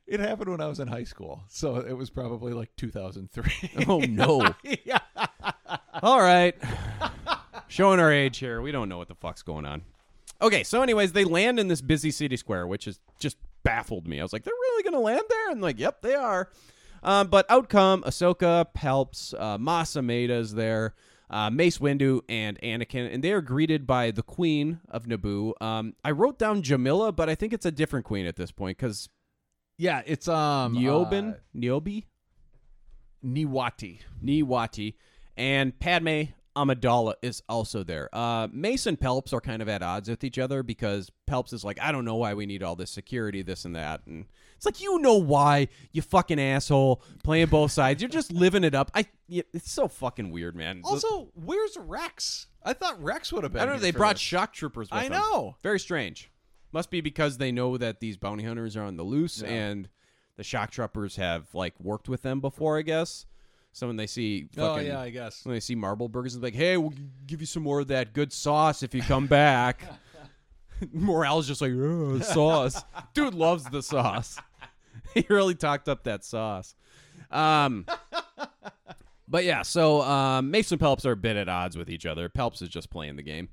Speaker 4: It happened when I was in high school, so it was probably like [LAUGHS] 2003.
Speaker 3: Oh, no.
Speaker 4: yeah.
Speaker 3: All right. [LAUGHS] Showing our age here. We don't know what the fuck's going on. Okay, so anyways, they land in this busy city square, which is just baffled me. I was like, they're really going to land there? And like, yep, they are. Um, but out come Ahsoka, Palps, uh, Masa Maida's there, uh, Mace Windu, and Anakin, and they are greeted by the Queen of Naboo. Um, I wrote down Jamila, but I think it's a different queen at this point because
Speaker 4: Yeah, it's um
Speaker 3: Niobin,
Speaker 4: uh,
Speaker 3: Niobe,
Speaker 4: Niwati.
Speaker 3: Niwati, and Padme Amidala is also there. Uh, Mace and Pelps are kind of at odds with each other because Pelps is like, I don't know why we need all this security, this and that. And it's like, you know why, you fucking asshole, playing both sides. You're just living it up. I. yeah, It's so fucking weird, man.
Speaker 4: Also, where's Rex? I thought Rex would have been.
Speaker 3: I don't know.
Speaker 4: here
Speaker 3: They
Speaker 4: for
Speaker 3: brought
Speaker 4: this.
Speaker 3: shock troopers with
Speaker 4: I
Speaker 3: them.
Speaker 4: know.
Speaker 3: Very strange. Must be because they know that these bounty hunters are on the loose
Speaker 4: Yeah.
Speaker 3: and the shock troopers have like worked with them before, I guess. So when they see
Speaker 4: Oh,
Speaker 3: fucking
Speaker 4: yeah, I guess.
Speaker 3: when they see marble burgers and like, hey, we'll give you some more of that good sauce if you come back. [LAUGHS] Morale's just like, "Ugh, sauce. Dude loves the sauce. [LAUGHS] he really talked up that sauce. Um But yeah, so um, Mace and Pelps are a bit at odds with each other. Pelps is just playing the game.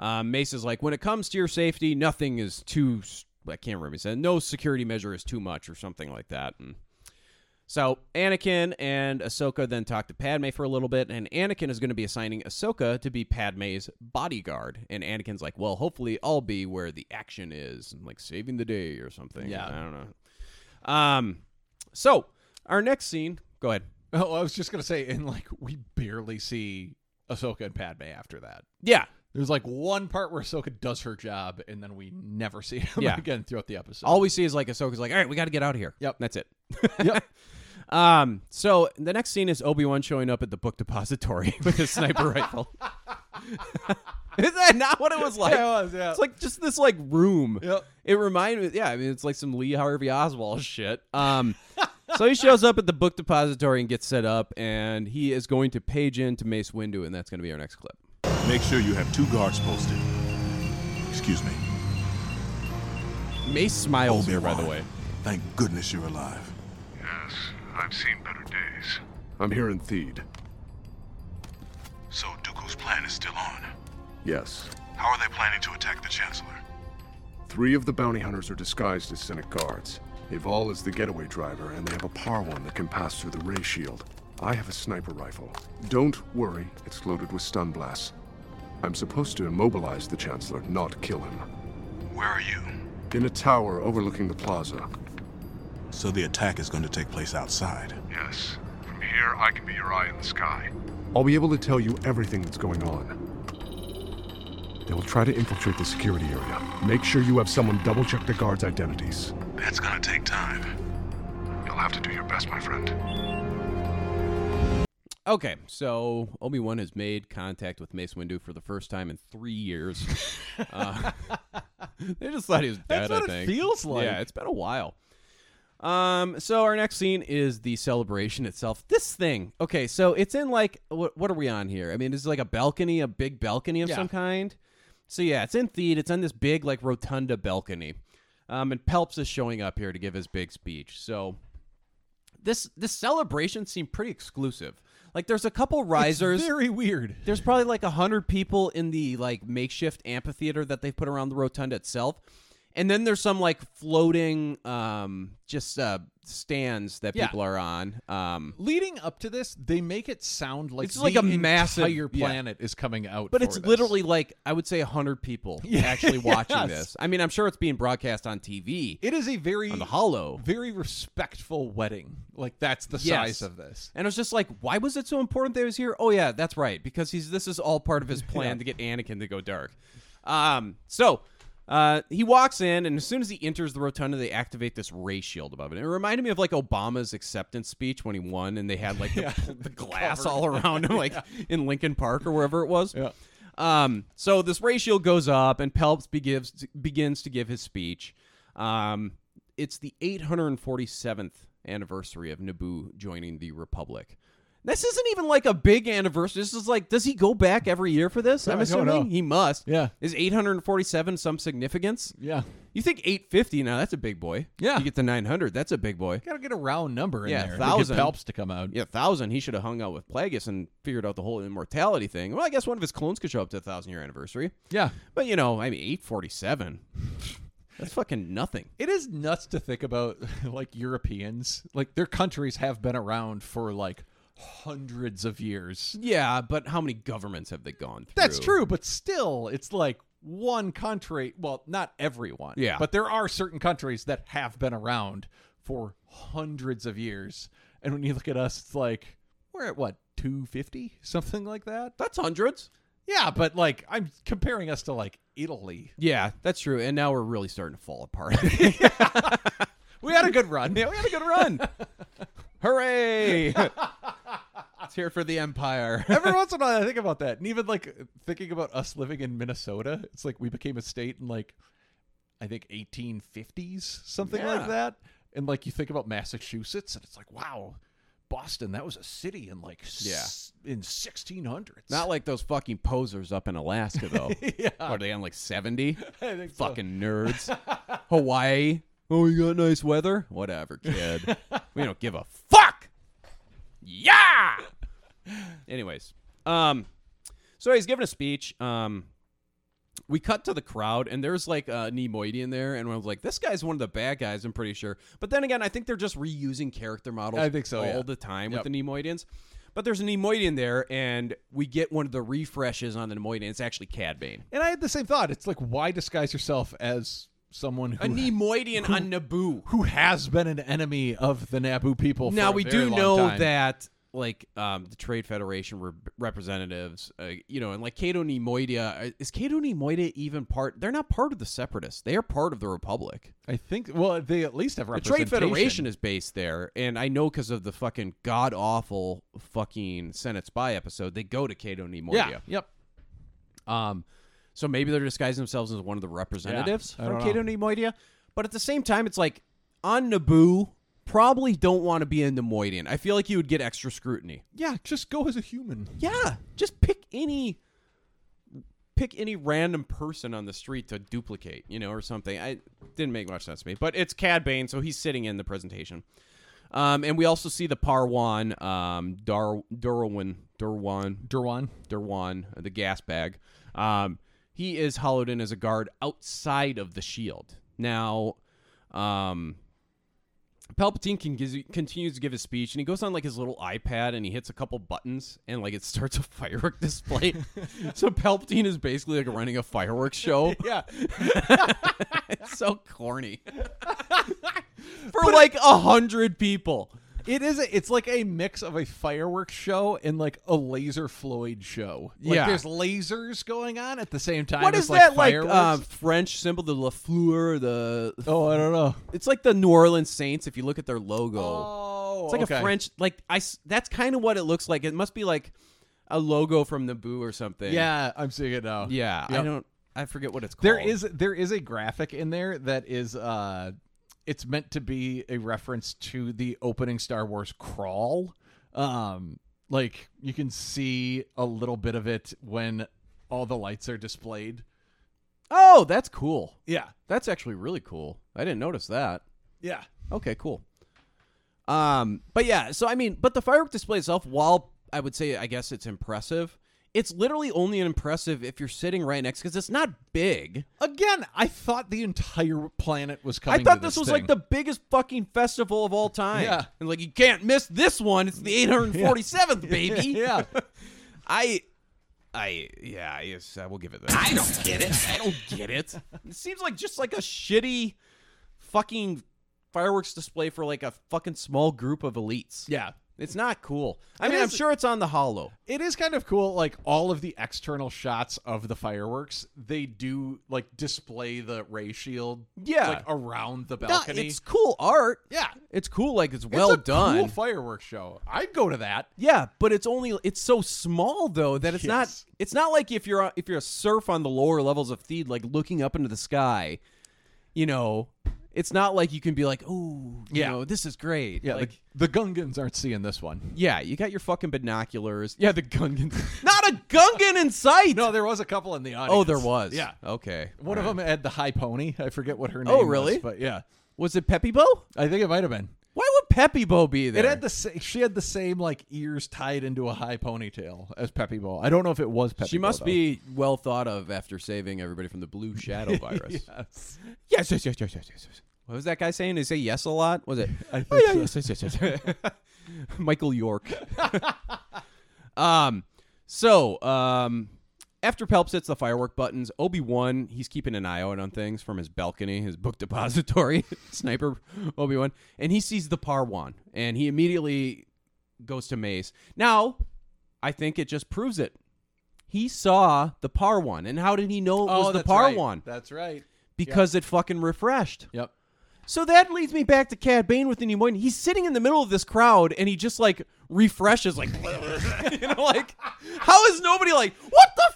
Speaker 3: Um, Mace is like, when it comes to your safety, nothing is too. s- I can't remember. He said, no security measure is too much or something like that. And so Anakin and Ahsoka then talk to Padme for a little bit, and Anakin is going to be assigning Ahsoka to be Padme's bodyguard. And Anakin's like, well, hopefully I'll be where the action is, and like saving the day or something.
Speaker 4: Yeah.
Speaker 3: I don't know. Um, so our next scene. Go ahead.
Speaker 4: Oh, I was just gonna say, and like we barely see Ahsoka and Padme after that.
Speaker 3: Yeah.
Speaker 4: There's like one part where Ahsoka does her job, and then we never see [LAUGHS] him
Speaker 3: Yeah.
Speaker 4: again throughout the episode.
Speaker 3: All we see is like Ahsoka's like, all right, we got to get out of here. Yep. That's it.
Speaker 4: Yep.
Speaker 3: [LAUGHS] Um, so the next scene is Obi Wan showing up at the book depository [LAUGHS] with his sniper rifle. [LAUGHS] is that not what it was like?
Speaker 4: Yeah, it was, yeah.
Speaker 3: It's like just this like room.
Speaker 4: Yep.
Speaker 3: It reminded me. Yeah, I mean, it's like some Lee Harvey Oswald shit. Um, so he shows up at the book depository and gets set up, and he is going to page into Mace Windu, and that's going to be our next clip.
Speaker 7: Make sure you have two guards posted. Excuse me.
Speaker 3: Mace smiles here, by the way.
Speaker 7: Thank goodness you're alive.
Speaker 13: Yes, I've seen better days. I'm here in Theed.
Speaker 7: So Dooku's plan is still on.
Speaker 13: Yes.
Speaker 7: How are they planning to attack the Chancellor?
Speaker 13: Three of the bounty hunters are disguised as Senate guards. Ival is the getaway driver, and they have a par one that can pass through the ray shield. I have a sniper rifle. Don't worry, it's loaded with stun blasts. I'm supposed to immobilize the Chancellor, not kill him.
Speaker 7: Where are you?
Speaker 13: In a tower overlooking the plaza.
Speaker 7: So the attack is going to take place outside.
Speaker 13: Yes. From here, I can be your eye in the sky. I'll be able to tell you everything that's going on. They will try to infiltrate the security area. Make sure you have someone double check the guards' identities.
Speaker 7: That's going to take time.
Speaker 13: You'll have to do your best, my friend.
Speaker 3: Okay, so Obi Wan has made contact with Mace Windu for the first time in
Speaker 4: [LAUGHS]
Speaker 3: three years. uh, [LAUGHS] they just thought he was dead.
Speaker 4: That's what
Speaker 3: I
Speaker 4: it
Speaker 3: think.
Speaker 4: feels like.
Speaker 3: Yeah, it's been a while. Um, so our next scene is the celebration itself. This thing, okay, so it's in like what, what are we on here? I mean, is it like a balcony, a big balcony of
Speaker 4: Yeah.
Speaker 3: some kind? So yeah, it's in Theed. It's on this big like rotunda balcony, um, and Pelps is showing up here to give his big speech. So this this celebration seemed pretty exclusive. Like there's a couple risers.
Speaker 4: very weird.
Speaker 3: There's probably like a hundred people in the like makeshift amphitheater that they put around the rotunda itself, and then there's some like floating, um, just uh, stands that
Speaker 4: Yeah.
Speaker 3: people are on. Um,
Speaker 4: Leading up to this, they make it sound like
Speaker 3: It's
Speaker 4: the
Speaker 3: like a massive-
Speaker 4: entire
Speaker 3: yeah.
Speaker 4: planet is coming out.
Speaker 3: but
Speaker 4: for
Speaker 3: it's
Speaker 4: this.
Speaker 3: literally like I would say hundred [LAUGHS] people
Speaker 4: Yeah.
Speaker 3: actually watching
Speaker 4: Yes.
Speaker 3: this. I mean, I'm sure it's being broadcast on TV
Speaker 4: it is a very
Speaker 3: on the Hollow.
Speaker 4: very respectful wedding. Like that's the
Speaker 3: Yes.
Speaker 4: size of this.
Speaker 3: And I was just like, why was it so important that he was here? Oh yeah, that's right, because he's this is all part of [LAUGHS] his plan to get Anakin to go dark. Um, so uh, he walks in, and as soon as he enters the rotunda, they activate this ray shield above it. It reminded me of like Obama's acceptance speech when he won, and they had like [LAUGHS] the, the glass all around [LAUGHS] him, like in Lincoln Park or wherever it was.
Speaker 4: Yeah.
Speaker 3: Um, so this ray shield goes up, and Pelps begins begins to give his speech. Um, it's the 847th anniversary of Naboo joining the Republic. This isn't even like a big anniversary. This is like, does he go back every year for this?
Speaker 4: I
Speaker 3: I'm
Speaker 4: don't know.
Speaker 3: assuming he must.
Speaker 4: Yeah.
Speaker 3: Is 847 some significance?
Speaker 4: Yeah.
Speaker 3: You think 850 now? That's a big boy. Yeah. You get to 900. That's a big boy.
Speaker 4: Gotta get a round number in
Speaker 3: yeah,
Speaker 4: there.
Speaker 3: thousand.
Speaker 4: helps to come out.
Speaker 3: Yeah, thousand. He should have hung out with Plagueis and figured out the whole immortality thing. Well, I guess one of his clones could show up to the thousand year anniversary.
Speaker 4: Yeah.
Speaker 3: But you know, I mean, 847. [LAUGHS] That's fucking nothing.
Speaker 4: It is nuts to think about, [LAUGHS] like Europeans, like their countries have been around for like hundreds of years.
Speaker 3: Yeah, but how many governments have they gone through?
Speaker 4: That's true, but still, it's like one country. Well, not everyone.
Speaker 3: Yeah.
Speaker 4: But there are certain countries that have been around for hundreds of years. And when you look at us, it's like, we're at what, 250? Something like that?
Speaker 3: That's hundreds.
Speaker 4: Yeah, but like, I'm comparing us to like Italy.
Speaker 3: Yeah, that's true. And now we're really starting to fall [LAUGHS] apart.
Speaker 4: We had a good run.
Speaker 3: yeah, we had a
Speaker 4: [LAUGHS]
Speaker 3: good run. Hooray! It's here for the Empire.
Speaker 4: Every once in a while, I think about that, and even like thinking about us living in Minnesota, it's like we became a state in like I think 1850s, something
Speaker 3: Yeah.
Speaker 4: like that. And like you think about Massachusetts, and it's like, wow, Boston, that was a city in like s- in 1600s.
Speaker 3: Not like those fucking posers up in Alaska, [LAUGHS] though.
Speaker 4: Yeah.
Speaker 3: Are they on like 70?
Speaker 4: I think so.
Speaker 3: Fucking nerds.
Speaker 4: [LAUGHS]
Speaker 3: Hawaii. Oh, you got nice weather? Whatever, kid. we don't give a fuck. Yeah. Anyways, um, so he's giving a speech. Um, we cut to the crowd, and there's like a Nemoidian there, and I was like, this guy's one of the bad guys, I'm pretty sure. But then again, I think they're just reusing character models
Speaker 4: I think so,
Speaker 3: all
Speaker 4: yeah.
Speaker 3: the time
Speaker 4: Yep.
Speaker 3: with the Nemoidians. But there's a Nemoidian there, and we get one of the refreshes on the Nemoidian. It's actually Cad Bane.
Speaker 4: and I had the same thought. It's like, why disguise yourself as someone who
Speaker 3: A Nemoidian on Naboo.
Speaker 4: who has been an enemy of the Naboo people? for
Speaker 3: now
Speaker 4: a
Speaker 3: we
Speaker 4: very
Speaker 3: do
Speaker 4: long
Speaker 3: know
Speaker 4: time.
Speaker 3: that like um, the trade federation re- representatives uh, you know and like cato nemoidia uh, is cato nemoidia even part they're not part of the separatists they are part of the republic
Speaker 4: I think. Well, they at least have
Speaker 3: the trade
Speaker 4: representation.
Speaker 3: federation is based there and i know because of the fucking god awful fucking senate spy episode they go to cato
Speaker 4: yeah.
Speaker 3: nemoidia
Speaker 4: Yep.
Speaker 3: um so maybe they're disguising themselves as one of the representatives
Speaker 4: I
Speaker 3: from
Speaker 4: don't
Speaker 3: cato nemoidia but at the same time it's like on naboo probably don't want to be a nemoidian i feel like you would get extra scrutiny
Speaker 4: Yeah, just go as a human.
Speaker 3: Yeah, just pick any pick any random person on the street to duplicate, you know, or something. I didn't make much sense to me, but it's Cad Bane, so he's sitting in the presentation. Um, and we also see the Parwan, um, Dar Durwan, Durwan,
Speaker 4: Derwan.
Speaker 3: Durwan, uh, the gas bag. Um, he is hollowed in as a guard outside of the shield. Now, um, Palpatine can giz- continues to give his speech, and he goes on like his little iPad, and he hits a couple buttons, and like it starts a [LAUGHS] firework [LAUGHS] display. so Palpatine is basically like running a fireworks [LAUGHS] show.
Speaker 4: Yeah.
Speaker 3: it's so [LAUGHS] corny for like a hundred people.
Speaker 4: It is a, it's like a mix of a fireworks show and like a laser Floyd show. Like
Speaker 3: Yeah.
Speaker 4: there's lasers going on at the same time.
Speaker 3: What
Speaker 4: as,
Speaker 3: is that like?
Speaker 4: fireworks.
Speaker 3: uh, French symbol, the La Fleur, the
Speaker 4: oh, I don't know.
Speaker 3: It's like the New Orleans Saints. If you look at their logo,
Speaker 4: Oh,
Speaker 3: it's like a
Speaker 4: okay.
Speaker 3: French. Like I, s- that's kind of what it looks like. It must be like a logo from Naboo or something.
Speaker 4: Yeah, I'm seeing it now.
Speaker 3: yeah. I
Speaker 4: Yep.
Speaker 3: don't. I forget what it's called.
Speaker 4: There is there is a graphic in there that is uh it's meant to be a reference to the opening Star Wars crawl. Um like you can see a little bit of it when all the lights are displayed.
Speaker 3: Oh, that's cool.
Speaker 4: Yeah.
Speaker 3: That's actually really cool. I didn't notice that.
Speaker 4: Yeah.
Speaker 3: Okay, cool. Um, but yeah, so I mean, but the firework display itself, while I would say I guess it's impressive, it's literally only impressive if you're sitting right next because it's not big.
Speaker 4: Again, I thought the entire planet was coming.
Speaker 3: I thought
Speaker 4: to
Speaker 3: this,
Speaker 4: this
Speaker 3: was
Speaker 4: thing.
Speaker 3: like the biggest fucking festival of all time.
Speaker 4: Yeah.
Speaker 3: And like you can't miss this one. It's [LAUGHS] the 847th, [LAUGHS] baby.
Speaker 4: yeah.
Speaker 3: I I yeah, yes, I will give it that. I don't get it. I don't get it. [LAUGHS] It seems like just like a shitty fucking fireworks display for like a fucking small group of elites.
Speaker 4: Yeah.
Speaker 3: It's not cool. I
Speaker 4: It
Speaker 3: mean, I'm
Speaker 4: is-
Speaker 3: sure it's on the hollow.
Speaker 4: It is kind of cool like all of the external shots of the fireworks, they do like display the ray shield
Speaker 3: Yeah.
Speaker 4: like around the
Speaker 3: No,
Speaker 4: balcony.
Speaker 3: it's cool art.
Speaker 4: yeah.
Speaker 3: It's cool like it's well
Speaker 4: it's a
Speaker 3: done.
Speaker 4: Cool fireworks show. I'd go to that.
Speaker 3: Yeah, but it's only it's so small though that it's
Speaker 4: Yes.
Speaker 3: not it's not like if you're if you're a surf on the lower levels of Theed, like looking up into the sky, you know, It's not like you can be like, oh, you
Speaker 4: Yeah.
Speaker 3: know, this is great.
Speaker 4: Yeah,
Speaker 3: like,
Speaker 4: the, the Gungans aren't seeing this one.
Speaker 3: yeah, you got your fucking binoculars.
Speaker 4: Yeah, the [LAUGHS] Gungans.
Speaker 3: not a Gungan in sight.
Speaker 4: no, there was a couple in the audience.
Speaker 3: Oh, there was.
Speaker 4: Yeah,
Speaker 3: Okay.
Speaker 4: one
Speaker 3: All
Speaker 4: of
Speaker 3: right.
Speaker 4: them had the high pony. I forget what her name.
Speaker 3: Oh,
Speaker 4: was,
Speaker 3: really?
Speaker 4: but yeah,
Speaker 3: was it Peppy Bo?
Speaker 4: I think it might have been.
Speaker 3: Why would Peppy Bo be there?
Speaker 4: It had the sa- she had the same like ears tied into a high ponytail as Peppy Ball. I don't know if it was Peppy.
Speaker 3: she
Speaker 4: Bo,
Speaker 3: must
Speaker 4: though.
Speaker 3: be well thought of after saving everybody from the blue [LAUGHS] shadow virus.
Speaker 4: Yes.
Speaker 3: yes, yes, yes, yes, yes, yes, yes. What was that guy saying? Did he say yes a lot? Was it?
Speaker 4: I think
Speaker 3: [LAUGHS] "Oh, yeah,
Speaker 4: so.
Speaker 3: yes, yes, yes, yes. [LAUGHS] Michael York. [LAUGHS] um, so um, after Pelps hits the firework buttons, Obi Wan he's keeping an eye out on things from his balcony, his book [LAUGHS] depository, sniper Obi Wan, and he sees the Parwan, and he immediately goes to Mace. Now, I think it just proves it. He saw the Parwan, and how did he know it was
Speaker 4: Oh,
Speaker 3: the
Speaker 4: that's right.
Speaker 3: Parwan?
Speaker 4: That's right.
Speaker 3: because it fucking refreshed.
Speaker 4: Yep.
Speaker 3: So that leads me back to Cad Bane with the New Moyne. He's sitting in the middle of this crowd and he just like refreshes, like, [LAUGHS] you know, like, how is nobody like, what the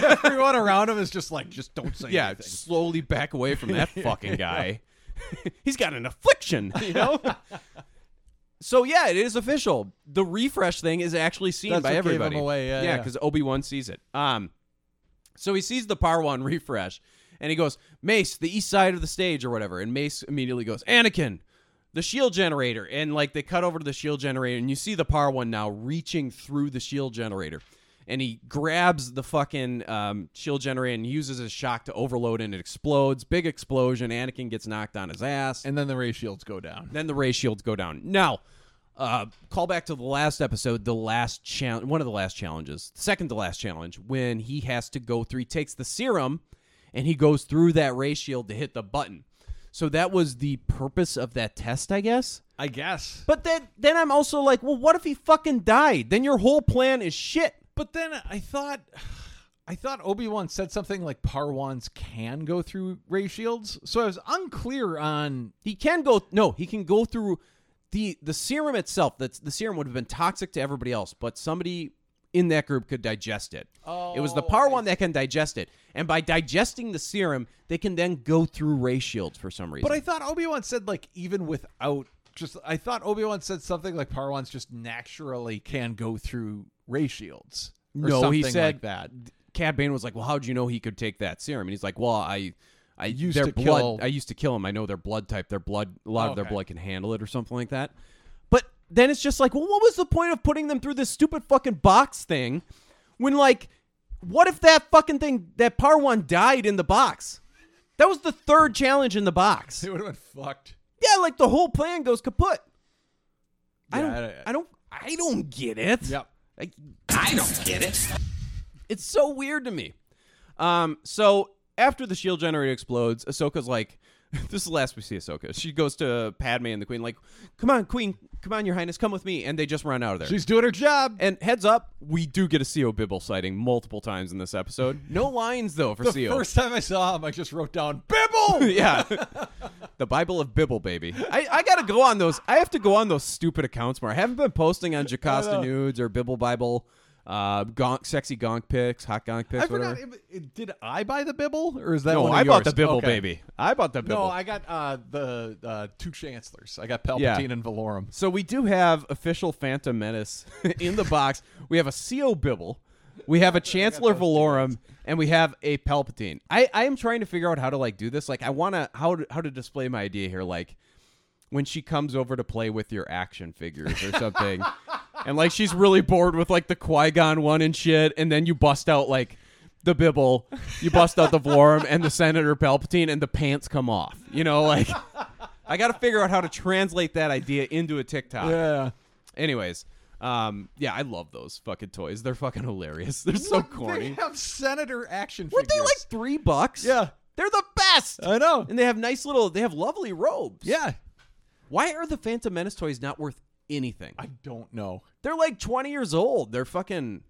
Speaker 3: fuck? [LAUGHS]
Speaker 4: Everyone around him is just like, just don't say
Speaker 3: yeah,
Speaker 4: anything.
Speaker 3: slowly back away from [LAUGHS] that fucking guy. He's got an affliction, you know? [LAUGHS] so yeah, it is official. The refresh thing is actually seen
Speaker 4: That's
Speaker 3: by
Speaker 4: what gave him
Speaker 3: everybody.
Speaker 4: away, yeah, yeah.
Speaker 3: because Obi Wan sees it. Um, so he sees the Parwan [LAUGHS] refresh, and he goes, "Mace, the east side of the stage, or whatever." And Mace immediately goes, "Anakin, the shield generator." And like they cut over to the shield generator, and you see the Parwan now reaching through the shield generator, and he grabs the fucking um, shield generator and uses his shock to overload, and it explodes. Big explosion. Anakin gets knocked on his ass.
Speaker 4: And then the ray shields go down.
Speaker 3: Then the ray shields go down. Now, uh, call back to the last episode, the last challenge, one of the last challenges, second to last challenge, when he has to go through, he takes the serum and he goes through that ray shield to hit the button. So that was the purpose of that test, I guess.
Speaker 4: I guess.
Speaker 3: But then, then I'm also like, well, what if he fucking died? Then your whole plan is shit.
Speaker 4: But then I thought, I thought Obi Wan said something like Parwans can go through ray shields, so I was unclear on.
Speaker 3: He can go. No, he can go through the the serum itself. That's the serum would have been toxic to everybody else, but somebody in that group could digest it. it was the
Speaker 4: Oh,
Speaker 3: Parwan that can digest it, and by digesting the serum, they can then go through ray shields for some reason.
Speaker 4: But I thought Obi Wan said like even without just. I thought Obi Wan said something like Parwans just naturally can go through ray shields. Or
Speaker 3: no, he
Speaker 4: something
Speaker 3: said
Speaker 4: like that.
Speaker 3: Cad Bane was like, "Well, how would you know he could take that serum?" And he's like, "Well, I." I
Speaker 4: Used
Speaker 3: their
Speaker 4: to
Speaker 3: blood.
Speaker 4: kill-
Speaker 3: I used to kill him. I know their blood type. Their blood, a lot of their
Speaker 4: Okay.
Speaker 3: blood can handle it, or something like that. But then it's just like, well, what was the point of putting them through this stupid fucking box thing? When like, what if that fucking thing that Parwan died in the box? That was the third challenge in the
Speaker 4: [LAUGHS]
Speaker 3: box.
Speaker 4: It would have been fucked.
Speaker 3: Yeah, like the whole plan goes kaput. I
Speaker 4: Yeah,
Speaker 3: don't.
Speaker 4: I don't-
Speaker 3: I, don't. I don't get it.
Speaker 4: Yep.
Speaker 3: Like,
Speaker 8: I don't get it.
Speaker 3: it's so weird to me. Um, so after the shield generator explodes, Ahsoka's like, [LAUGHS] "This is the last we see Ahsoka." She goes to Padme and the Queen, like, "Come on, Queen, come on, Your Highness, come with me." And they just run out of there.
Speaker 4: She's doing her job.
Speaker 3: and heads up, we do get a CO Bibble sighting multiple times in this episode. No lines though for
Speaker 4: [LAUGHS] The
Speaker 3: CO.
Speaker 4: first time I saw him, I just wrote down Bibble.
Speaker 3: [LAUGHS] yeah, the Bible of Bibble, baby. I, I gotta go on those. I have to go on those stupid accounts more. I haven't been posting
Speaker 4: [LAUGHS]
Speaker 3: on Jocasta
Speaker 4: know.
Speaker 3: nudes or Bibble Bible, uh, gonk, sexy gonk pics, hot gonk pics,
Speaker 4: I
Speaker 3: whatever.
Speaker 4: forgot. if- it- Did I buy the Bibble or is that
Speaker 3: no,
Speaker 4: one of
Speaker 3: I bought the
Speaker 4: yours?
Speaker 3: Bibble,
Speaker 4: Okay.
Speaker 3: baby. I bought the Bibble.
Speaker 4: No, I got uh, the uh, two chancellors. I got Palpatine
Speaker 3: Yeah.
Speaker 4: and Valorum.
Speaker 3: So we do have official Phantom Menace [LAUGHS] in the box. We have a CO Bibble.
Speaker 4: [LAUGHS]
Speaker 3: We have a Chancellor Valorum, and we have a Palpatine. I, I am trying to figure out how to like do this. Like I want to how to, how to display my idea here. Like when she comes over to play with your action figures or something, and like she's really bored with like the Qui Gon one and shit, and then you bust out like the Bibble, you bust out the Valorum and the Senator Palpatine, and the pants come off. You know, like I got to figure out how to translate that idea into a TikTok.
Speaker 4: Yeah.
Speaker 3: Anyways, um, yeah, I love those fucking toys. They're fucking hilarious. They're so corny.
Speaker 4: They have senator action
Speaker 3: Weren't they
Speaker 4: figures.
Speaker 3: like three bucks?
Speaker 4: Yeah.
Speaker 3: they're the best.
Speaker 4: I know.
Speaker 3: And they have nice little. They have lovely robes.
Speaker 4: Yeah.
Speaker 3: Why are the Phantom Menace toys not worth anything?
Speaker 4: I don't know.
Speaker 3: They're like twenty years old. They're fucking.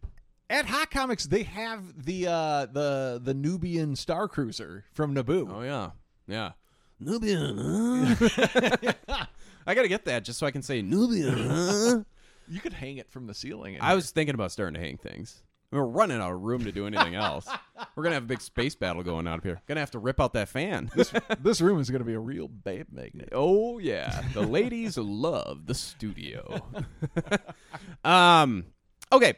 Speaker 4: At Hot Comics, they have the uh, the the Nubian Star Cruiser from Naboo.
Speaker 3: Oh yeah,
Speaker 4: [LAUGHS]
Speaker 3: yeah. Nubian. huh? I gotta get that just so I can say Nubian. huh?
Speaker 4: You could hang it from the ceiling. in
Speaker 3: I was thinking about starting to hang things. We're running out of room to do anything else. We're gonna have a big space battle going on up here. Gonna have to rip out that fan.
Speaker 4: [LAUGHS]
Speaker 3: [LAUGHS]
Speaker 4: This, this room is gonna be a real babe magnet.
Speaker 3: Oh yeah, the ladies love the studio. [LAUGHS] um, okay.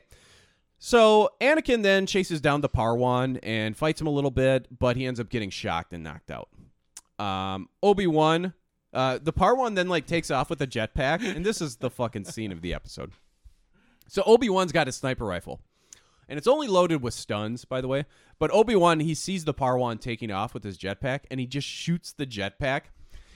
Speaker 3: So Anakin then chases down the Parwan and fights him a little bit, but he ends up getting shocked and knocked out. Um, Obi Wan, uh, the Parwan then like takes off with a jetpack, and this is the fucking scene of the episode. So Obi Wan's got his sniper rifle, and it's only loaded with stuns, by the way. But Obi Wan he sees the Parwan taking off with his jetpack, and he just shoots the jetpack,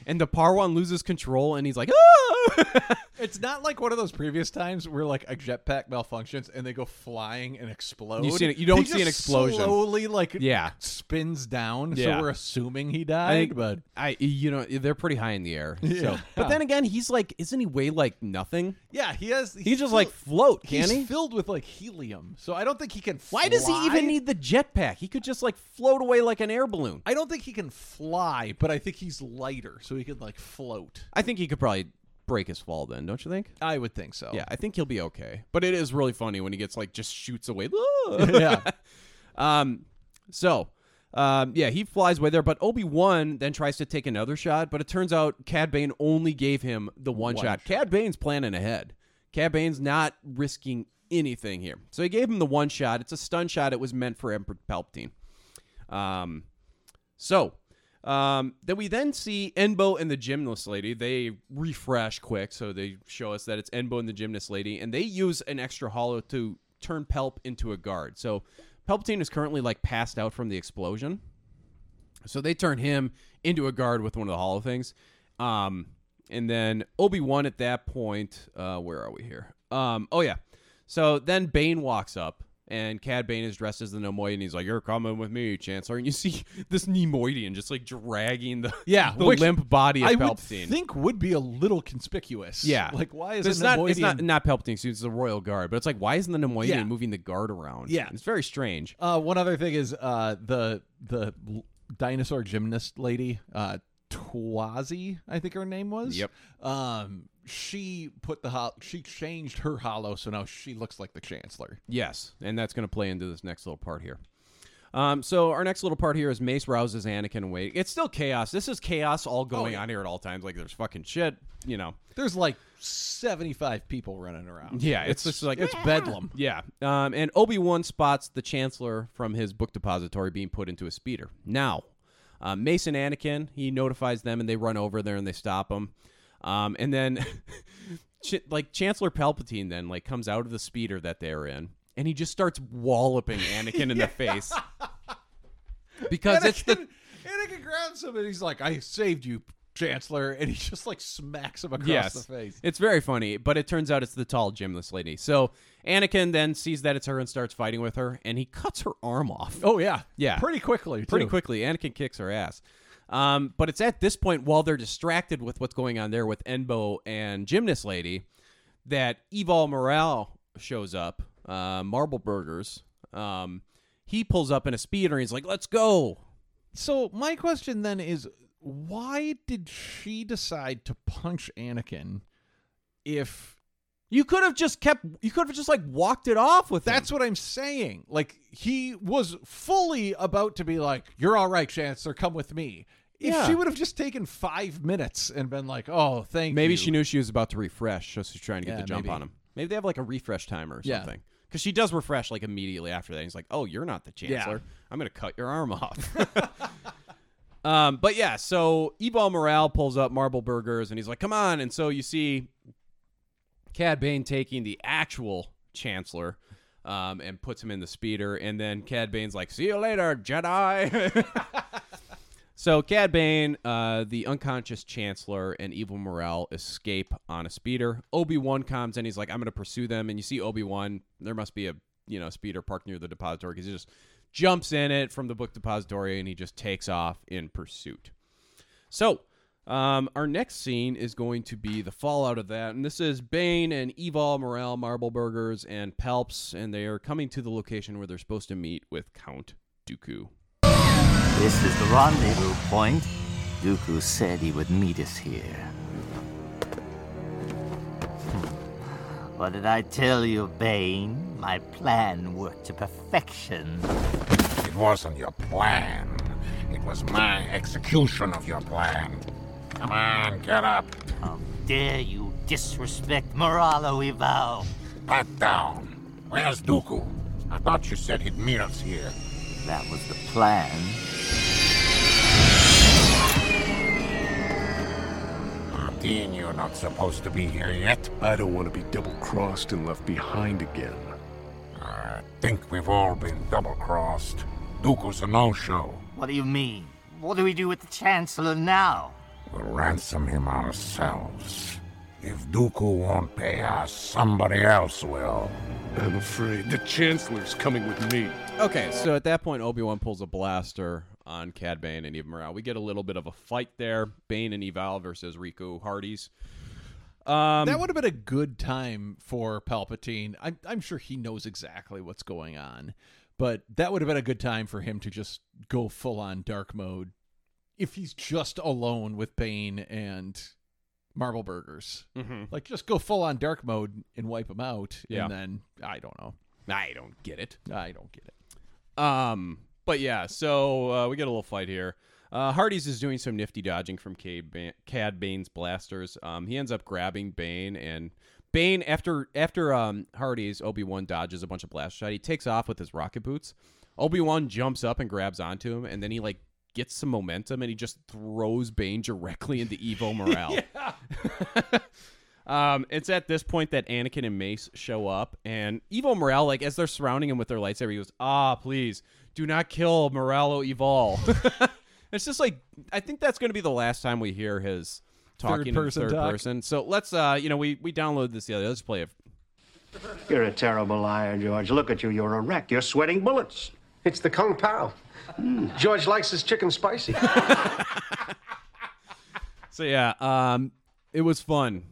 Speaker 3: and the Parwan loses control, and he's like, "Ah!"
Speaker 4: It's not like one of those previous times where like a jetpack malfunctions and they go flying and explode.
Speaker 3: You see an- you don't
Speaker 4: He
Speaker 3: see an
Speaker 4: just
Speaker 3: explosion.
Speaker 4: Slowly, like
Speaker 3: Yeah.
Speaker 4: spins down.
Speaker 3: Yeah.
Speaker 4: So we're assuming he
Speaker 3: I
Speaker 4: died.
Speaker 3: think,
Speaker 4: but
Speaker 3: I you know they're pretty high in the air. So.
Speaker 4: Yeah.
Speaker 3: But then again, he's like, isn't he weigh like nothing?
Speaker 4: yeah, he has.
Speaker 3: He just like float, can
Speaker 4: he's
Speaker 3: he?
Speaker 4: filled with like helium, so I don't think he can.
Speaker 3: Why does he
Speaker 4: fly.
Speaker 3: even need the jetpack? He could just like float away like an air balloon.
Speaker 4: I don't think he can fly, but I think he's lighter, so he could like float.
Speaker 3: I think he could probably break his fall then, don't you think?
Speaker 4: I would think so. [LAUGHS]
Speaker 3: Yeah, I think he'll be okay. But it is really funny when he gets like just shoots away. [LAUGHS]
Speaker 4: Yeah.
Speaker 3: um so um, yeah, he flies away there, but Obi Wan then tries to take another shot, but it turns out Cad Bane only gave him the one,
Speaker 4: One
Speaker 3: shot. Cad Bane's planning ahead. Cad Bane's not risking anything here, so he gave him the one shot. It's a stun shot. It was meant for Emperor Palpatine. Um, so um, then we then see Enbo and the gymnast lady. They refresh quick, so they show us that it's Enbo and the gymnast lady, and they use an extra hollow to turn Pelp into a guard. So Palpatine is currently like passed out from the explosion. So they turn him into a guard with one of the hollow things. Um, and then Obi Wan at that point, uh, where are we here? Um, oh yeah. So then Bane walks up, and Cad Bane is dressed as the Nemoidian. He's like, "You're coming with me, Chancellor." And you [LAUGHS] see this Nemoidian just like dragging the
Speaker 4: Yeah,
Speaker 3: the
Speaker 4: which
Speaker 3: limp body of
Speaker 4: I would
Speaker 3: Palpatine.
Speaker 4: think would be a little conspicuous.
Speaker 3: yeah,
Speaker 4: like why is
Speaker 3: it's
Speaker 4: it
Speaker 3: not it's not
Speaker 4: Nemoidian-
Speaker 3: not Palpatine suit? It's the royal guard, but it's like why isn't the Nemoidian
Speaker 4: Yeah.
Speaker 3: moving the guard around?
Speaker 4: Yeah.
Speaker 3: it's very strange.
Speaker 4: Uh, one other thing is uh, the the l- dinosaur gymnast lady, uh, Twazi, I think her name was.
Speaker 3: Yep.
Speaker 4: Um, she put the hol- she changed her hollow, so now she looks like the Chancellor.
Speaker 3: Yes, and that's going to play into this next little part here. Um, so our next little part here is Mace rouses Anakin away. It's still chaos. This is chaos all going on here at all times. Like there's fucking shit, you know.
Speaker 4: There's like seventy five people running around.
Speaker 3: Yeah, it's, just like
Speaker 4: it's bedlam. [LAUGHS]
Speaker 3: Yeah, um, and Obi Wan spots the Chancellor from his book depository being put into a speeder. Now, uh, Mace and Anakin, he notifies them, and they run over there and they stop him. Um, and then, [LAUGHS] Ch- like Chancellor Palpatine, then like comes out of the speeder that they're in, and he just starts walloping
Speaker 4: [LAUGHS]
Speaker 3: Anakin in the face because it's the
Speaker 4: Anakin, Anakin grabs him and he's like, "I saved you, Chancellor," and he just like smacks him across
Speaker 3: yes,
Speaker 4: the face.
Speaker 3: it's very funny. But it turns out it's the tall gymless lady. So Anakin then sees that it's her and starts fighting with her, and he cuts her arm off.
Speaker 4: Oh yeah,
Speaker 3: Yeah.
Speaker 4: pretty quickly,
Speaker 3: pretty
Speaker 4: too.
Speaker 3: quickly. Anakin kicks her ass. Um, but it's at this point, while they're distracted with what's going on there with Enbo and Gymnast Lady, that Evil Morale shows up, uh, Marble Burgers. Um, he pulls up in a speeder and he's like, let's go.
Speaker 4: So my question then is, why did she decide to punch Anakin? If
Speaker 3: You could have just kept, you could have just like walked it off with him.
Speaker 4: that's what I'm saying, like he was fully about to be like, "You're all right, Chancellor, come with me." If
Speaker 3: Yeah.
Speaker 4: she would have just taken five minutes and been like, "Oh, thank
Speaker 3: Maybe
Speaker 4: you,"
Speaker 3: she knew she was about to refresh, so she's trying to get
Speaker 4: Yeah,
Speaker 3: the jump
Speaker 4: maybe.
Speaker 3: on him. Maybe they have like a refresh timer or
Speaker 4: Yeah.
Speaker 3: something. Because she does refresh like immediately after that. He's like, "Oh, you're not the
Speaker 4: Yeah.
Speaker 3: chancellor. I'm gonna cut your arm off." [LAUGHS] um, but yeah, so Ebal Morale pulls up Marble Burgers and he's like, "Come on!" And so you see Cad Bane taking the actual chancellor. Um, and puts him in the speeder, and then Cad Bane's like, "See you later, Jedi." [LAUGHS] So Cad Bane, uh, the unconscious Chancellor, and Evil Morale escape on a speeder. Obi Wan comes and he's like, "I'm going to pursue them." And you see Obi Wan. There must be a you know speeder parked near the depository because he just jumps in it from the book depository and he just takes off in pursuit. So um, our next scene is going to be the fallout of that, and this is Bane and Evil Morale, Marbleburgers, and Palps, and they are coming to the location where they're supposed to meet with Count Dooku.
Speaker 14: This is the rendezvous point. Dooku said he would meet us here. Hmm. What did I tell you, Bane? My plan worked to perfection.
Speaker 12: It wasn't your plan. It was my execution of your plan. Come on, get up.
Speaker 14: How dare you disrespect Moralo, Ivao?
Speaker 12: Pat down. Where's Dooku? I thought you said he'd meet us here.
Speaker 14: That was the plan.
Speaker 12: Dean, you're not supposed to be here yet.
Speaker 13: I don't want to be double crossed and left behind again.
Speaker 12: I think we've all been double crossed. Dooku's a no show.
Speaker 14: What do you mean? What do we do with the Chancellor now?
Speaker 12: We'll ransom him ourselves. If Dooku won't pay us, somebody else will.
Speaker 13: I'm afraid the Chancellor's coming with me.
Speaker 3: Okay, so at that point, Obi Wan pulls a blaster on Cad Bane and Eve Morale. We get a little bit of a fight there. Bane and Eval versus Riku Hardy's. Um,
Speaker 4: that would have been a good time for Palpatine. I'm, I'm sure he knows exactly what's going on, but that would have been a good time for him to just go full on dark mode if he's just alone with Bane and Marble Burgers.
Speaker 3: Mhm.
Speaker 4: Like, just go full on dark mode and wipe him out,
Speaker 3: Yeah.
Speaker 4: and then I don't know.
Speaker 3: I don't get it.
Speaker 4: I don't get it.
Speaker 3: Um, but yeah, so uh, we get a little fight here. Uh, Hardy's is doing some nifty dodging from Cad, Bane, Cad Bane's blasters. Um, he ends up grabbing Bane, and Bane after after um, Hardy's Obi Wan dodges a bunch of blast shot. He takes off with his rocket boots. Obi Wan jumps up and grabs onto him, and then he like gets some momentum and he just throws Bane directly into Evo Morale. Um, it's at this point that Anakin and Mace show up, and Evo Morale, like as they're surrounding him with their lightsaber, he goes, "Ah, please do not kill Morello Evol." [LAUGHS] it's just like I think that's going to be the last time we hear his talking in
Speaker 4: Third-person
Speaker 3: third
Speaker 4: talk.
Speaker 3: person. So let's, uh, you know, we we downloaded this the other. day. Let's play it.
Speaker 15: You're a terrible liar, George. Look at you. You're a wreck. You're sweating bullets.
Speaker 16: It's the Kung Pao.
Speaker 15: Hmm.
Speaker 16: George likes his chicken spicy.
Speaker 3: So yeah, um, it was fun.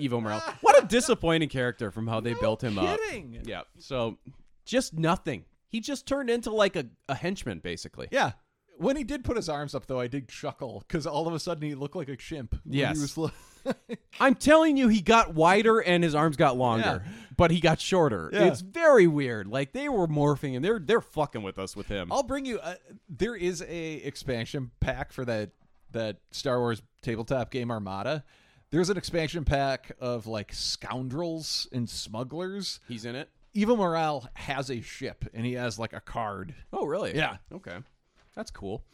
Speaker 3: Evo Morale, what a disappointing character from how they built him
Speaker 4: kidding.
Speaker 3: up. Yeah, so just nothing. He just turned into like a, a henchman, basically.
Speaker 4: Yeah. When he did put his arms up, though, I did chuckle because all of a sudden he looked like a chimp. when
Speaker 3: Yes.
Speaker 4: He was like,
Speaker 3: I'm telling you, he got wider and his arms got longer, but he got shorter.
Speaker 4: Yeah.
Speaker 3: It's very weird. Like they were morphing and they're they're fucking with us with him.
Speaker 4: I'll bring you. Uh, there is a expansion pack for that that Star Wars tabletop game Armada. There's an expansion pack of like scoundrels and smugglers.
Speaker 3: He's in it.
Speaker 4: Eva Morale has a ship and he has like a card.
Speaker 3: Oh, really?
Speaker 4: Yeah.
Speaker 3: Okay. That's cool.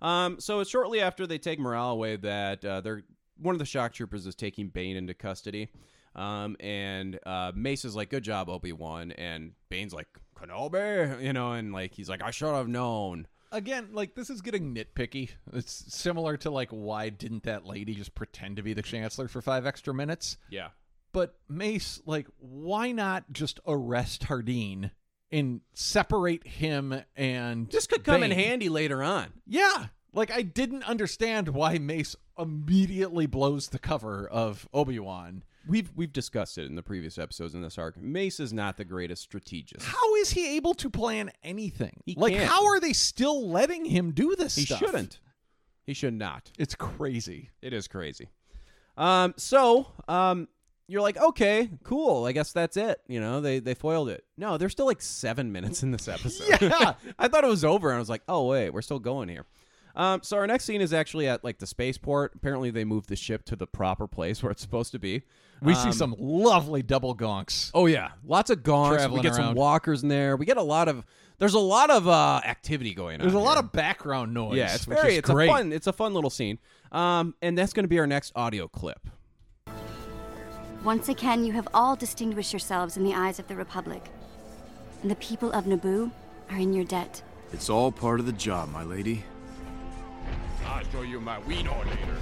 Speaker 3: Um, so it's shortly after they take Morale away that uh, they're one of the shock troopers is taking Bane into custody. Um, and uh, Mace is like, "Good job, Obi Wan," and Bane's like, "Kenobi," you know, and like he's like, "I should have known."
Speaker 4: Again, like this is getting nitpicky. It's similar to like why didn't that lady just pretend to be the chancellor for five extra minutes?
Speaker 3: Yeah.
Speaker 4: But Mace, like, why not just arrest Hardeen and separate him and
Speaker 3: This could come in
Speaker 4: Bane?
Speaker 3: handy later on.
Speaker 4: Yeah. Like I didn't understand why Mace immediately blows the cover of Obi Wan.
Speaker 3: We've we've discussed it in the previous episodes in this arc. Mace is not the greatest strategist.
Speaker 4: How is he able to plan anything?
Speaker 3: He
Speaker 4: like
Speaker 3: can't.
Speaker 4: how are they still letting him do this
Speaker 3: He
Speaker 4: stuff?
Speaker 3: shouldn't. He should not.
Speaker 4: It's crazy.
Speaker 3: It is crazy. Um, so um, you're like, okay, cool. I guess that's it. You know, they they foiled it. No, there's still like seven minutes in this episode.
Speaker 4: [LAUGHS] Yeah.
Speaker 3: [LAUGHS] I thought it was over, and I was like, oh wait, we're still going here. Um, so our next scene is actually at like the spaceport. Apparently, they moved the ship to the proper place where it's supposed to be.
Speaker 4: We
Speaker 3: Um,
Speaker 4: see some lovely double gonks.
Speaker 3: Oh yeah, lots of gongs.
Speaker 4: Traveling
Speaker 3: we get some
Speaker 4: around.
Speaker 3: walkers in there. We get a lot of. There's a lot of uh, activity going on.
Speaker 4: There's a lot
Speaker 3: here.
Speaker 4: of background noise.
Speaker 3: Yeah, it's
Speaker 4: which
Speaker 3: very
Speaker 4: is
Speaker 3: it's
Speaker 4: great.
Speaker 3: a fun it's a fun little scene. Um, and that's going to be our next audio clip.
Speaker 17: Once again, you have all distinguished yourselves in the eyes of the Republic. And the people of Naboo are in your debt.
Speaker 18: It's all part of the job, my lady.
Speaker 2: I'll show you my weed later.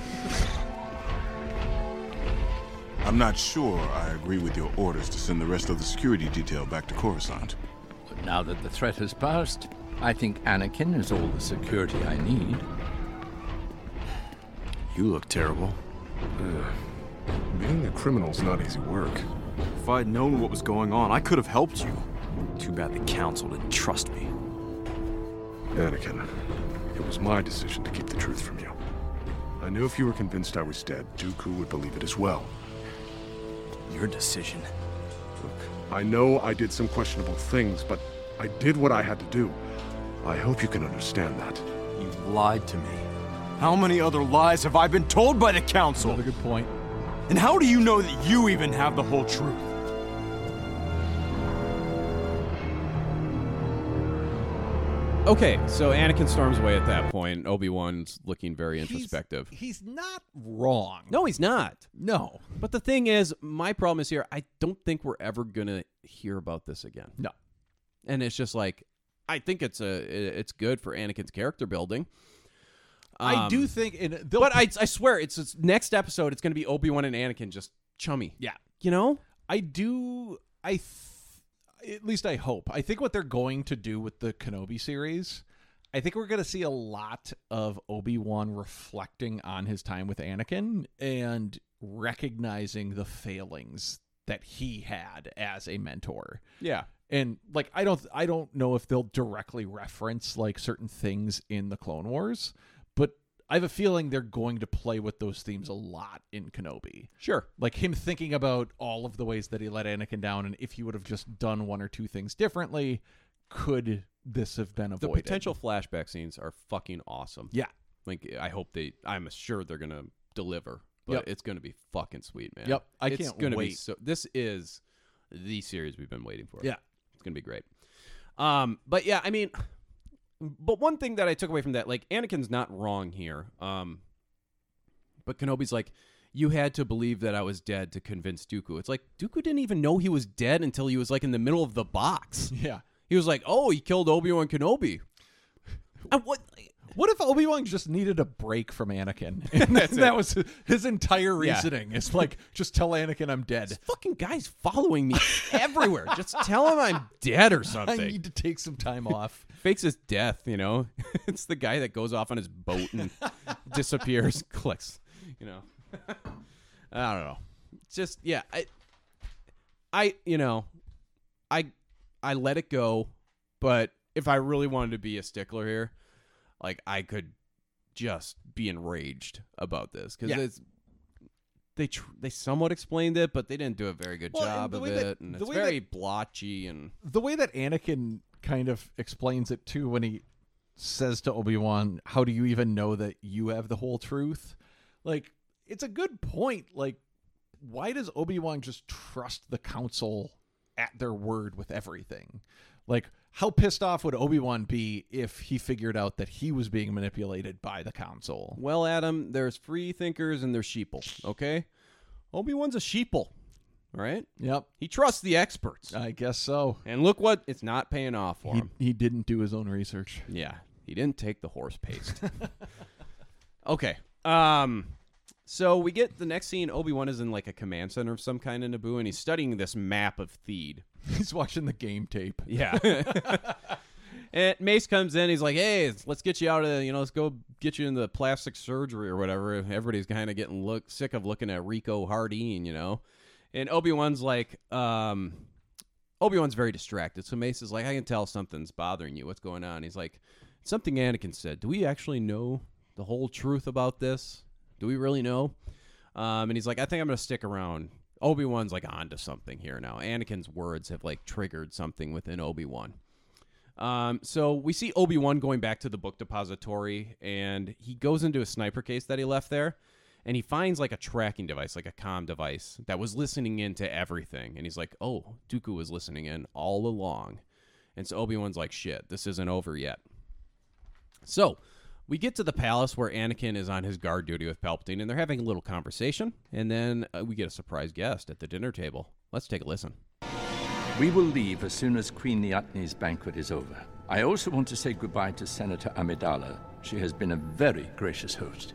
Speaker 7: I'm not sure I agree with your orders to send the rest of the security detail back to Coruscant.
Speaker 19: But now that the threat has passed, I think Anakin is all the security I need.
Speaker 18: You look terrible.
Speaker 13: Being a criminal's not easy work.
Speaker 18: If I'd known what was going on, I could have helped you. Too bad the council didn't trust me.
Speaker 13: Anakin, it was my decision to keep the truth from you. I knew if you were convinced I was dead, Dooku would believe it as well.
Speaker 18: Your decision.
Speaker 13: I know I did some questionable things, but I did what I had to do. I hope you can understand that.
Speaker 18: You lied to me. How many other lies have I been told by the Council?
Speaker 4: Another good point.
Speaker 18: And how do you know that you even have the whole truth?
Speaker 3: Okay, so Anakin storms away at that point. Obi Wan's looking very introspective.
Speaker 4: He's, not wrong.
Speaker 3: No, he's not.
Speaker 4: No.
Speaker 3: But the thing is, my problem is here. I don't think we're ever gonna hear about this again.
Speaker 4: No.
Speaker 3: And it's just like, I think it's a it's good for Anakin's character building.
Speaker 4: I
Speaker 3: Um,
Speaker 4: do think, and they'll-
Speaker 3: but I, I swear, it's, it's next episode. It's going to be Obi Wan and Anakin just chummy.
Speaker 4: Yeah.
Speaker 3: you know.
Speaker 4: I do. I th- at least I hope. I think what they're going to do with the Kenobi series, I think we're going to see a lot of Obi Wan reflecting on his time with Anakin and recognizing the failings that he had as a mentor.
Speaker 3: Yeah.
Speaker 4: And like I don't I don't know if they'll directly reference like certain things in the Clone Wars, but I have a feeling they're going to play with those themes a lot in Kenobi.
Speaker 3: Sure.
Speaker 4: Like him thinking about all of the ways that he let Anakin down and if he would have just done one or two things differently, could this have been
Speaker 3: The
Speaker 4: avoided?
Speaker 3: potential flashback scenes are fucking awesome.
Speaker 4: Yeah.
Speaker 3: Like I hope they. I'm sure they're going to deliver, but
Speaker 4: Yep.
Speaker 3: it's going to be fucking sweet, man.
Speaker 4: Yep, I
Speaker 3: it's
Speaker 4: can't
Speaker 3: gonna Be
Speaker 4: wait.
Speaker 3: so this is the series we've been waiting for.
Speaker 4: Yeah.
Speaker 3: It's going to be great. Um, but yeah, I mean, but one thing that I took away from that, like Anakin's not wrong here. Um, but Kenobi's like, you had to believe that I was dead to convince Dooku. It's like Dooku didn't even know he was dead until he was like in the middle of
Speaker 4: [LAUGHS]
Speaker 3: the box.
Speaker 4: Yeah.
Speaker 3: He was like, oh, he killed Obi Wan Kenobi. And what?
Speaker 4: What if Obi Wan just needed a break from Anakin? [LAUGHS] And
Speaker 3: [LAUGHS] That's
Speaker 4: that
Speaker 3: it.
Speaker 4: was his entire
Speaker 3: Yeah.
Speaker 4: reasoning. It's like just tell Anakin I'm dead.
Speaker 3: Fucking guy's following me everywhere. Just tell him I'm dead or something.
Speaker 4: [LAUGHS] I need to take some time off.
Speaker 3: fakes his death, you know. [LAUGHS] it's the guy that goes off on his
Speaker 4: [LAUGHS]
Speaker 3: boat and disappears, [LAUGHS] clicks, you know. [LAUGHS] I don't know. It's just yeah, I I you know, I I let it go, but if I really wanted to be a stickler here, like I could just be enraged about this cuz
Speaker 4: Yeah.
Speaker 3: it's they tr- they somewhat explained it, but they didn't do a very good
Speaker 4: Well, and
Speaker 3: job
Speaker 4: the
Speaker 3: of
Speaker 4: way
Speaker 3: it,
Speaker 4: that-
Speaker 3: and
Speaker 4: the
Speaker 3: it's
Speaker 4: way that-
Speaker 3: very blotchy and
Speaker 4: the way that Anakin kind of explains it too when he says to Obi-Wan, "How do you even know that you have the whole truth?" Like it's a good point. Like why does Obi-Wan just trust the council at their word with everything? Like how pissed off would Obi-Wan be if he figured out that he was being manipulated by the council?
Speaker 3: Well, Adam, there's free thinkers and there's sheeple, okay? Obi Wan's a sheeple, all right?
Speaker 4: Yep,
Speaker 3: He trusts the experts.
Speaker 4: I guess so.
Speaker 3: and look what it's not paying off for
Speaker 4: Uh. He,
Speaker 3: him.
Speaker 4: he didn't do his own research. [LAUGHS]
Speaker 3: Yeah, he didn't take the horse paste. [LAUGHS] okay. Um so we get the next scene Obi-Wan is in like a command center of some kind in Naboo and he's studying this map of Theed.
Speaker 4: He's watching the game tape.
Speaker 3: Yeah. and Mace comes in. He's like, "Hey, let's get you out of the, you know, let's go get you into plastic surgery or whatever." Everybody's kind of getting look sick of looking at Rico Hardeen, you know. And Obi Wan's like, um, Obi Wan's very distracted. So Mace is like, "I can tell something's bothering you. What's going on?" He's like, "Something Anakin said. Do we actually know the whole truth about this? Do we really know?" Um, and he's like, I think I'm gonna stick around. Obi Wan's like onto something here now. Anakin's words have like triggered something within Obi Wan. Um, so we see Obi Wan going back to the book depository, and he goes into a sniper case that he left there, and he finds like a tracking device, like a comm device that was listening in to everything. And he's like, "Oh, Dooku was listening in all along," and so Obi Wan's like, "Shit, this isn't over yet." So we get to the palace where Anakin is on his guard duty with Palpatine, and they're having a little conversation. And then uh, we get a surprise guest at the dinner table. Let's take a listen.
Speaker 19: We will leave as soon as Queen Niatni's banquet is over. I also want to say goodbye to Senator Amidala. She has been a very gracious host.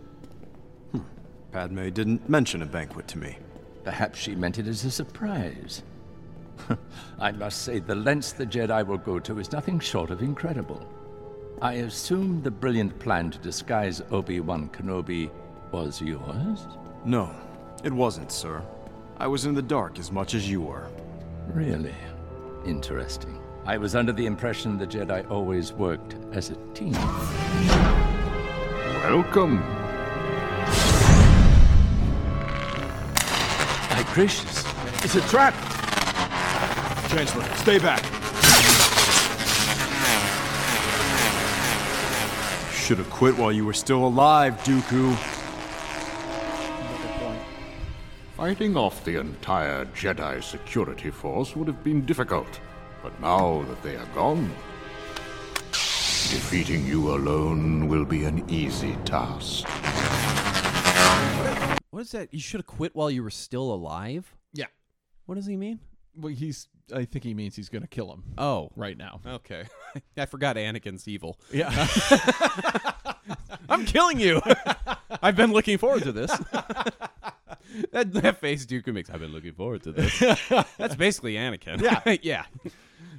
Speaker 18: Padme didn't mention a banquet to me.
Speaker 19: Perhaps she meant it as a surprise. [LAUGHS] I must say, the lengths the Jedi will go to is nothing short of incredible. I assume the brilliant plan to disguise Obi Wan Kenobi was yours?
Speaker 18: No, it wasn't, sir. I was in the dark as much as you were.
Speaker 19: Really interesting. I was under the impression the Jedi always worked as a team.
Speaker 5: Welcome.
Speaker 19: My gracious, it's a trap!
Speaker 20: Chancellor. Stay back.
Speaker 18: Should have quit while you were still alive, Dooku.
Speaker 5: Fighting off the entire Jedi security force would have been difficult, but now that they are gone, defeating you alone will be an easy task.
Speaker 3: What is that? You should have quit while you were still alive?
Speaker 4: Yeah.
Speaker 3: What does he mean?
Speaker 4: Well, he's. I think he means he's going to kill him.
Speaker 3: Oh.
Speaker 4: right now.
Speaker 3: Okay. [LAUGHS] I forgot Anakin's evil.
Speaker 4: Yeah.
Speaker 3: [LAUGHS] I'm killing you. [LAUGHS] I've been looking forward to this. [LAUGHS] that, that face Dooku makes. I've been looking forward to [LAUGHS] this. That's basically Anakin.
Speaker 4: Yeah.
Speaker 3: [LAUGHS] yeah.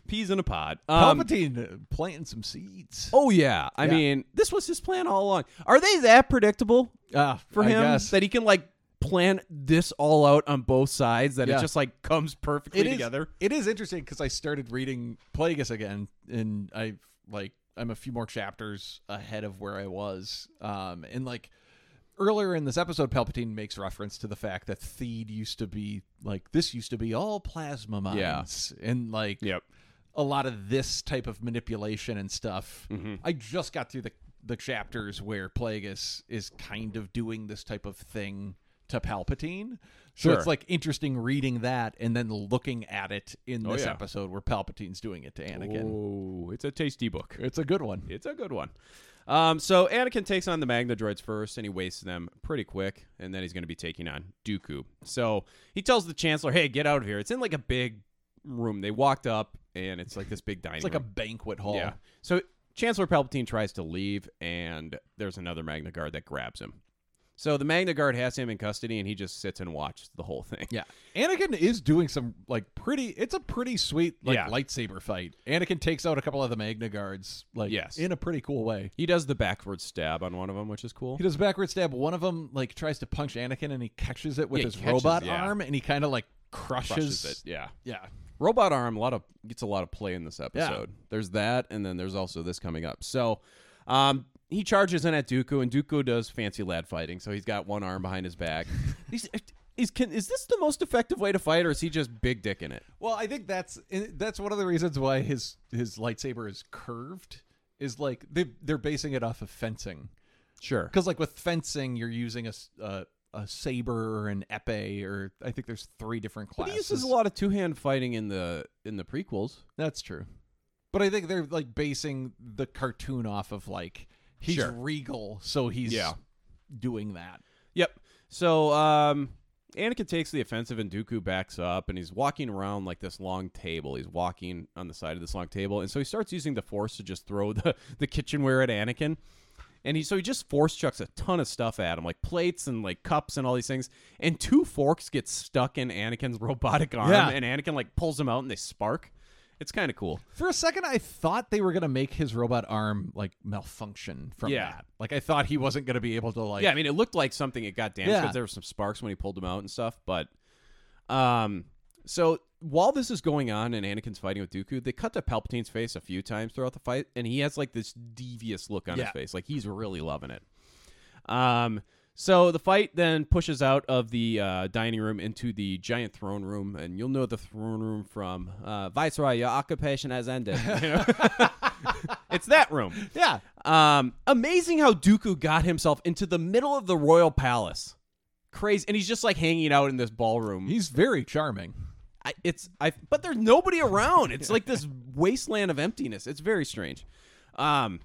Speaker 3: Peas in a pod. Um,
Speaker 4: Palpatine uh, planting some seeds.
Speaker 3: Oh yeah, I
Speaker 4: Yeah.
Speaker 3: mean, this was his plan all along. Are they that predictable uh,
Speaker 4: Ah,
Speaker 3: for
Speaker 4: I
Speaker 3: him
Speaker 4: guess.
Speaker 3: that he can like plan this all out on both sides that
Speaker 4: Yeah.
Speaker 3: it just like comes perfectly
Speaker 4: It is-
Speaker 3: together?
Speaker 4: It is interesting because I started reading Plagueis again, and I have like I'm a few more chapters ahead of where I was. Um, and like earlier in this episode, Palpatine makes reference to the fact that Theed used to be like this used to be all plasma mines, and like a lot of this type of manipulation and stuff.
Speaker 3: Mm-hmm.
Speaker 4: I just got through the the chapters where Plagueis is kind of doing this type of thing to Palpatine. So
Speaker 3: Sure.
Speaker 4: it's like interesting reading that and then looking at it in
Speaker 3: Oh,
Speaker 4: this
Speaker 3: yeah.
Speaker 4: episode where Palpatine's doing it to Anakin.
Speaker 3: Oh, it's a tasty book.
Speaker 4: It's a good one.
Speaker 3: It's a good one. Um, so Anakin takes on the Magna droids first, and he wastes them pretty quick, and then he's going to be taking on Dooku. So he tells the Chancellor, "Hey, get out of here!" It's in like a big room. They walked up, and it's like this big dining.
Speaker 4: It's like a
Speaker 3: room.
Speaker 4: banquet hall.
Speaker 3: Yeah. So Chancellor Palpatine tries to leave, and there's another Magna Guard that grabs him. So the Magna Guard has him in custody, and he just sits and watches the whole thing.
Speaker 4: Yeah. Anakin is doing some like pretty it's a pretty sweet like
Speaker 3: Yeah.
Speaker 4: lightsaber fight. Anakin takes out a couple of the Magna Guards like
Speaker 3: Yes.
Speaker 4: in a pretty cool way.
Speaker 3: He does the backward stab on one of them, which is cool.
Speaker 4: He does a backward stab. One of them like tries to punch Anakin and he catches it with
Speaker 3: Yeah,
Speaker 4: his
Speaker 3: he catches-
Speaker 4: robot
Speaker 3: yeah.
Speaker 4: arm and he kind of like crushes,
Speaker 3: crushes it. Yeah.
Speaker 4: Yeah.
Speaker 3: Robot Arm a lot of gets a lot of play in this episode. There's that, and then there's also this coming up. So, um, he charges in at Dooku, and Dooku does fancy lad fighting. So he's got one arm behind his back. he's, he's can, is this the most effective way to fight, or is he just big dick in it?
Speaker 4: Well, I think that's eh, that's one of the reasons why his his lightsaber is curved is like they they're basing it off of fencing.
Speaker 3: Sure.
Speaker 4: Because like with fencing, you're using a s- a, a saber or an epee, or I think there's three different
Speaker 3: But
Speaker 4: classes.
Speaker 3: he uses a lot of two hand fighting in the in the prequels.
Speaker 4: That's true. But I think they're like basing the cartoon off of like he's
Speaker 3: Sure.
Speaker 4: regal, so he's
Speaker 3: Yeah.
Speaker 4: doing that.
Speaker 3: Yep. So um Anakin takes the offensive and Dooku backs up and he's walking around like this long table. He's walking on the side of this long table. And so he starts using the force to just throw [LAUGHS] the, the kitchenware at Anakin. And he so he just force chucks a ton of stuff at him, like plates and like cups and all these things. And two forks get stuck in Anakin's [LAUGHS] robotic arm
Speaker 4: Yeah.
Speaker 3: and Anakin like pulls them out and they spark. It's kind of cool.
Speaker 4: For a second, I thought they were gonna make his robot arm like malfunction from
Speaker 3: Yeah.
Speaker 4: that. Like I thought he wasn't gonna be able to like
Speaker 3: yeah, I mean, it looked like something it got damaged
Speaker 4: Yeah.
Speaker 3: because there were some sparks when he pulled them out and stuff. But, um, so while this is going on and Anakin's fighting with Dooku, they cut to Palpatine's face a few times throughout the fight, and he has like this devious look on
Speaker 4: Yeah.
Speaker 3: his face, like he's really loving it. Um, so the fight then pushes out of the uh, dining room into the giant throne room, and you'll know the throne room from uh, Viceroy. Your occupation has ended. You know? [LAUGHS] it's that room.
Speaker 4: Yeah.
Speaker 3: Um, amazing how Dooku got himself into the middle of the royal palace. Crazy, and he's just like hanging out in this ballroom.
Speaker 4: He's very charming.
Speaker 3: I, it's I, but there's nobody around. It's like this [LAUGHS] wasteland of emptiness. It's very strange. Um,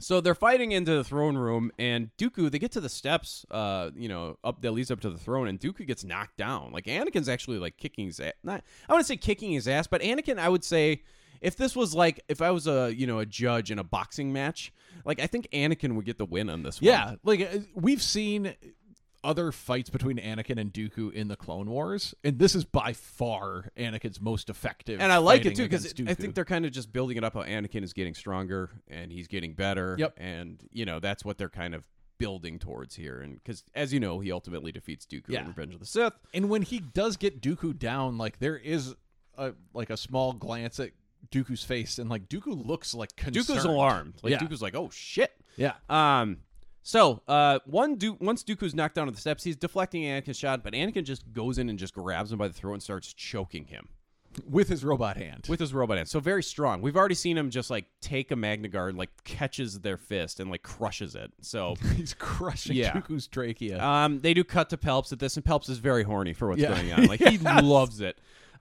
Speaker 3: so they're fighting into the throne room, and Dooku. They get to the steps, uh, you know, up that leads up to the throne, and Dooku gets knocked down. Like Anakin's actually like kicking his ass. Not, I want to say kicking his ass, but Anakin, I would say, if this was like, if I was a you know a judge in a boxing match, like I think Anakin would get the win on this one.
Speaker 4: Yeah, like uh, we've seen other fights between Anakin and Dooku in the Clone Wars, and this is by far Anakin's most effective.
Speaker 3: and I like it
Speaker 4: fighting
Speaker 3: too because
Speaker 4: against
Speaker 3: I
Speaker 4: Dooku.
Speaker 3: think they're kind of just building it up. How Anakin is getting stronger and he's getting better.
Speaker 4: Yep.
Speaker 3: And you know that's what they're kind of building towards here. And because as you know, he ultimately defeats Dooku
Speaker 4: Yeah.
Speaker 3: in Revenge of the Sith.
Speaker 4: and when he does get Dooku down, like there is a like a small glance at Dooku's face, and like Dooku looks like concerned.
Speaker 3: Dooku's alarmed. Like
Speaker 4: yeah.
Speaker 3: Dooku's like, oh shit.
Speaker 4: Yeah.
Speaker 3: Um. So, uh, one du- once Dooku's knocked down to the steps, he's deflecting Anakin's shot, but Anakin just goes in and just grabs him by the throat and starts choking him.
Speaker 4: with his robot hand.
Speaker 3: With his robot hand. So very strong. We've already seen him just like take a Magna Guard, like catches their fist and like crushes it. So
Speaker 4: [LAUGHS] he's crushing
Speaker 3: Yeah.
Speaker 4: Cuckoo's trachea.
Speaker 3: Um, they do cut to Pelps at this, and Pelps is very horny for what's
Speaker 4: Yeah.
Speaker 3: going on. Like
Speaker 4: [LAUGHS]
Speaker 3: he
Speaker 4: Yes.
Speaker 3: loves it.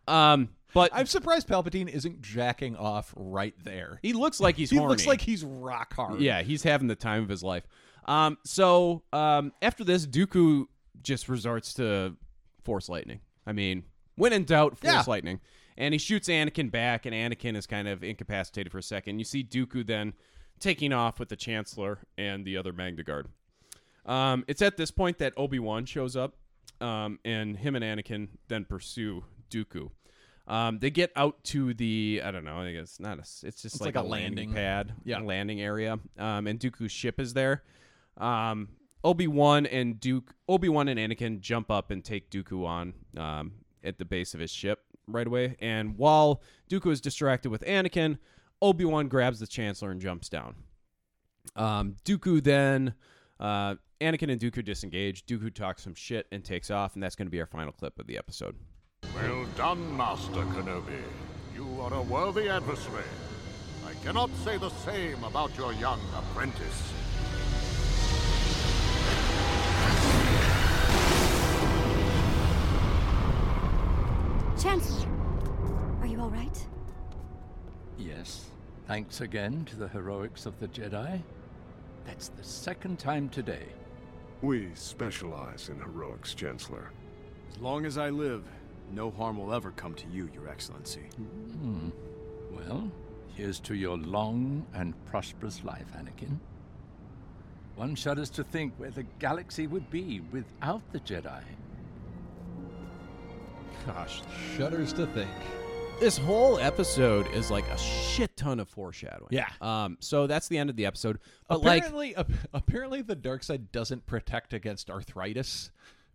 Speaker 3: Um, but
Speaker 4: I'm surprised Palpatine isn't jacking off right there.
Speaker 3: He looks like he's
Speaker 4: he
Speaker 3: horny.
Speaker 4: looks like he's rock hard.
Speaker 3: Yeah, he's having the time of his life. Um, so um, after this, Dooku just resorts to Force Lightning. I mean, when in doubt, Force
Speaker 4: Yeah.
Speaker 3: Lightning. And he shoots Anakin back, and Anakin is kind of incapacitated for a second. You see Dooku then taking off with the Chancellor and the other Magna Guard. Um, it's at this point that Obi Wan shows up, um, and him and Anakin then pursue Dooku. Um, they get out to the I don't know. I guess not. A, s- it's just
Speaker 4: It's like a landing.
Speaker 3: pad, yeah, landing area. Um, and Dooku's ship is there. Um, Obi Wan and Duke, Obi Wan and Anakin jump up and take Dooku on um, at the base of his ship right away. And while Dooku is distracted with Anakin, Obi Wan grabs the Chancellor and jumps down. Um, Dooku then, uh, Anakin and Dooku disengage. Dooku talks some shit and takes off, and that's going to be our final clip of the episode.
Speaker 5: Well done, Master Kenobi. You are a worthy adversary. I cannot say the same about your young apprentice.
Speaker 17: Chancellor, are you all right?
Speaker 19: Yes. Thanks again to the heroics of the Jedi. That's the second time today.
Speaker 13: We specialize in heroics, Chancellor.
Speaker 18: As long as I live, no harm will ever come to you, Your Excellency.
Speaker 19: Hmm. Well, here's to your long and prosperous life, Anakin. One shudders to think where the galaxy would be without the Jedi.
Speaker 3: Gosh,
Speaker 4: shudders to think.
Speaker 3: This whole episode is like a shit ton of foreshadowing.
Speaker 4: Yeah.
Speaker 3: Um. So that's the end of the episode. But like,
Speaker 4: apparently, ap- apparently, the dark side doesn't protect against arthritis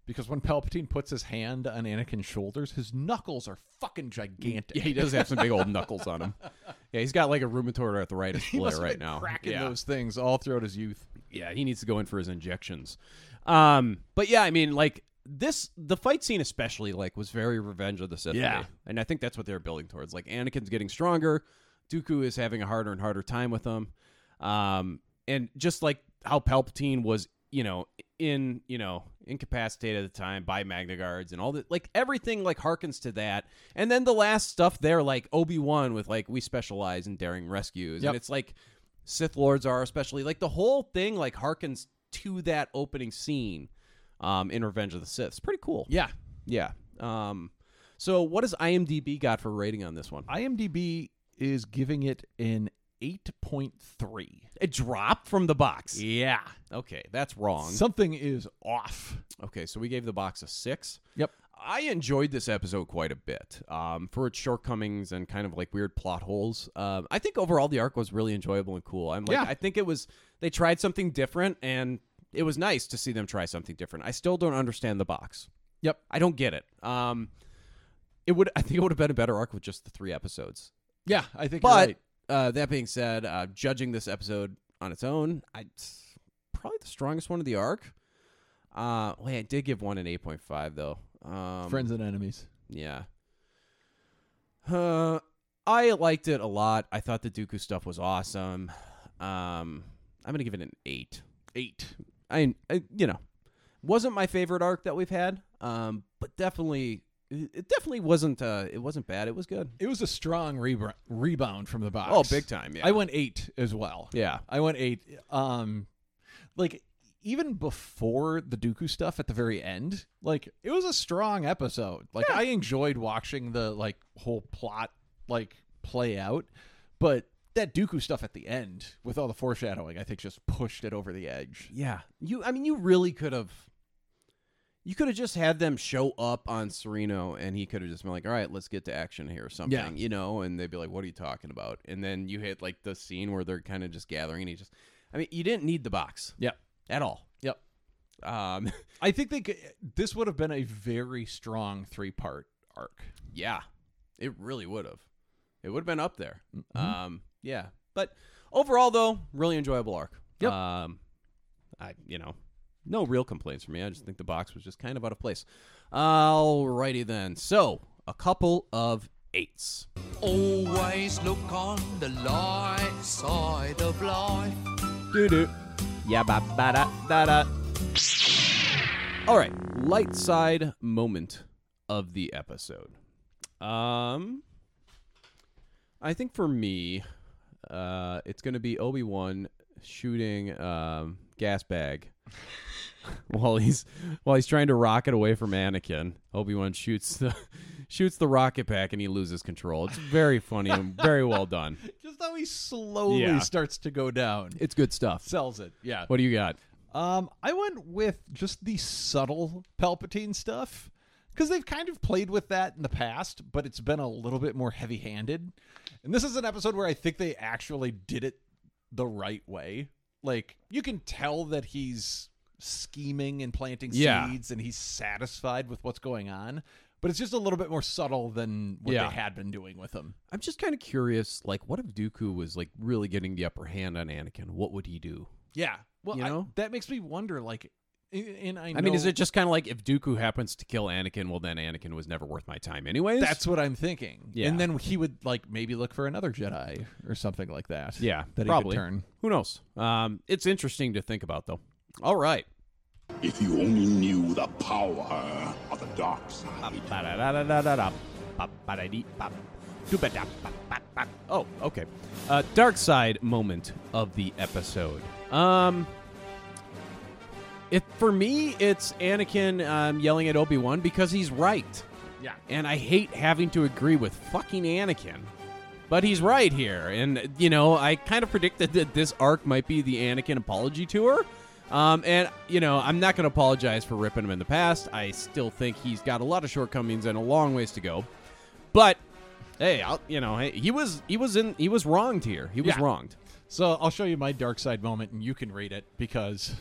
Speaker 4: because when Palpatine puts his hand on Anakin's shoulders, his knuckles are fucking gigantic.
Speaker 3: [LAUGHS] yeah, he does have some big old knuckles on him. Yeah, he's got like a rheumatoid arthritis
Speaker 4: [LAUGHS] He
Speaker 3: flare
Speaker 4: must have
Speaker 3: right
Speaker 4: been
Speaker 3: now.
Speaker 4: cracking
Speaker 3: yeah.
Speaker 4: those things all throughout his youth.
Speaker 3: Yeah, he needs to go in for his injections. Um, but yeah, I mean, like this, the fight scene especially, like, was very Revenge of the Sith. to
Speaker 4: Yeah.
Speaker 3: me. and I think that's what they're building towards. Like, Anakin's getting stronger. Dooku is having a harder and harder time with him. Um, and just like how Palpatine was, you know, in you know incapacitated at the time by Magna Guards and all that, like everything like harkens to that. And then the last stuff there, like Obi Wan with like we specialize in daring rescues,
Speaker 4: Yep.
Speaker 3: and it's like Sith Lords are especially like the whole thing like harkens to that opening scene um, in Revenge of the Sith. It's pretty cool.
Speaker 4: Yeah.
Speaker 3: yeah. Um, so what does IMDb got for rating on this one?
Speaker 4: IMDb is giving it an 8.3.
Speaker 3: It dropped from the box.
Speaker 4: Yeah.
Speaker 3: Okay, that's wrong.
Speaker 4: Something is off.
Speaker 3: Okay, so we gave the box a six.
Speaker 4: Yep.
Speaker 3: I enjoyed this episode quite a bit um, for its shortcomings and kind of like weird plot holes. Um, I think overall the arc was really enjoyable and cool. I'm like,
Speaker 4: Yeah.
Speaker 3: I think it was they tried something different, and it was nice to see them try something different. I still don't understand the box.
Speaker 4: Yep.
Speaker 3: I don't get it. Um, it would. [LAUGHS] I think it would have been a better arc with just the three episodes.
Speaker 4: Yeah, I think you're
Speaker 3: But
Speaker 4: right.
Speaker 3: uh, that being said, uh, judging this episode on its own, I it's probably the strongest one of the arc. Uh, wait, I did give one an eight point five though. Um,
Speaker 4: Friends and enemies.
Speaker 3: yeah. Uh, I liked it a lot. I thought the Dooku stuff was awesome. Um, I'm gonna give it an eight.
Speaker 4: Eight.
Speaker 3: I, I you know, wasn't my favorite arc that we've had. Um, but definitely, it it definitely wasn't. Uh, it wasn't bad. It was good.
Speaker 4: It was a strong rebou- rebound from the box.
Speaker 3: Oh, big time, yeah.
Speaker 4: I went eight as well.
Speaker 3: Yeah.
Speaker 4: I went eight. Um, like even before the Dooku stuff at the very end, like it was a strong episode. Like I enjoyed watching the like whole plot like play out, but that Dooku stuff at the end with all the foreshadowing, I think just pushed it over the edge.
Speaker 3: Yeah. You I mean you really could have you could have just had them show up on Sereno and he could have just been like, "All right, let's get to action here or something."
Speaker 4: Yeah.
Speaker 3: You know, and they'd be like, "What are you talking about?" And then you hit like the scene where they're kind of just gathering and he just I mean, you didn't need the box.
Speaker 4: Yep.
Speaker 3: At all.
Speaker 4: Yep.
Speaker 3: Um
Speaker 4: I think they could, this would have been a very strong three part arc.
Speaker 3: Yeah, it really would have. It would have been up there. Um, yeah, but overall though, really enjoyable arc.
Speaker 4: Yep.
Speaker 3: Um, I you know, no real complaints for me. I just think the box was just kind of out of place. Alrighty then. So a couple of eights.
Speaker 20: Always look on the light side of life.
Speaker 3: Doo doo. Yeah, ba ba da da da. All right, light side moment of the episode. Um, I think for me, uh, it's gonna be Obi Wan shooting um gas bag [LAUGHS] while he's while he's trying to rocket away from Anakin. Obi Wan shoots the [LAUGHS] shoots the rocket pack and he loses control. It's very funny and very well done.
Speaker 4: Just how he slowly
Speaker 3: Yeah.
Speaker 4: starts to go down.
Speaker 3: It's good stuff.
Speaker 4: Sells it. Yeah.
Speaker 3: What do you got?
Speaker 4: Um, I went with just the subtle Palpatine stuff because they've kind of played with that in the past, but it's been a little bit more heavy handed. And this is an episode where I think they actually did it the right way. Like, you can tell that he's scheming and planting
Speaker 3: Yeah.
Speaker 4: seeds and he's satisfied with what's going on, but it's just a little bit more subtle than what
Speaker 3: Yeah.
Speaker 4: they had been doing with him.
Speaker 3: I'm just kind of curious, like, what if Dooku was like really getting the upper hand on Anakin? What would he do?
Speaker 4: Yeah. Well,
Speaker 3: You
Speaker 4: I-
Speaker 3: know?
Speaker 4: that makes me wonder, like, and- and I,
Speaker 3: I, mean, is
Speaker 4: know-
Speaker 3: it just kind of like if Dooku happens to kill Anakin, well, then Anakin was never worth my time, anyways?
Speaker 4: That's what I'm thinking.
Speaker 3: Yeah.
Speaker 4: And then he would like maybe look for another Jedi or something like that.
Speaker 3: yeah,
Speaker 4: That
Speaker 3: probably.
Speaker 4: he could turn.
Speaker 3: Who knows? Um, it's interesting to think about, though. All right.
Speaker 21: If you only knew the power of the dark side.
Speaker 3: Oh, okay. Uh, dark side moment of the episode. Um, it for me, it's Anakin um, yelling at Obi Wan because he's right.
Speaker 4: Yeah.
Speaker 3: And I hate having to agree with fucking Anakin, but he's right here. And you know, I kind of predicted that this arc might be the Anakin apology tour. Um, and you know, I'm not going to apologize for ripping him in the past. I still think he's got a lot of shortcomings and a long ways to go. But hey, I'll, you know, hey, he was he was in he was wronged here. He was
Speaker 4: Yeah.
Speaker 3: wronged.
Speaker 4: So I'll show you my dark side moment, and you can read it because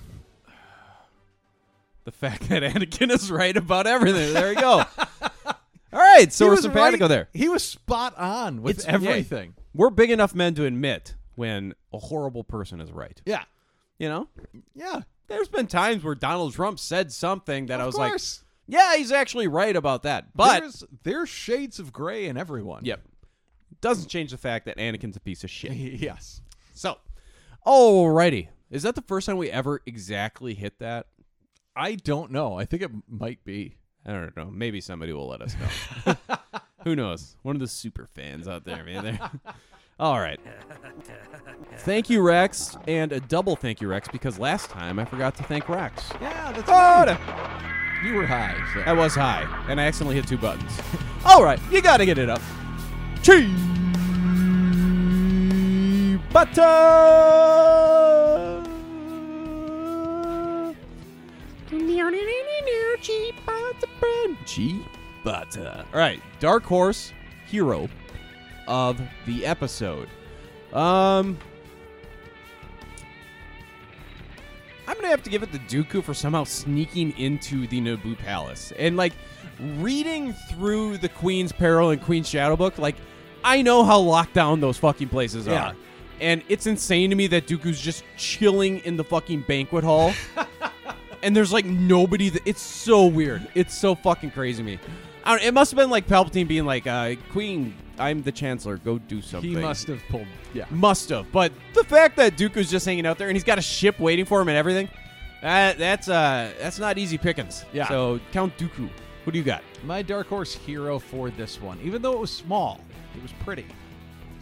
Speaker 3: The fact [LAUGHS] that Anakin is right about everything. There you [LAUGHS] go. All right, so
Speaker 4: He
Speaker 3: we're
Speaker 4: was
Speaker 3: simpatico
Speaker 4: right-
Speaker 3: there.
Speaker 4: He was spot on with
Speaker 3: It's-
Speaker 4: everything.
Speaker 3: yeah, we're big enough men to admit when a horrible person is right.
Speaker 4: Yeah.
Speaker 3: You know?
Speaker 4: Yeah.
Speaker 3: There's been times where Donald Trump said something that I was
Speaker 4: course.
Speaker 3: like, yeah, he's actually right about that. But
Speaker 4: there's, there's shades of gray in everyone.
Speaker 3: Yep. Doesn't change the fact that Anakin's a piece of
Speaker 4: [LAUGHS]
Speaker 3: shit.
Speaker 4: yes.
Speaker 3: So, alrighty. Is that the first time we ever exactly hit that?
Speaker 4: I don't know. I think it might be.
Speaker 3: I don't know. Maybe somebody will let us
Speaker 4: [LAUGHS]
Speaker 3: know. Who knows? One of the super fans out there, man. They're- [LAUGHS] All right. Thank you, Rex, and a double thank you, Rex, because last time I forgot to thank Rex.
Speaker 4: Yeah, that's
Speaker 3: You
Speaker 4: were high. So.
Speaker 3: I was high, and I accidentally hit two buttons. [LAUGHS] All right, you gotta get it up. Chee butter. G butter. All right, dark horse hero of the episode. Um, I'm gonna have to give it to Dooku for somehow sneaking into the Naboo Palace and like reading through the Queen's Peril and Queen's Shadow Book. Like, I know how locked down those fucking places
Speaker 4: Yeah.
Speaker 3: are, and it's insane to me that Dooku's just chilling in the fucking
Speaker 4: [LAUGHS]
Speaker 3: banquet hall, and there's like nobody. That, it's so weird. It's so fucking crazy to me. I don't, it must have been like Palpatine being like, uh, "Queen, I'm the Chancellor. Go do something."
Speaker 4: He must have pulled. Yeah.
Speaker 3: Must have. But the fact that Dooku's just hanging out there and he's got a ship waiting for him and everything, that, that's uh that's not easy pickings.
Speaker 4: Yeah.
Speaker 3: So Count Dooku, what do you got? [LAUGHS]
Speaker 4: My dark horse hero for this one, even though it was small, it was pretty.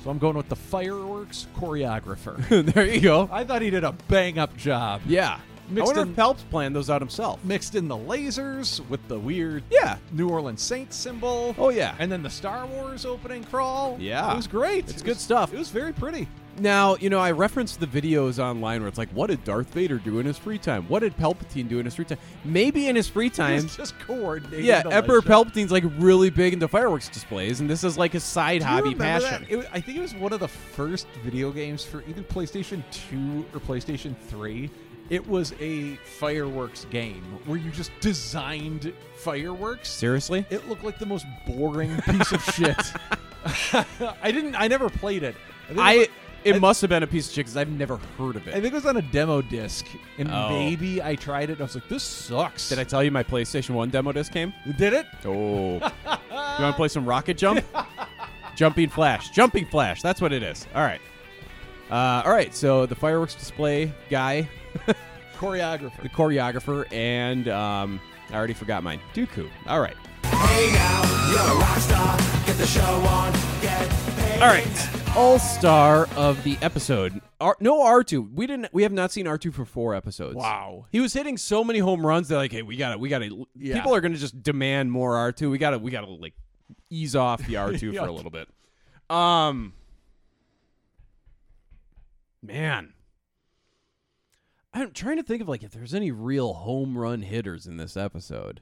Speaker 4: So I'm going with the fireworks choreographer. [LAUGHS]
Speaker 3: there you go.
Speaker 4: I thought he did a bang up job.
Speaker 3: Yeah.
Speaker 4: Mixed
Speaker 3: I wonder
Speaker 4: in-
Speaker 3: if Pelps planned those out himself.
Speaker 4: Mixed in the lasers with the weird
Speaker 3: Yeah.
Speaker 4: New Orleans Saints symbol.
Speaker 3: Oh yeah.
Speaker 4: And then the Star Wars opening crawl.
Speaker 3: Yeah.
Speaker 4: It was great.
Speaker 3: It's
Speaker 4: It
Speaker 3: good
Speaker 4: was-
Speaker 3: stuff.
Speaker 4: It was very pretty.
Speaker 3: Now, you know, I referenced the videos online where it's like, what did Darth Vader do in his free time? What did Palpatine do in his free time? Maybe in his free
Speaker 4: It
Speaker 3: time.
Speaker 4: was just coordinated.
Speaker 3: Yeah, Emperor Palpatine's like really big into fireworks displays, and this is like his side hobby passion.
Speaker 4: It was, I think it was one of the first video games for either PlayStation 2 or PlayStation 3. It was a fireworks game where you just designed fireworks.
Speaker 3: Seriously?
Speaker 4: It looked like the most boring piece of shit.
Speaker 3: [LAUGHS]
Speaker 4: [LAUGHS] I didn't. I never played it. think it
Speaker 3: I
Speaker 4: was-
Speaker 3: it must have been a piece of shit because I've never heard of
Speaker 4: I
Speaker 3: it.
Speaker 4: think it was on a demo disc, and
Speaker 3: Oh.
Speaker 4: maybe I tried it. and I was like, "This sucks."
Speaker 3: Did I tell you my PlayStation One demo disc came?
Speaker 4: Did it? [LAUGHS]
Speaker 3: Oh, you want to play some Rocket Jump? Jumping flash. Jumping flash. That's what it is. All right. Uh, all right. So the fireworks display guy,
Speaker 4: choreographer,
Speaker 3: the choreographer, and um, I already forgot mine. Dooku. All right.
Speaker 20: Hey now, you're a rock star. Get the show on. Get paid.
Speaker 3: All right. All star of the episode. R- no R two. We didn't. We have not seen R two for four episodes.
Speaker 4: Wow.
Speaker 3: He was hitting so many home runs. They're like, hey, we got to We got to
Speaker 4: Yeah.
Speaker 3: People are going to just demand more R two. We got to. We got to like ease off the R
Speaker 4: [LAUGHS]
Speaker 3: two for
Speaker 4: Yeah.
Speaker 3: a little bit. Um. Man. I'm trying to think of like if there's any real home run hitters in this episode.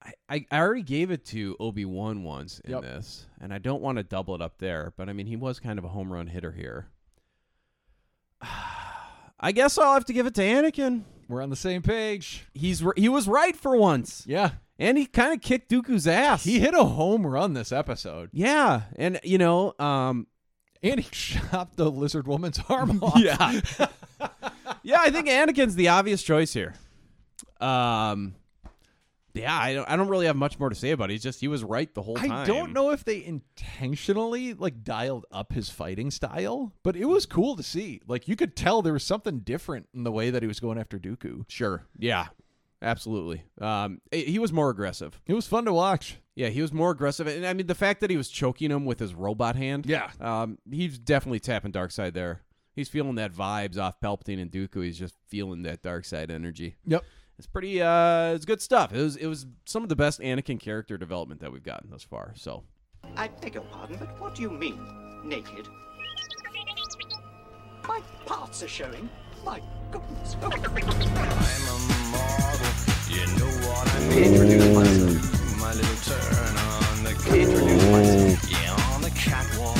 Speaker 3: I, I, I already gave it to Obi Wan once in
Speaker 4: Yep.
Speaker 3: this, and I don't want to double it up there, but I mean he was kind of a home run hitter here. [SIGHS] I guess I'll have to give it to Anakin.
Speaker 4: We're on the same page.
Speaker 3: He's r he was right for once.
Speaker 4: Yeah.
Speaker 3: And he kind of kicked Dooku's ass.
Speaker 4: He hit a home run this episode.
Speaker 3: Yeah, and you know, um,
Speaker 4: and he [LAUGHS] chopped the lizard woman's [LAUGHS] arm off.
Speaker 3: Yeah. yeah, I think Anakin's the obvious choice here. Um, yeah, I don't, I don't really have much more to say about it. He's just he was right the whole time.
Speaker 4: I don't know if they intentionally like dialed up his fighting style, but it was cool to see. Like you could tell there was something different in the way that he was going after Dooku.
Speaker 3: Sure. Yeah, absolutely. Um, eh, he was more aggressive.
Speaker 4: It was fun to watch.
Speaker 3: Yeah, he was more aggressive, and I mean the fact that he was choking him with his robot hand.
Speaker 4: Yeah.
Speaker 3: Um, he's definitely tapping dark side there. He's feeling that vibes off Palpatine and Dooku. He's just feeling that dark side energy.
Speaker 4: Yep.
Speaker 3: It's pretty. Uh, it's good stuff. It was. It was some of the best Anakin character development that we've gotten thus far. So
Speaker 1: I beg your pardon, but what do you mean, naked? My parts are showing. My goodness. Oh.
Speaker 20: Introduce myself. My little turn on the Introduce myself. Yeah, on the catwalk.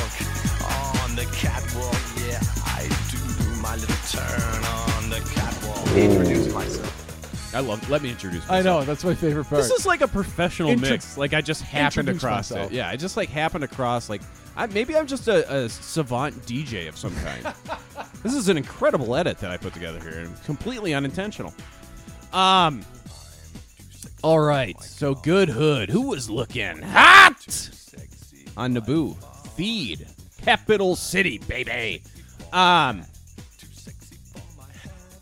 Speaker 20: On the catwalk. Yeah, I do my little turn on the catwalk.
Speaker 3: Introduce myself. I love. Let me introduce. myself.
Speaker 4: I know that's my favorite part.
Speaker 3: This is like a professional
Speaker 4: Intro-
Speaker 3: mix. Like I just happened
Speaker 4: introduce
Speaker 3: across
Speaker 4: myself.
Speaker 3: it. Yeah, I just like happened across. Like I, maybe I'm just a, a savant DJ of some [LAUGHS] kind. this is an incredible edit that I put together here, and completely unintentional. Um. All right, so good hood. Who was looking hot on Naboo? Feed capital city, baby. Um.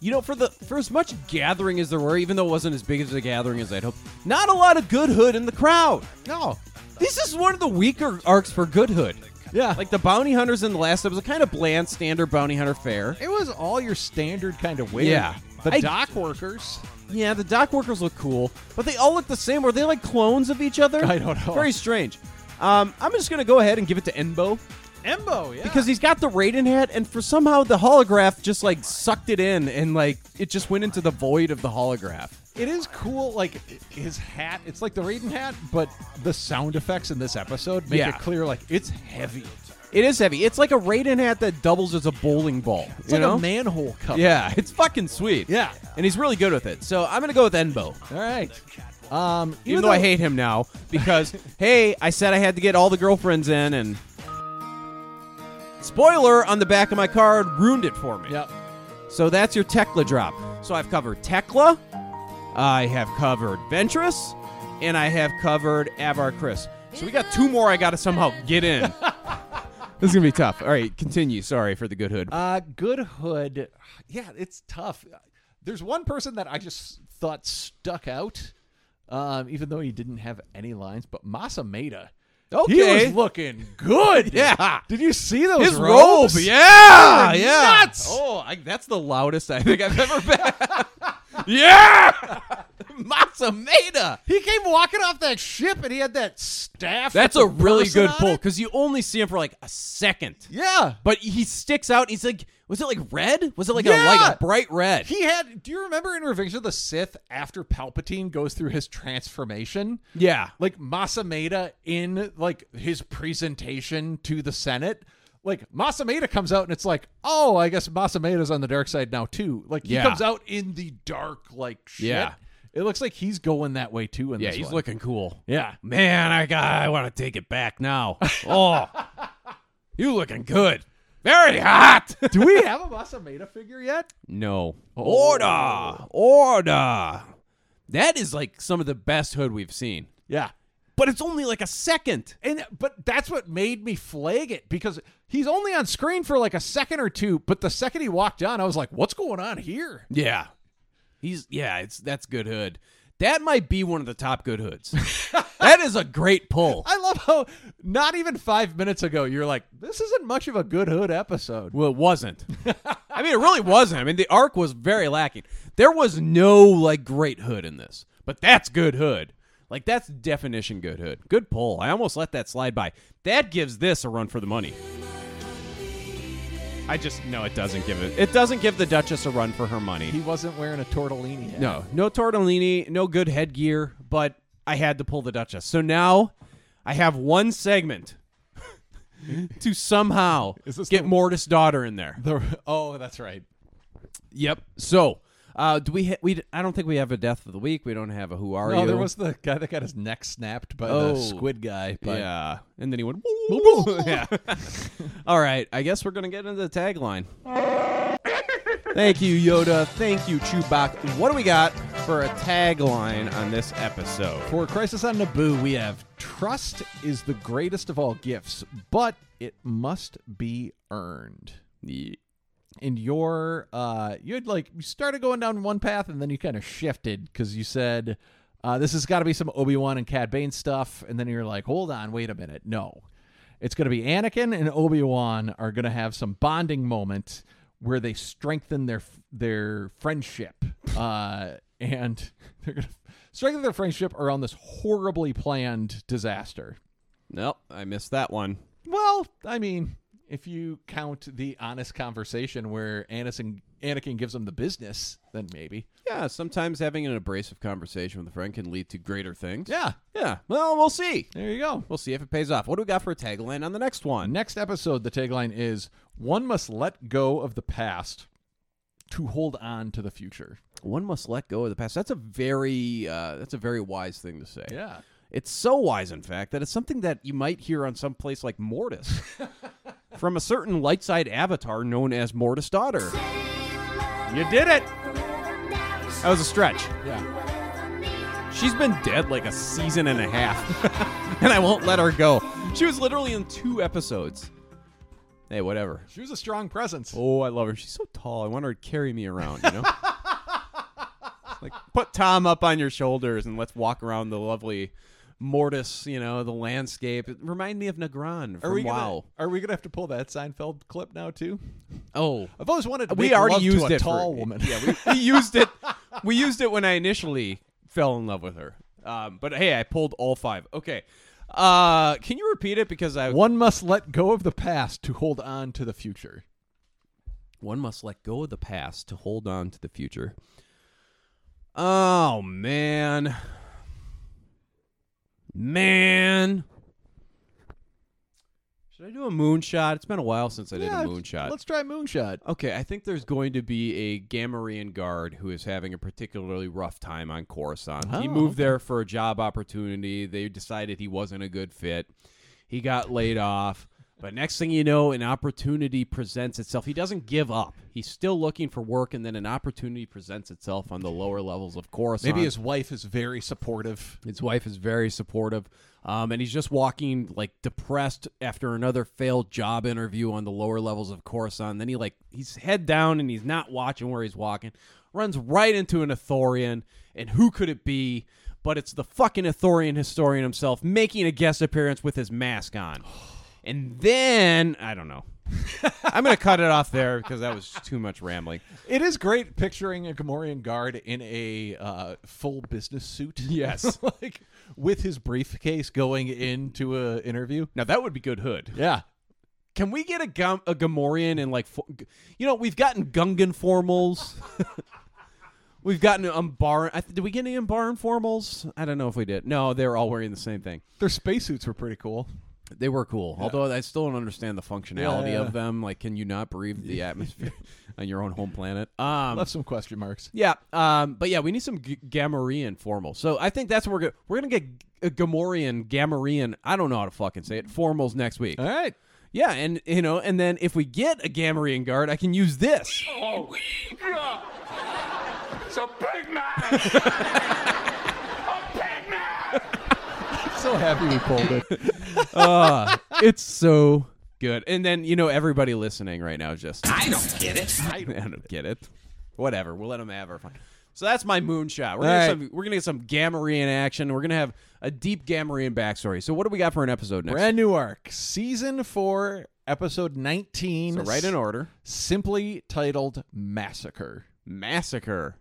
Speaker 3: You know, for the for as much gathering as there were, even though it wasn't as big as a gathering as I'd hoped, not a lot of good hood in the crowd.
Speaker 4: No.
Speaker 3: This is one of the weaker arcs for good hood.
Speaker 4: Yeah.
Speaker 3: Like the bounty hunters in the last episode was a kind of bland standard bounty hunter fare.
Speaker 4: It was all your standard kind of weird.
Speaker 3: Yeah.
Speaker 4: The
Speaker 3: I-
Speaker 4: dock workers.
Speaker 3: Yeah, the dock workers look cool, but they all look the same. Were they like clones of each other?
Speaker 4: I don't know.
Speaker 3: Very strange. Um, I'm just gonna go ahead and give it to Enbo
Speaker 4: Embo, yeah.
Speaker 3: because he's got the Raiden hat, and for somehow the holograph just like sucked it in, and like it just went into the void of the holograph.
Speaker 4: It is cool, like his hat. It's like the Raiden hat, but the sound effects in this episode make
Speaker 3: Yeah.
Speaker 4: it clear, like it's heavy.
Speaker 3: It is heavy. It's like a Raiden hat that doubles as a bowling ball.
Speaker 4: It's
Speaker 3: you
Speaker 4: like
Speaker 3: know?
Speaker 4: a manhole cover.
Speaker 3: Yeah, it's fucking sweet.
Speaker 4: Yeah.
Speaker 3: and he's really good with it. So I'm gonna go with Enbo.
Speaker 4: All right. Um,
Speaker 3: Even, though, I hate him
Speaker 4: [LAUGHS]
Speaker 3: now because hey, I said I had to get all the girlfriends in, and spoiler on the back of my card ruined it for me.
Speaker 4: Yep.
Speaker 3: So that's your Tekla drop. So I've covered Tekla, I have covered Ventress, and I have covered Avar Chris. So we got two more I gotta somehow get in.
Speaker 4: [LAUGHS]
Speaker 3: this is gonna be tough. All right, continue. Sorry for the good hood.
Speaker 4: Uh, Good Hood. Yeah, it's tough. There's one person that I just thought stuck out, um, even though he didn't have any lines, but Masameda. He
Speaker 3: Okay.
Speaker 4: was
Speaker 3: [LAUGHS]
Speaker 4: looking good.
Speaker 3: Yeah.
Speaker 4: Did you see those
Speaker 3: His
Speaker 4: robes?
Speaker 3: robe, yeah,
Speaker 4: They were
Speaker 3: yeah.
Speaker 4: Nuts.
Speaker 3: Oh, I, that's the loudest I think I've ever been.
Speaker 4: [LAUGHS]
Speaker 3: yeah, Matsumaida.
Speaker 4: He came walking off that ship and he had that staff.
Speaker 3: That's
Speaker 4: with
Speaker 3: a
Speaker 4: the
Speaker 3: really
Speaker 4: person
Speaker 3: good
Speaker 4: on
Speaker 3: pull
Speaker 4: it.
Speaker 3: because you only see him for like a second,
Speaker 4: Yeah.
Speaker 3: but he sticks out. He's like, was it like red? Was it like
Speaker 4: Yeah.
Speaker 3: a like a bright red?
Speaker 4: He had. Do you remember in Revenge of the Sith after Palpatine goes through his transformation?
Speaker 3: yeah,
Speaker 4: Like Masameda in like his presentation to the Senate. Like Masameda comes out and it's like, oh, I guess Masameda's on the dark side now too. Like he
Speaker 3: Yeah.
Speaker 4: comes out in the dark, like shit.
Speaker 3: Yeah.
Speaker 4: It looks like he's going that way too. In
Speaker 3: yeah.
Speaker 4: this
Speaker 3: He's
Speaker 4: one.
Speaker 3: looking cool.
Speaker 4: Yeah.
Speaker 3: Man, I got, I want to take it back now.
Speaker 4: [LAUGHS]
Speaker 3: Oh, you looking good. Very hot.
Speaker 4: Do we
Speaker 3: [LAUGHS]
Speaker 4: have a Masameda figure yet?
Speaker 3: No. Oh. Order! Order! That is like some of the best hood we've seen.
Speaker 4: Yeah.
Speaker 3: But it's only like a second.
Speaker 4: And but that's what made me flag it because he's only on screen for like a second or two, but the second he walked on, I was like, what's going on here?
Speaker 3: Yeah. He's yeah, it's that's good hood. That might be one of the top good [LAUGHS] hoods. that is a great pull.
Speaker 4: I love how not even five minutes ago you're like, this isn't much of a good hood episode.
Speaker 3: Well, it wasn't. I mean, it really wasn't. I mean, the arc was very lacking. There was no like great hood in this, but that's good hood. Like that's definition good hood. Good pull. I almost let that slide by. That gives this a run for the money. I just no, it doesn't give it. It doesn't give the Duchess a run for her money.
Speaker 4: He wasn't wearing a tortellini. hat.
Speaker 3: No, no tortellini, no good headgear, but I had to pull the Duchess. So now I have one segment [LAUGHS] to somehow get Mortis' daughter in there.
Speaker 4: The- oh, that's right.
Speaker 3: Yep. So uh, do we? Ha- we? d- I don't think we have a death of the week. We don't have a who are
Speaker 4: no,
Speaker 3: you?
Speaker 4: Oh, there was the guy that got his neck snapped by
Speaker 3: Oh.
Speaker 4: the squid guy. But
Speaker 3: yeah, and then he went. yeah. [LAUGHS] All right. I guess we're gonna get into the tagline. Thank you, Yoda. Thank you, Chewbacca. What do we got for a tagline on this episode?
Speaker 4: For Crisis on Naboo, we have trust is the greatest of all gifts, but it must be earned. And your uh, you had like you started going down one path and then you kind of shifted because you said uh, this has got to be some Obi Wan and Cad Bane stuff, and then you're like, hold on, wait a minute, no, it's going to be Anakin and Obi Wan are going to have some bonding moment where they strengthen their their friendship, uh, and [LAUGHS] they're going to strengthen their friendship around this horribly planned disaster.
Speaker 3: Nope, I missed that one.
Speaker 4: Well, I mean, if you count the honest conversation where Anakin Anakin gives him the business, then maybe.
Speaker 3: Yeah, sometimes having an abrasive conversation with a friend can lead to greater things.
Speaker 4: Yeah.
Speaker 3: Yeah. Well, we'll see.
Speaker 4: There you go.
Speaker 3: We'll see if it pays off. What do we got for a tagline on the next one?
Speaker 4: Next episode, the tagline is "One must let go of the past to hold on to the future."
Speaker 3: One must let go of the past. That's a very uh, that's a very wise thing to say.
Speaker 4: Yeah.
Speaker 3: It's so wise, in fact, that it's something that you might hear on some place like Mortis from a certain light side avatar known as Mortis Daughter. You did it! That was a stretch.
Speaker 4: Yeah.
Speaker 3: She's been dead like a season and a half, [LAUGHS] and I won't let her go. She was literally in two episodes. Hey, whatever.
Speaker 4: She was a strong presence.
Speaker 3: Oh, I love her. She's so tall. I want her to carry me around, [LAUGHS] you know? like, put Tom up on your shoulders and let's walk around the lovely mortis, you know, the landscape. It remind me of Negron from
Speaker 4: Are we gonna,
Speaker 3: Wow.
Speaker 4: Are we gonna have to pull that Seinfeld clip now too?
Speaker 3: Oh.
Speaker 4: I've always wanted to.
Speaker 3: We
Speaker 4: make
Speaker 3: already
Speaker 4: love to
Speaker 3: used
Speaker 4: a
Speaker 3: it for- [LAUGHS]
Speaker 4: tall woman.
Speaker 3: Yeah, we, we used it. We used it when I initially fell in love with her. Um, but hey, I pulled all five. Okay. Uh, can you repeat it because
Speaker 4: [LAUGHS]
Speaker 3: I
Speaker 4: One must let go of the past to hold on to the future.
Speaker 3: One must let go of the past to hold on to the future. Oh man. Man. Should I do a moonshot? It's been a while since I
Speaker 4: Yeah,
Speaker 3: did a moonshot.
Speaker 4: Let's try moonshot.
Speaker 3: Okay, I think there's going to be a Gamorrean guard who is having a particularly rough time on Coruscant. he
Speaker 4: Oh,
Speaker 3: moved there for a job opportunity. They decided he wasn't a good fit. He got laid off. But next thing you know, an opportunity presents itself. He doesn't give up. He's still looking for work, and then an opportunity presents itself on the lower levels of Coruscant.
Speaker 4: Maybe his wife is very supportive.
Speaker 3: His wife is very supportive, um, and he's just walking like depressed after another failed job interview on the lower levels of Coruscant. Then he like he's head down and he's not watching where he's walking. Runs right into an Athorian, and who could it be? But it's the fucking Athorian historian himself making a guest appearance with his mask on. And then I don't know. I'm gonna cut it off there because that was too much rambling.
Speaker 4: It is great picturing a Gamorrean guard in a uh, full business suit. [LAUGHS]
Speaker 3: Yes.
Speaker 4: like with his briefcase going into a interview.
Speaker 3: Now that would be good hood.
Speaker 4: Yeah.
Speaker 3: Can we get a, Gam- a Gamorrean and like, fo- g- you know, we've gotten Gungan formals. [LAUGHS] we've gotten Umbaran. I th- did we get any Umbaran formals? I don't know if we did. No, they were all wearing the same thing.
Speaker 4: Their spacesuits were pretty cool.
Speaker 3: They were cool, although I still don't understand the functionality
Speaker 4: Yeah.
Speaker 3: of them. Like, can you not breathe
Speaker 4: [LAUGHS]
Speaker 3: the atmosphere [LAUGHS] on your own home planet? Um,
Speaker 4: Left some question marks.
Speaker 3: yeah, um, but yeah, we need some G- Gamorrean formals. So I think that's what we're gonna we're gonna get a Gamorrean, Gamorrean. I don't know how to fucking say it. Formals next week.
Speaker 4: All right.
Speaker 3: Yeah, and you know, and then if we get a Gamorrean guard, I can use this.
Speaker 6: Oh, yeah. It's a big man. a big man.
Speaker 4: It's so happy we pulled it. [LAUGHS]
Speaker 3: Ah, it's so good. And then you know everybody listening right now just
Speaker 20: I don't get it.
Speaker 3: [LAUGHS] I don't, get it. Whatever. We'll let them have our fun. So that's my moonshot. We're gonna,
Speaker 4: All
Speaker 3: get
Speaker 4: right.
Speaker 3: some, we're gonna get some Gamorrean action. We're gonna have a deep Gamorrean backstory. So what do we got for an episode next?
Speaker 4: Brand new arc, season four, episode nineteen.
Speaker 3: So right in order.
Speaker 4: Simply titled "Massacre."
Speaker 3: Massacre.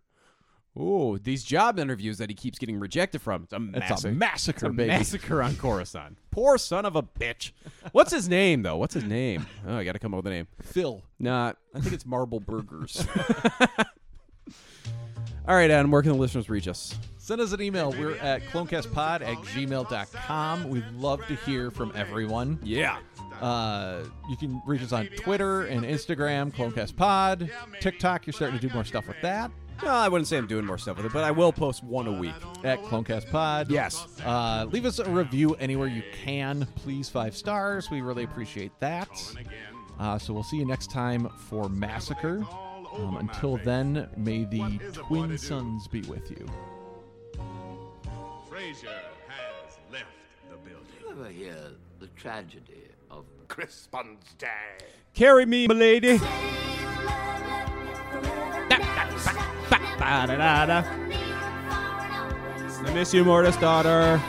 Speaker 3: Ooh, these job interviews that he keeps getting rejected from. It's a massacre.
Speaker 4: massacre,
Speaker 3: It's a
Speaker 4: baby.
Speaker 3: massacre [LAUGHS] on Coruscant. Poor son of a bitch. What's his name though? What's his name? Oh, I got to come up with a name.
Speaker 4: Phil.
Speaker 3: Nah, I think it's
Speaker 4: [LAUGHS]
Speaker 3: Marble Burgers. All right, Adam. Where can the listeners reach us?
Speaker 4: Send us an email. We're at clonecastpod at gmail.com. We'd love to hear from everyone.
Speaker 3: Yeah.
Speaker 4: Uh, you can reach us on Twitter and Instagram, clonecastpod. TikTok, you're starting to do more stuff with that.
Speaker 3: No, I wouldn't say I'm doing more stuff with it, but I will post one a week.
Speaker 4: At clonecastpod.
Speaker 3: Yes.
Speaker 4: Uh, leave us a review anywhere you can. Please, five stars. We really appreciate that. Uh, so we'll see you next time for Massacre. Um, until then, may the twin sons be with you.
Speaker 9: Frazier has left the building.
Speaker 8: Ever hear the tragedy of
Speaker 9: Crispin's day.
Speaker 3: Carry me, milady. I miss you, Mortis daughter.